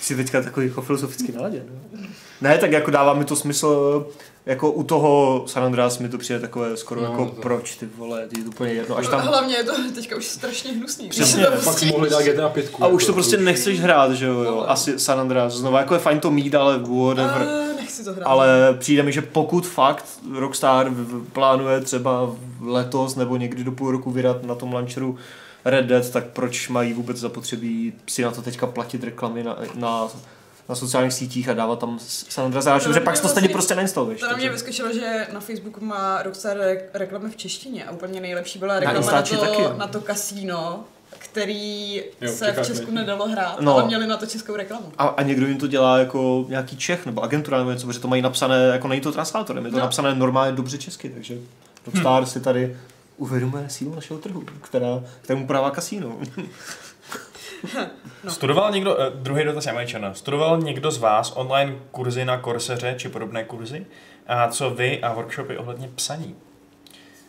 [SPEAKER 4] Jsi teďka takový jako filozoficky naladěn. no. Ne, tak jako dává mi to smysl, jako u toho San Andreas mi to přijde takové skoro
[SPEAKER 3] No,
[SPEAKER 4] jako
[SPEAKER 3] to-
[SPEAKER 4] proč ty vole, ty je to úplně jedno, až
[SPEAKER 2] No,
[SPEAKER 4] tam...
[SPEAKER 2] Hlavně je to teďka už strašně hnusný. když
[SPEAKER 4] Přesně,
[SPEAKER 2] se to prostě-
[SPEAKER 3] Pak
[SPEAKER 2] pustí.
[SPEAKER 3] mohli dát GTA 5.
[SPEAKER 4] A už to prostě nechceš hrát, že jo, jo,
[SPEAKER 2] No.
[SPEAKER 4] asi San Andreas, znova jako je fajn to mít, ale whatever.
[SPEAKER 2] A, nechci to hrát.
[SPEAKER 4] Ale přijde mi, že pokud fakt Rockstar v- v- plánuje třeba letos nebo někdy do půl roku vydat na tom launcheru Red Dead, tak proč mají vůbec zapotřebí si na to teďka platit reklamy na, na, na sociálních sítích a dávat tam s- San Andreas,
[SPEAKER 2] No,
[SPEAKER 4] no, že
[SPEAKER 2] no,
[SPEAKER 4] pak si to stejně
[SPEAKER 2] vlastně-
[SPEAKER 4] prostě neinstaluješ.
[SPEAKER 2] To na mě
[SPEAKER 4] takže-
[SPEAKER 2] vyskočilo, že na Facebooku má Rockstar re- reklamy v češtině a úplně nejlepší byla reklama na,
[SPEAKER 4] Instači
[SPEAKER 2] to,
[SPEAKER 4] taky, jo.
[SPEAKER 2] na to kasíno, který
[SPEAKER 3] Jo,
[SPEAKER 2] se
[SPEAKER 3] čekáš,
[SPEAKER 2] v Česku
[SPEAKER 3] ne?
[SPEAKER 2] nedalo hrát,
[SPEAKER 4] No.
[SPEAKER 2] ale měli na to českou reklamu.
[SPEAKER 4] A, a někdo jim to dělá jako nějaký Čech nebo agentura nebo něco, protože to mají napsané, jako není to translátorem, je to
[SPEAKER 2] No.
[SPEAKER 4] no. Hm. napsané normálně dobře česky, takže Rockstar si tady uvědomuje sílu našeho trhu, která, kterému prává kasíno.
[SPEAKER 2] No.
[SPEAKER 1] Studoval někdo, eh, druhý dotaz Jamajčana, studoval někdo z vás online kurzy na Korseře či podobné kurzy? A co vy a workshopy ohledně psaní?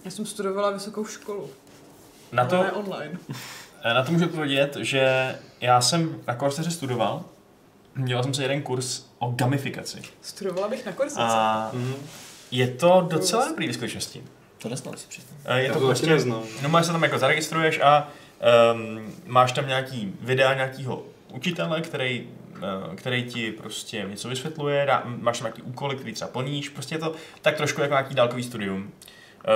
[SPEAKER 2] Já jsem studovala vysokou školu,
[SPEAKER 1] Na to,
[SPEAKER 2] ale No, ne online.
[SPEAKER 1] eh, na to můžu odpovědět, že já jsem na Korseře studoval, dělal jsem si jeden kurz o gamifikaci.
[SPEAKER 2] Studovala bych na kurzice.
[SPEAKER 1] A
[SPEAKER 3] Mhm.
[SPEAKER 1] je to docela dobrý ve skutečnosti.
[SPEAKER 4] To nesnám si přiznám.
[SPEAKER 1] Eh, Je
[SPEAKER 3] Já
[SPEAKER 1] to
[SPEAKER 3] to taky
[SPEAKER 1] prostě,
[SPEAKER 3] neznám.
[SPEAKER 1] no máš se tam jako zaregistruješ a um, máš tam nějaký videa nějakého učitele, který, eh, který ti prostě něco vysvětluje, dá, máš tam nějaký úkoly, který třeba plníš, prostě je to tak trošku jako nějaký dálkový studium.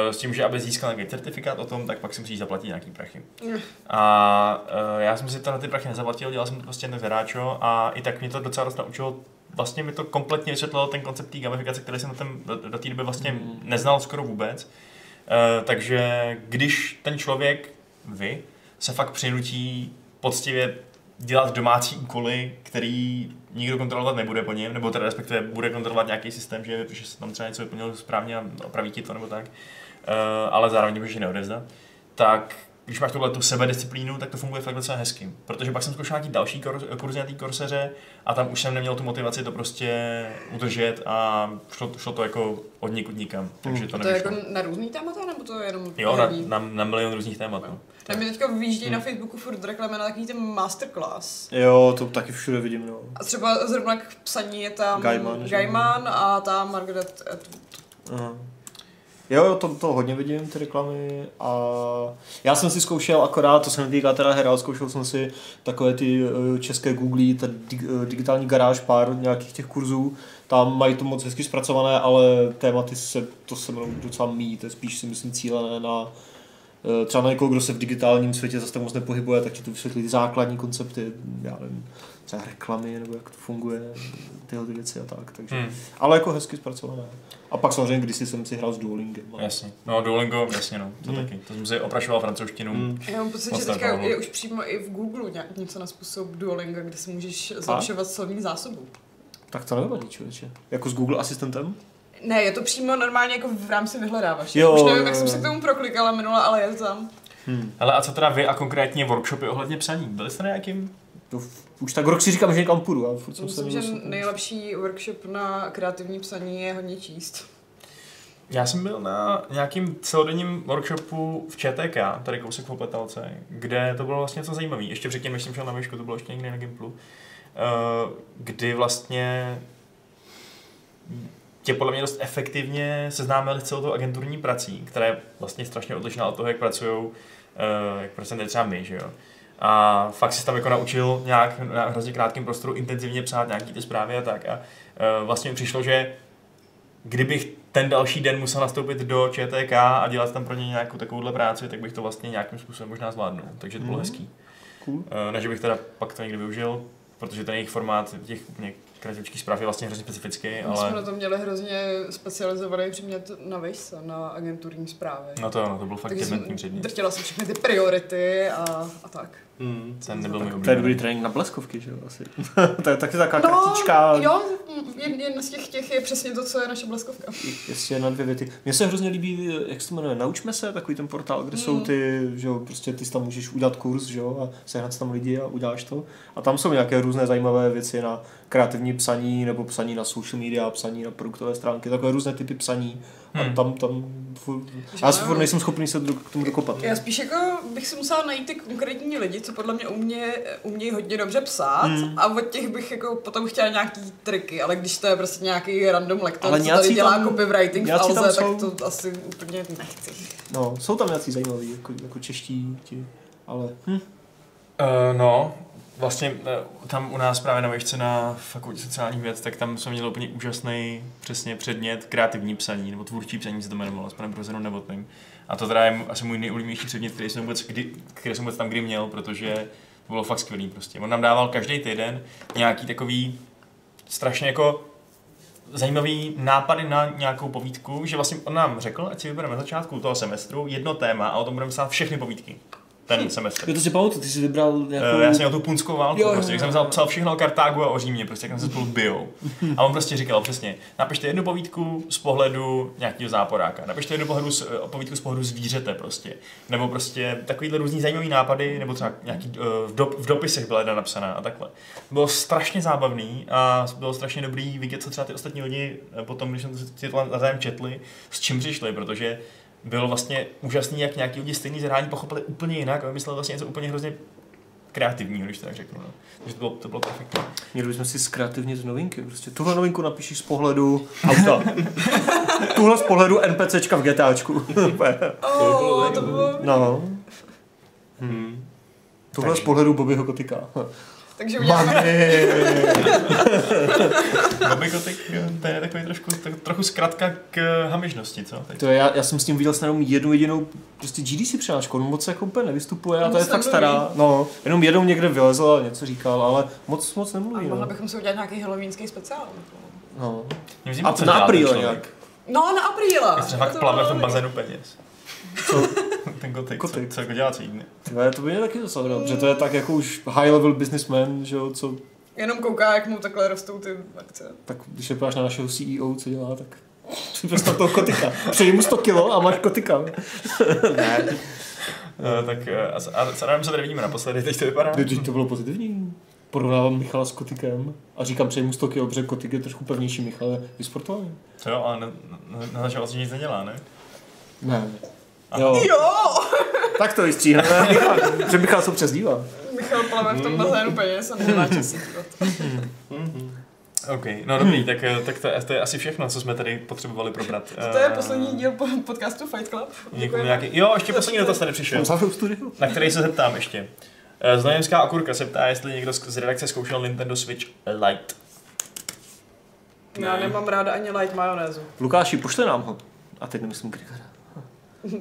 [SPEAKER 1] Eh, S tím, že aby získal nějaký certifikát o tom, tak pak si musíš zaplatit nějaký prachy.
[SPEAKER 2] Mm.
[SPEAKER 1] A eh, já jsem si teda ty prachy nezaplatil, dělal jsem to prostě jen tak zadáčo a i tak mě to docela dost naučilo. Vlastně mi to kompletně vysvětlilo ten koncept té gamifikace, který jsem na ten, do, do té doby vlastně
[SPEAKER 4] Mm.
[SPEAKER 1] neznal skoro vůbec. Eh, takže když ten člověk, vy, se fakt přinutí poctivě dělat domácí úkoly, který nikdo kontrolovat nebude po něm, nebo teda respektive bude kontrolovat nějaký systém, že, že se tam třeba něco vyplnilo správně a opraví ti to nebo tak, Eh, ale zároveň můžeš ji neodevzdat, tak když máš tuhle tu sebedisciplínu, tak to funguje fakt docela hezky. Protože pak jsem zkoušel nějaký další kor- kurzy na té korseře a tam už jsem neměl tu motivaci to prostě udržet a šlo, šlo to jako od nikud nikam. Takže to
[SPEAKER 2] to je jako
[SPEAKER 1] nevyšlo.
[SPEAKER 2] na různý témata, nebo to je jenom
[SPEAKER 1] Jo, na, Hm.
[SPEAKER 2] herní?
[SPEAKER 1] na, na milion různých témat. No.
[SPEAKER 2] Tam mi teďka vyjíždějí na Facebooku furt reklamy na takový ten masterclass.
[SPEAKER 4] Jo, to taky všude vidím, no.
[SPEAKER 2] A třeba zrovna k psaní je tam
[SPEAKER 4] Gaiman, že?
[SPEAKER 2] Gaiman a tam Margaret Atwood.
[SPEAKER 4] Aha. Jo, jo, to, to hodně vidím, ty reklamy. A já jsem si zkoušel akorát, to se netýká teda her, ale zkoušel jsem si takové ty eh, české Google, ta dig, eh, digitální garáž, pár nějakých těch kurzů. Tam mají to moc hezky zpracované, ale tématy se, to se mnou docela míjí, to je spíš si myslím cílené na eh, třeba na někoho, kdo se v digitálním světě zase tak moc nepohybuje, tak ti to vysvětlí ty základní koncepty, já nevím, třeba reklamy, nebo jak to funguje, tyhle ty věci a tak, takže,
[SPEAKER 1] Hmm.
[SPEAKER 4] hmm. ale jako hezky zpracované. A pak samozřejmě kdysi jsem si hrál s Duolingem. ale-
[SPEAKER 1] Jasně. No, Duolingo, jasně, no, to
[SPEAKER 4] Hmm.
[SPEAKER 1] taky. To jsem si oprašoval francouzštinu.
[SPEAKER 3] Hmm.
[SPEAKER 2] Já mám pocit, že
[SPEAKER 1] Moc
[SPEAKER 2] teďka
[SPEAKER 1] nebylo.
[SPEAKER 2] je už přímo i v Google nějak něco na způsob Duolinga, kde si můžeš zlepšovat slovní zásobu.
[SPEAKER 4] Tak to nevadí, člověče. Jako s Google asistentem?
[SPEAKER 2] Ne, je to přímo normálně jako v rámci vyhledávače.
[SPEAKER 4] Jo,
[SPEAKER 2] Už nevím,
[SPEAKER 4] jo,
[SPEAKER 2] jak
[SPEAKER 4] jo.
[SPEAKER 2] jsem se k tomu proklikala minule, ale je to tam.
[SPEAKER 4] Hmm.
[SPEAKER 1] Ale a co teda vy a konkrétně workshopy ohledně psaní? Byli jste na nějakým?
[SPEAKER 4] To v, už tak rok si říkám, že někam půjdu a furt jsem se
[SPEAKER 2] Myslím, že
[SPEAKER 4] nedostal.
[SPEAKER 2] nejlepší workshop na kreativní psaní je hodně číst.
[SPEAKER 1] Já jsem byl na nějakým celodenním workshopu v ČTK, tady kousek po Petelce, kde to bylo vlastně něco zajímavé. Ještě předtím, než jsem šel na výšku, to bylo ještě někde na Gimplu, eh, kdy vlastně tě podle mě dost efektivně seznámili s celou tou agenturní prací, která je vlastně strašně odlišná od toho, jak pracují, eh, jak pracujeme třeba my, že jo. A fakt si tam jako naučil nějak na hrozně krátkém prostoru intenzivně psát nějaký ty zprávy a tak. A eh, vlastně mi přišlo, že kdybych ten další den musel nastoupit do ČTK a dělat tam pro ně nějakou takovouhle práci, tak bych to vlastně nějakým způsobem možná zvládnul. Takže to bylo
[SPEAKER 4] Mhm.
[SPEAKER 1] hezký.
[SPEAKER 4] Cool.
[SPEAKER 1] Eh, Ne, že bych teda pak to někdy využil, protože ten jejich formát těch úplně kratičkých zpráv je vlastně hrozně specifický,
[SPEAKER 2] My jsme na
[SPEAKER 1] ale
[SPEAKER 2] to měli hrozně specializovaný předmět na vejse, na agenturní zprávy.
[SPEAKER 1] no to, jo, no, to byl fakt
[SPEAKER 2] Takže
[SPEAKER 1] dementní
[SPEAKER 2] jsem
[SPEAKER 1] předmět.
[SPEAKER 2] drtěla jsem všechny ty priority a, a tak.
[SPEAKER 3] Hmm.
[SPEAKER 1] Ten nebyl můj
[SPEAKER 4] To je dobrý
[SPEAKER 1] oblíbený.
[SPEAKER 4] trénink na bleskovky, že jo, asi. to je taky taková kartička,
[SPEAKER 2] No, jo, jen, jen z těch těch je přesně to, co je naše bleskovka.
[SPEAKER 4] ještě na dvě věty. Mně se hrozně líbí, jak se to jmenuje, Naučme se, takový ten portál, kde
[SPEAKER 2] Mm.
[SPEAKER 4] jsou ty, že jo, prostě ty si tam můžeš udělat kurz, že jo, a sehnat si tam lidi a uděláš to. A tam jsou nějaké různé zajímavé věci na kreativní psaní, nebo psaní na social media, psaní na produktové stránky, takové různé typy psaní.
[SPEAKER 1] Hmm.
[SPEAKER 4] A tam, tam, furt, já si furt nejsem schopný se do- k tomu dokopat.
[SPEAKER 2] Já spíš jako bych si musela najít ty konkrétní lidi, co podle mě umě, umějí hodně dobře psát
[SPEAKER 4] Mm.
[SPEAKER 2] a od těch bych jako potom chtěla nějaký triky, ale když to je prostě nějaký random lektor,
[SPEAKER 4] Ale
[SPEAKER 2] co tady
[SPEAKER 4] nějací
[SPEAKER 2] dělá
[SPEAKER 4] tam-
[SPEAKER 2] copywriting v
[SPEAKER 4] nějací tam
[SPEAKER 2] Alze,
[SPEAKER 4] jsou.
[SPEAKER 2] tak to asi úplně nechci.
[SPEAKER 4] No, jsou tam nějací zajímaví, jako, jako čeští ti, ale hm,
[SPEAKER 1] Uh, no, vlastně eh, tam u nás právě na vejšce na fakultě sociálních věd, tak tam jsme měli úplně úžasný přesně předmět kreativní psaní, nebo tvůrčí psaní se to jmenovalo s panem profesorem Novotným. A to teda je m- asi můj nejoblíbenější předmět, který jsem vůbec, kdy, který jsem vůbec tam kdy měl, protože to bylo fakt skvělý prostě. On nám dával každý týden nějaký takový strašně jako zajímavý nápady na nějakou povídku, že vlastně on nám řekl, ať si vybereme na začátku toho semestru jedno téma a o tom budeme psát všechny povídky ten semestr.
[SPEAKER 4] Jo, to si pamatuju, ty jsi vybral nějakou...
[SPEAKER 1] Eh, Já jsem měl tu punskou válku,
[SPEAKER 4] jako- Jo,
[SPEAKER 1] jo,
[SPEAKER 4] jo,
[SPEAKER 1] prostě, jak
[SPEAKER 4] jo,
[SPEAKER 1] jsem
[SPEAKER 4] jo.
[SPEAKER 1] napsal všechno o Kartágu a o Římě, prostě, jak tam se spolu bijou. A on prostě říkal přesně, napište jednu povídku z pohledu nějakého záporáka, napište jednu pohledu z, eh, povídku z pohledu zvířete prostě, nebo prostě takovýhle různý zajímavý nápady, nebo třeba nějaký, eh, v, dop, v dopisech byla jedna napsaná a takhle. Bylo strašně zábavný a bylo strašně dobrý vidět, co třeba ty ostatní lidi eh, potom, když jsme si to navzájem četli, s čím přišli, protože bylo vlastně úžasný, jak nějaký lidi stejný zadání pochopili úplně jinak a vymysleli vlastně něco úplně hrozně kreativního, když to tak řeknu. No. Takže to bylo, to bylo perfektní.
[SPEAKER 4] Měli bychom si zkreativnit novinky. Prostě tuhle novinku napíšeš z pohledu auta. tuhle z pohledu NPCčka v GTAčku.
[SPEAKER 2] To
[SPEAKER 3] by bylo
[SPEAKER 2] oh, to
[SPEAKER 3] zajímavé.
[SPEAKER 2] bylo...
[SPEAKER 4] no.
[SPEAKER 3] Hmm.
[SPEAKER 4] Tuhle z pohledu Bobbyho kotika.
[SPEAKER 2] Takže uděláme
[SPEAKER 4] Mami!
[SPEAKER 1] Bobby Kotick, eh, to je takový trošku, tak, trochu zkratka k eh, hamižnosti, co? Teď.
[SPEAKER 4] To je, já, já, jsem s ním viděl snad jenom jednu jedinou prostě GDC přednášku, on moc jako úplně nevystupuje a
[SPEAKER 2] On
[SPEAKER 4] to je
[SPEAKER 2] moc
[SPEAKER 4] fakt
[SPEAKER 2] nemluví.
[SPEAKER 4] stará. No, jenom jednou někde vylezl a něco říkal, ale moc moc
[SPEAKER 2] A
[SPEAKER 4] nemluví.
[SPEAKER 2] mohla
[SPEAKER 4] No.
[SPEAKER 2] bychom si udělat nějaký halloweenský speciál. jako.
[SPEAKER 4] no.
[SPEAKER 1] Mě vzí
[SPEAKER 4] A
[SPEAKER 1] moc, co
[SPEAKER 4] to na
[SPEAKER 1] dělá ten
[SPEAKER 4] apríl
[SPEAKER 1] člověk.
[SPEAKER 4] nějak.
[SPEAKER 2] No, na apríla.
[SPEAKER 1] Jestli fakt
[SPEAKER 2] To
[SPEAKER 1] plave v tom
[SPEAKER 2] bylo-
[SPEAKER 1] bazénu peněz.
[SPEAKER 4] Co?
[SPEAKER 1] Ten Kotick, co,
[SPEAKER 4] Kotick.
[SPEAKER 1] co jako dělá celý dny.
[SPEAKER 4] Tyhle, to by mě taky zasadilo, protože to je tak jako už high level businessman, že jo, co
[SPEAKER 2] Jenom kouká, jak mu takhle rostou ty akce.
[SPEAKER 4] Tak když se ptáš na našeho CEO, co dělá, tak si představ toho kotika. Přeji mu 100 kilo a máš kotika. ne.
[SPEAKER 1] Eh, tak eh, a, s- a s Adamem se tady vidíme naposledy, teď to vypadá.
[SPEAKER 4] Teď to bylo pozitivní. Porovnávám Michala s kotikem a říkám, přeji mu 100 kilo, protože kotik je trošku pevnější, Michal je vysportovaný.
[SPEAKER 1] To jo, ale na, na, na začátku vlastně nic nedělá, ne?
[SPEAKER 4] Ne. Jo.
[SPEAKER 2] Jo!
[SPEAKER 4] Tak to vystříhneme. Michal, že Michal se přezdívá.
[SPEAKER 2] Michal plave v tom bazénu peněz a nemá čas se dívat.
[SPEAKER 3] Mhm.
[SPEAKER 1] OK, no
[SPEAKER 4] Hmm.
[SPEAKER 1] dobrý, tak, eh, tak to, je- to je asi všechno, co jsme tady potřebovali probrat.
[SPEAKER 2] To je
[SPEAKER 1] Eh,
[SPEAKER 2] poslední díl po- podcastu Fight Club.
[SPEAKER 1] Někomu
[SPEAKER 2] Děkujeme.
[SPEAKER 1] nějaký... Jo, ještě poslední dotaz tady přišel,
[SPEAKER 4] Zavřou studiu.
[SPEAKER 1] na který se zeptám ještě. Eh, Znojemská okurka se ptá, jestli někdo z z redakce zkoušel Nintendo Switch Lite.
[SPEAKER 2] Já nemám ráda ani light majonézu.
[SPEAKER 4] Lukáši, pošle nám ho. A teď nemyslím Grigora.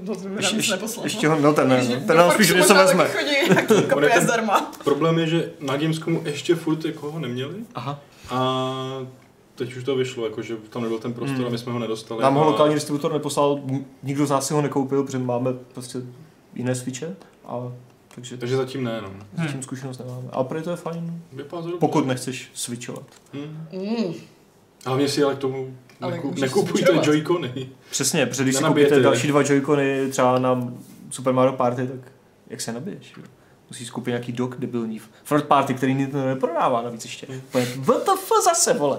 [SPEAKER 2] No to by mi nám nic neposlal.
[SPEAKER 4] ještě ho, no ten, ne,
[SPEAKER 2] Ježiš,
[SPEAKER 4] no, ten nám
[SPEAKER 2] fakt
[SPEAKER 4] spíš
[SPEAKER 2] si
[SPEAKER 4] něco
[SPEAKER 2] možná
[SPEAKER 4] vezme.
[SPEAKER 2] taky chodí, taky kopie
[SPEAKER 3] ten-
[SPEAKER 2] zdarma.
[SPEAKER 3] Problém je, že na Gamescomu ještě furt jako ho neměli
[SPEAKER 4] Aha.
[SPEAKER 3] a teď už to vyšlo, jako že tam nebyl ten prostor
[SPEAKER 4] Hmm.
[SPEAKER 3] a my jsme ho nedostali.
[SPEAKER 4] Nám ho
[SPEAKER 3] A-
[SPEAKER 4] lokální distributor neposlal, n- nikdo z nás si ho nekoupil, protože máme prostě jiné switche. A takže
[SPEAKER 3] Takže zatím ne, no.
[SPEAKER 4] s tím zkušenost nemáme. A prý to je fajn,
[SPEAKER 3] Vypadá to dobře.
[SPEAKER 4] pokud nechceš switchovat.
[SPEAKER 3] Hmm.
[SPEAKER 2] Mm.
[SPEAKER 3] Hlavně si ale k tomu
[SPEAKER 2] Ale
[SPEAKER 3] neku-
[SPEAKER 2] můžeš
[SPEAKER 3] nekupujte
[SPEAKER 2] zúčtovat.
[SPEAKER 3] Joy-Cony.
[SPEAKER 4] Přesně, protože když si
[SPEAKER 3] Nenabijete
[SPEAKER 4] koupíte
[SPEAKER 3] je.
[SPEAKER 4] další dva joycony třeba na Super Mario Party, tak jak se nabiješ? jo? Musíš koupit nějaký dok debilní. Third party, který Nintendo neprodává navíc ještě.
[SPEAKER 3] Hmm.
[SPEAKER 4] Úplně, WTF zase, vole.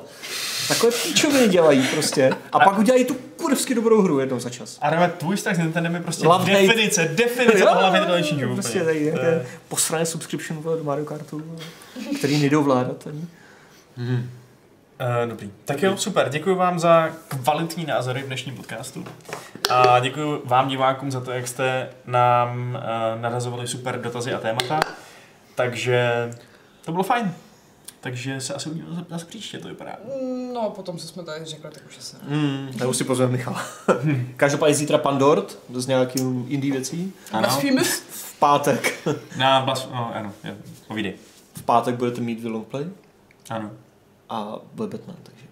[SPEAKER 4] Takové píčoviny dělají prostě. A pak udělají tu kurvsky dobrou hru jednou za čas.
[SPEAKER 1] Arme, tvůj vztah s Nintendem je prostě
[SPEAKER 4] Love hate.
[SPEAKER 1] definice, definice hlavy dalších úplně.
[SPEAKER 4] prostě tady
[SPEAKER 1] To
[SPEAKER 4] nějaké
[SPEAKER 1] je-
[SPEAKER 4] posrané subscription vole, do Mario Kartu, vole, který nejdou vládat ani.
[SPEAKER 1] Eh, Dobrý. Tak jo, super. Děkuji vám za kvalitní názory v dnešním podcastu. A děkuji vám divákům za to, jak jste nám eh, narazovali super dotazy a témata. Takže to bylo fajn. Takže se asi uvidíme zase- zase příště, to vypadá.
[SPEAKER 2] No, potom, co jsme tady řekli, tak už asi ne.
[SPEAKER 4] Hmm, nebo si pozveme Michala. Každopádně zítra Pandort s nějakým indie věcí.
[SPEAKER 1] Ano.
[SPEAKER 2] Famous?
[SPEAKER 4] V pátek
[SPEAKER 1] Na blas... No, ano, jo, povídej.
[SPEAKER 4] V pátek budete mít The Long Play
[SPEAKER 1] Ano.
[SPEAKER 4] a bude Batman, takže.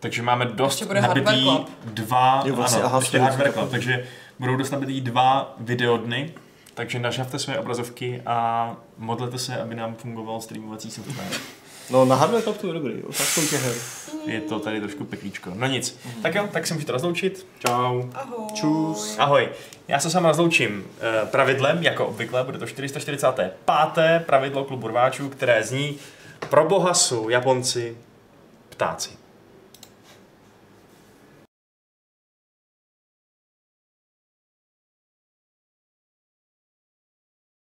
[SPEAKER 1] Takže máme dost
[SPEAKER 2] Ještě bude Hardware
[SPEAKER 1] nabitý
[SPEAKER 2] Club.
[SPEAKER 1] dva,
[SPEAKER 4] Jo, vlastně,
[SPEAKER 1] ano,
[SPEAKER 4] aha,
[SPEAKER 1] ještě
[SPEAKER 4] sorry,
[SPEAKER 1] hardware
[SPEAKER 4] jsem to
[SPEAKER 1] club, takže budou dost nabitý dva videodny, takže našavte své obrazovky a modlete se, aby nám fungoval streamovací software.
[SPEAKER 4] No na Hardware Club to je dobrý, otázkou těch her.
[SPEAKER 1] Je to tady trošku peklíčko. No nic. Tak jo, tak se můžete rozloučit.
[SPEAKER 3] Čau.
[SPEAKER 2] Ahoj.
[SPEAKER 4] Čus.
[SPEAKER 1] Ahoj. Já se s váma rozloučím eh, pravidlem, jako obvykle, bude to 445. pravidlo klubu rváčů, které zní Pro boha jsou Japonci ptáci.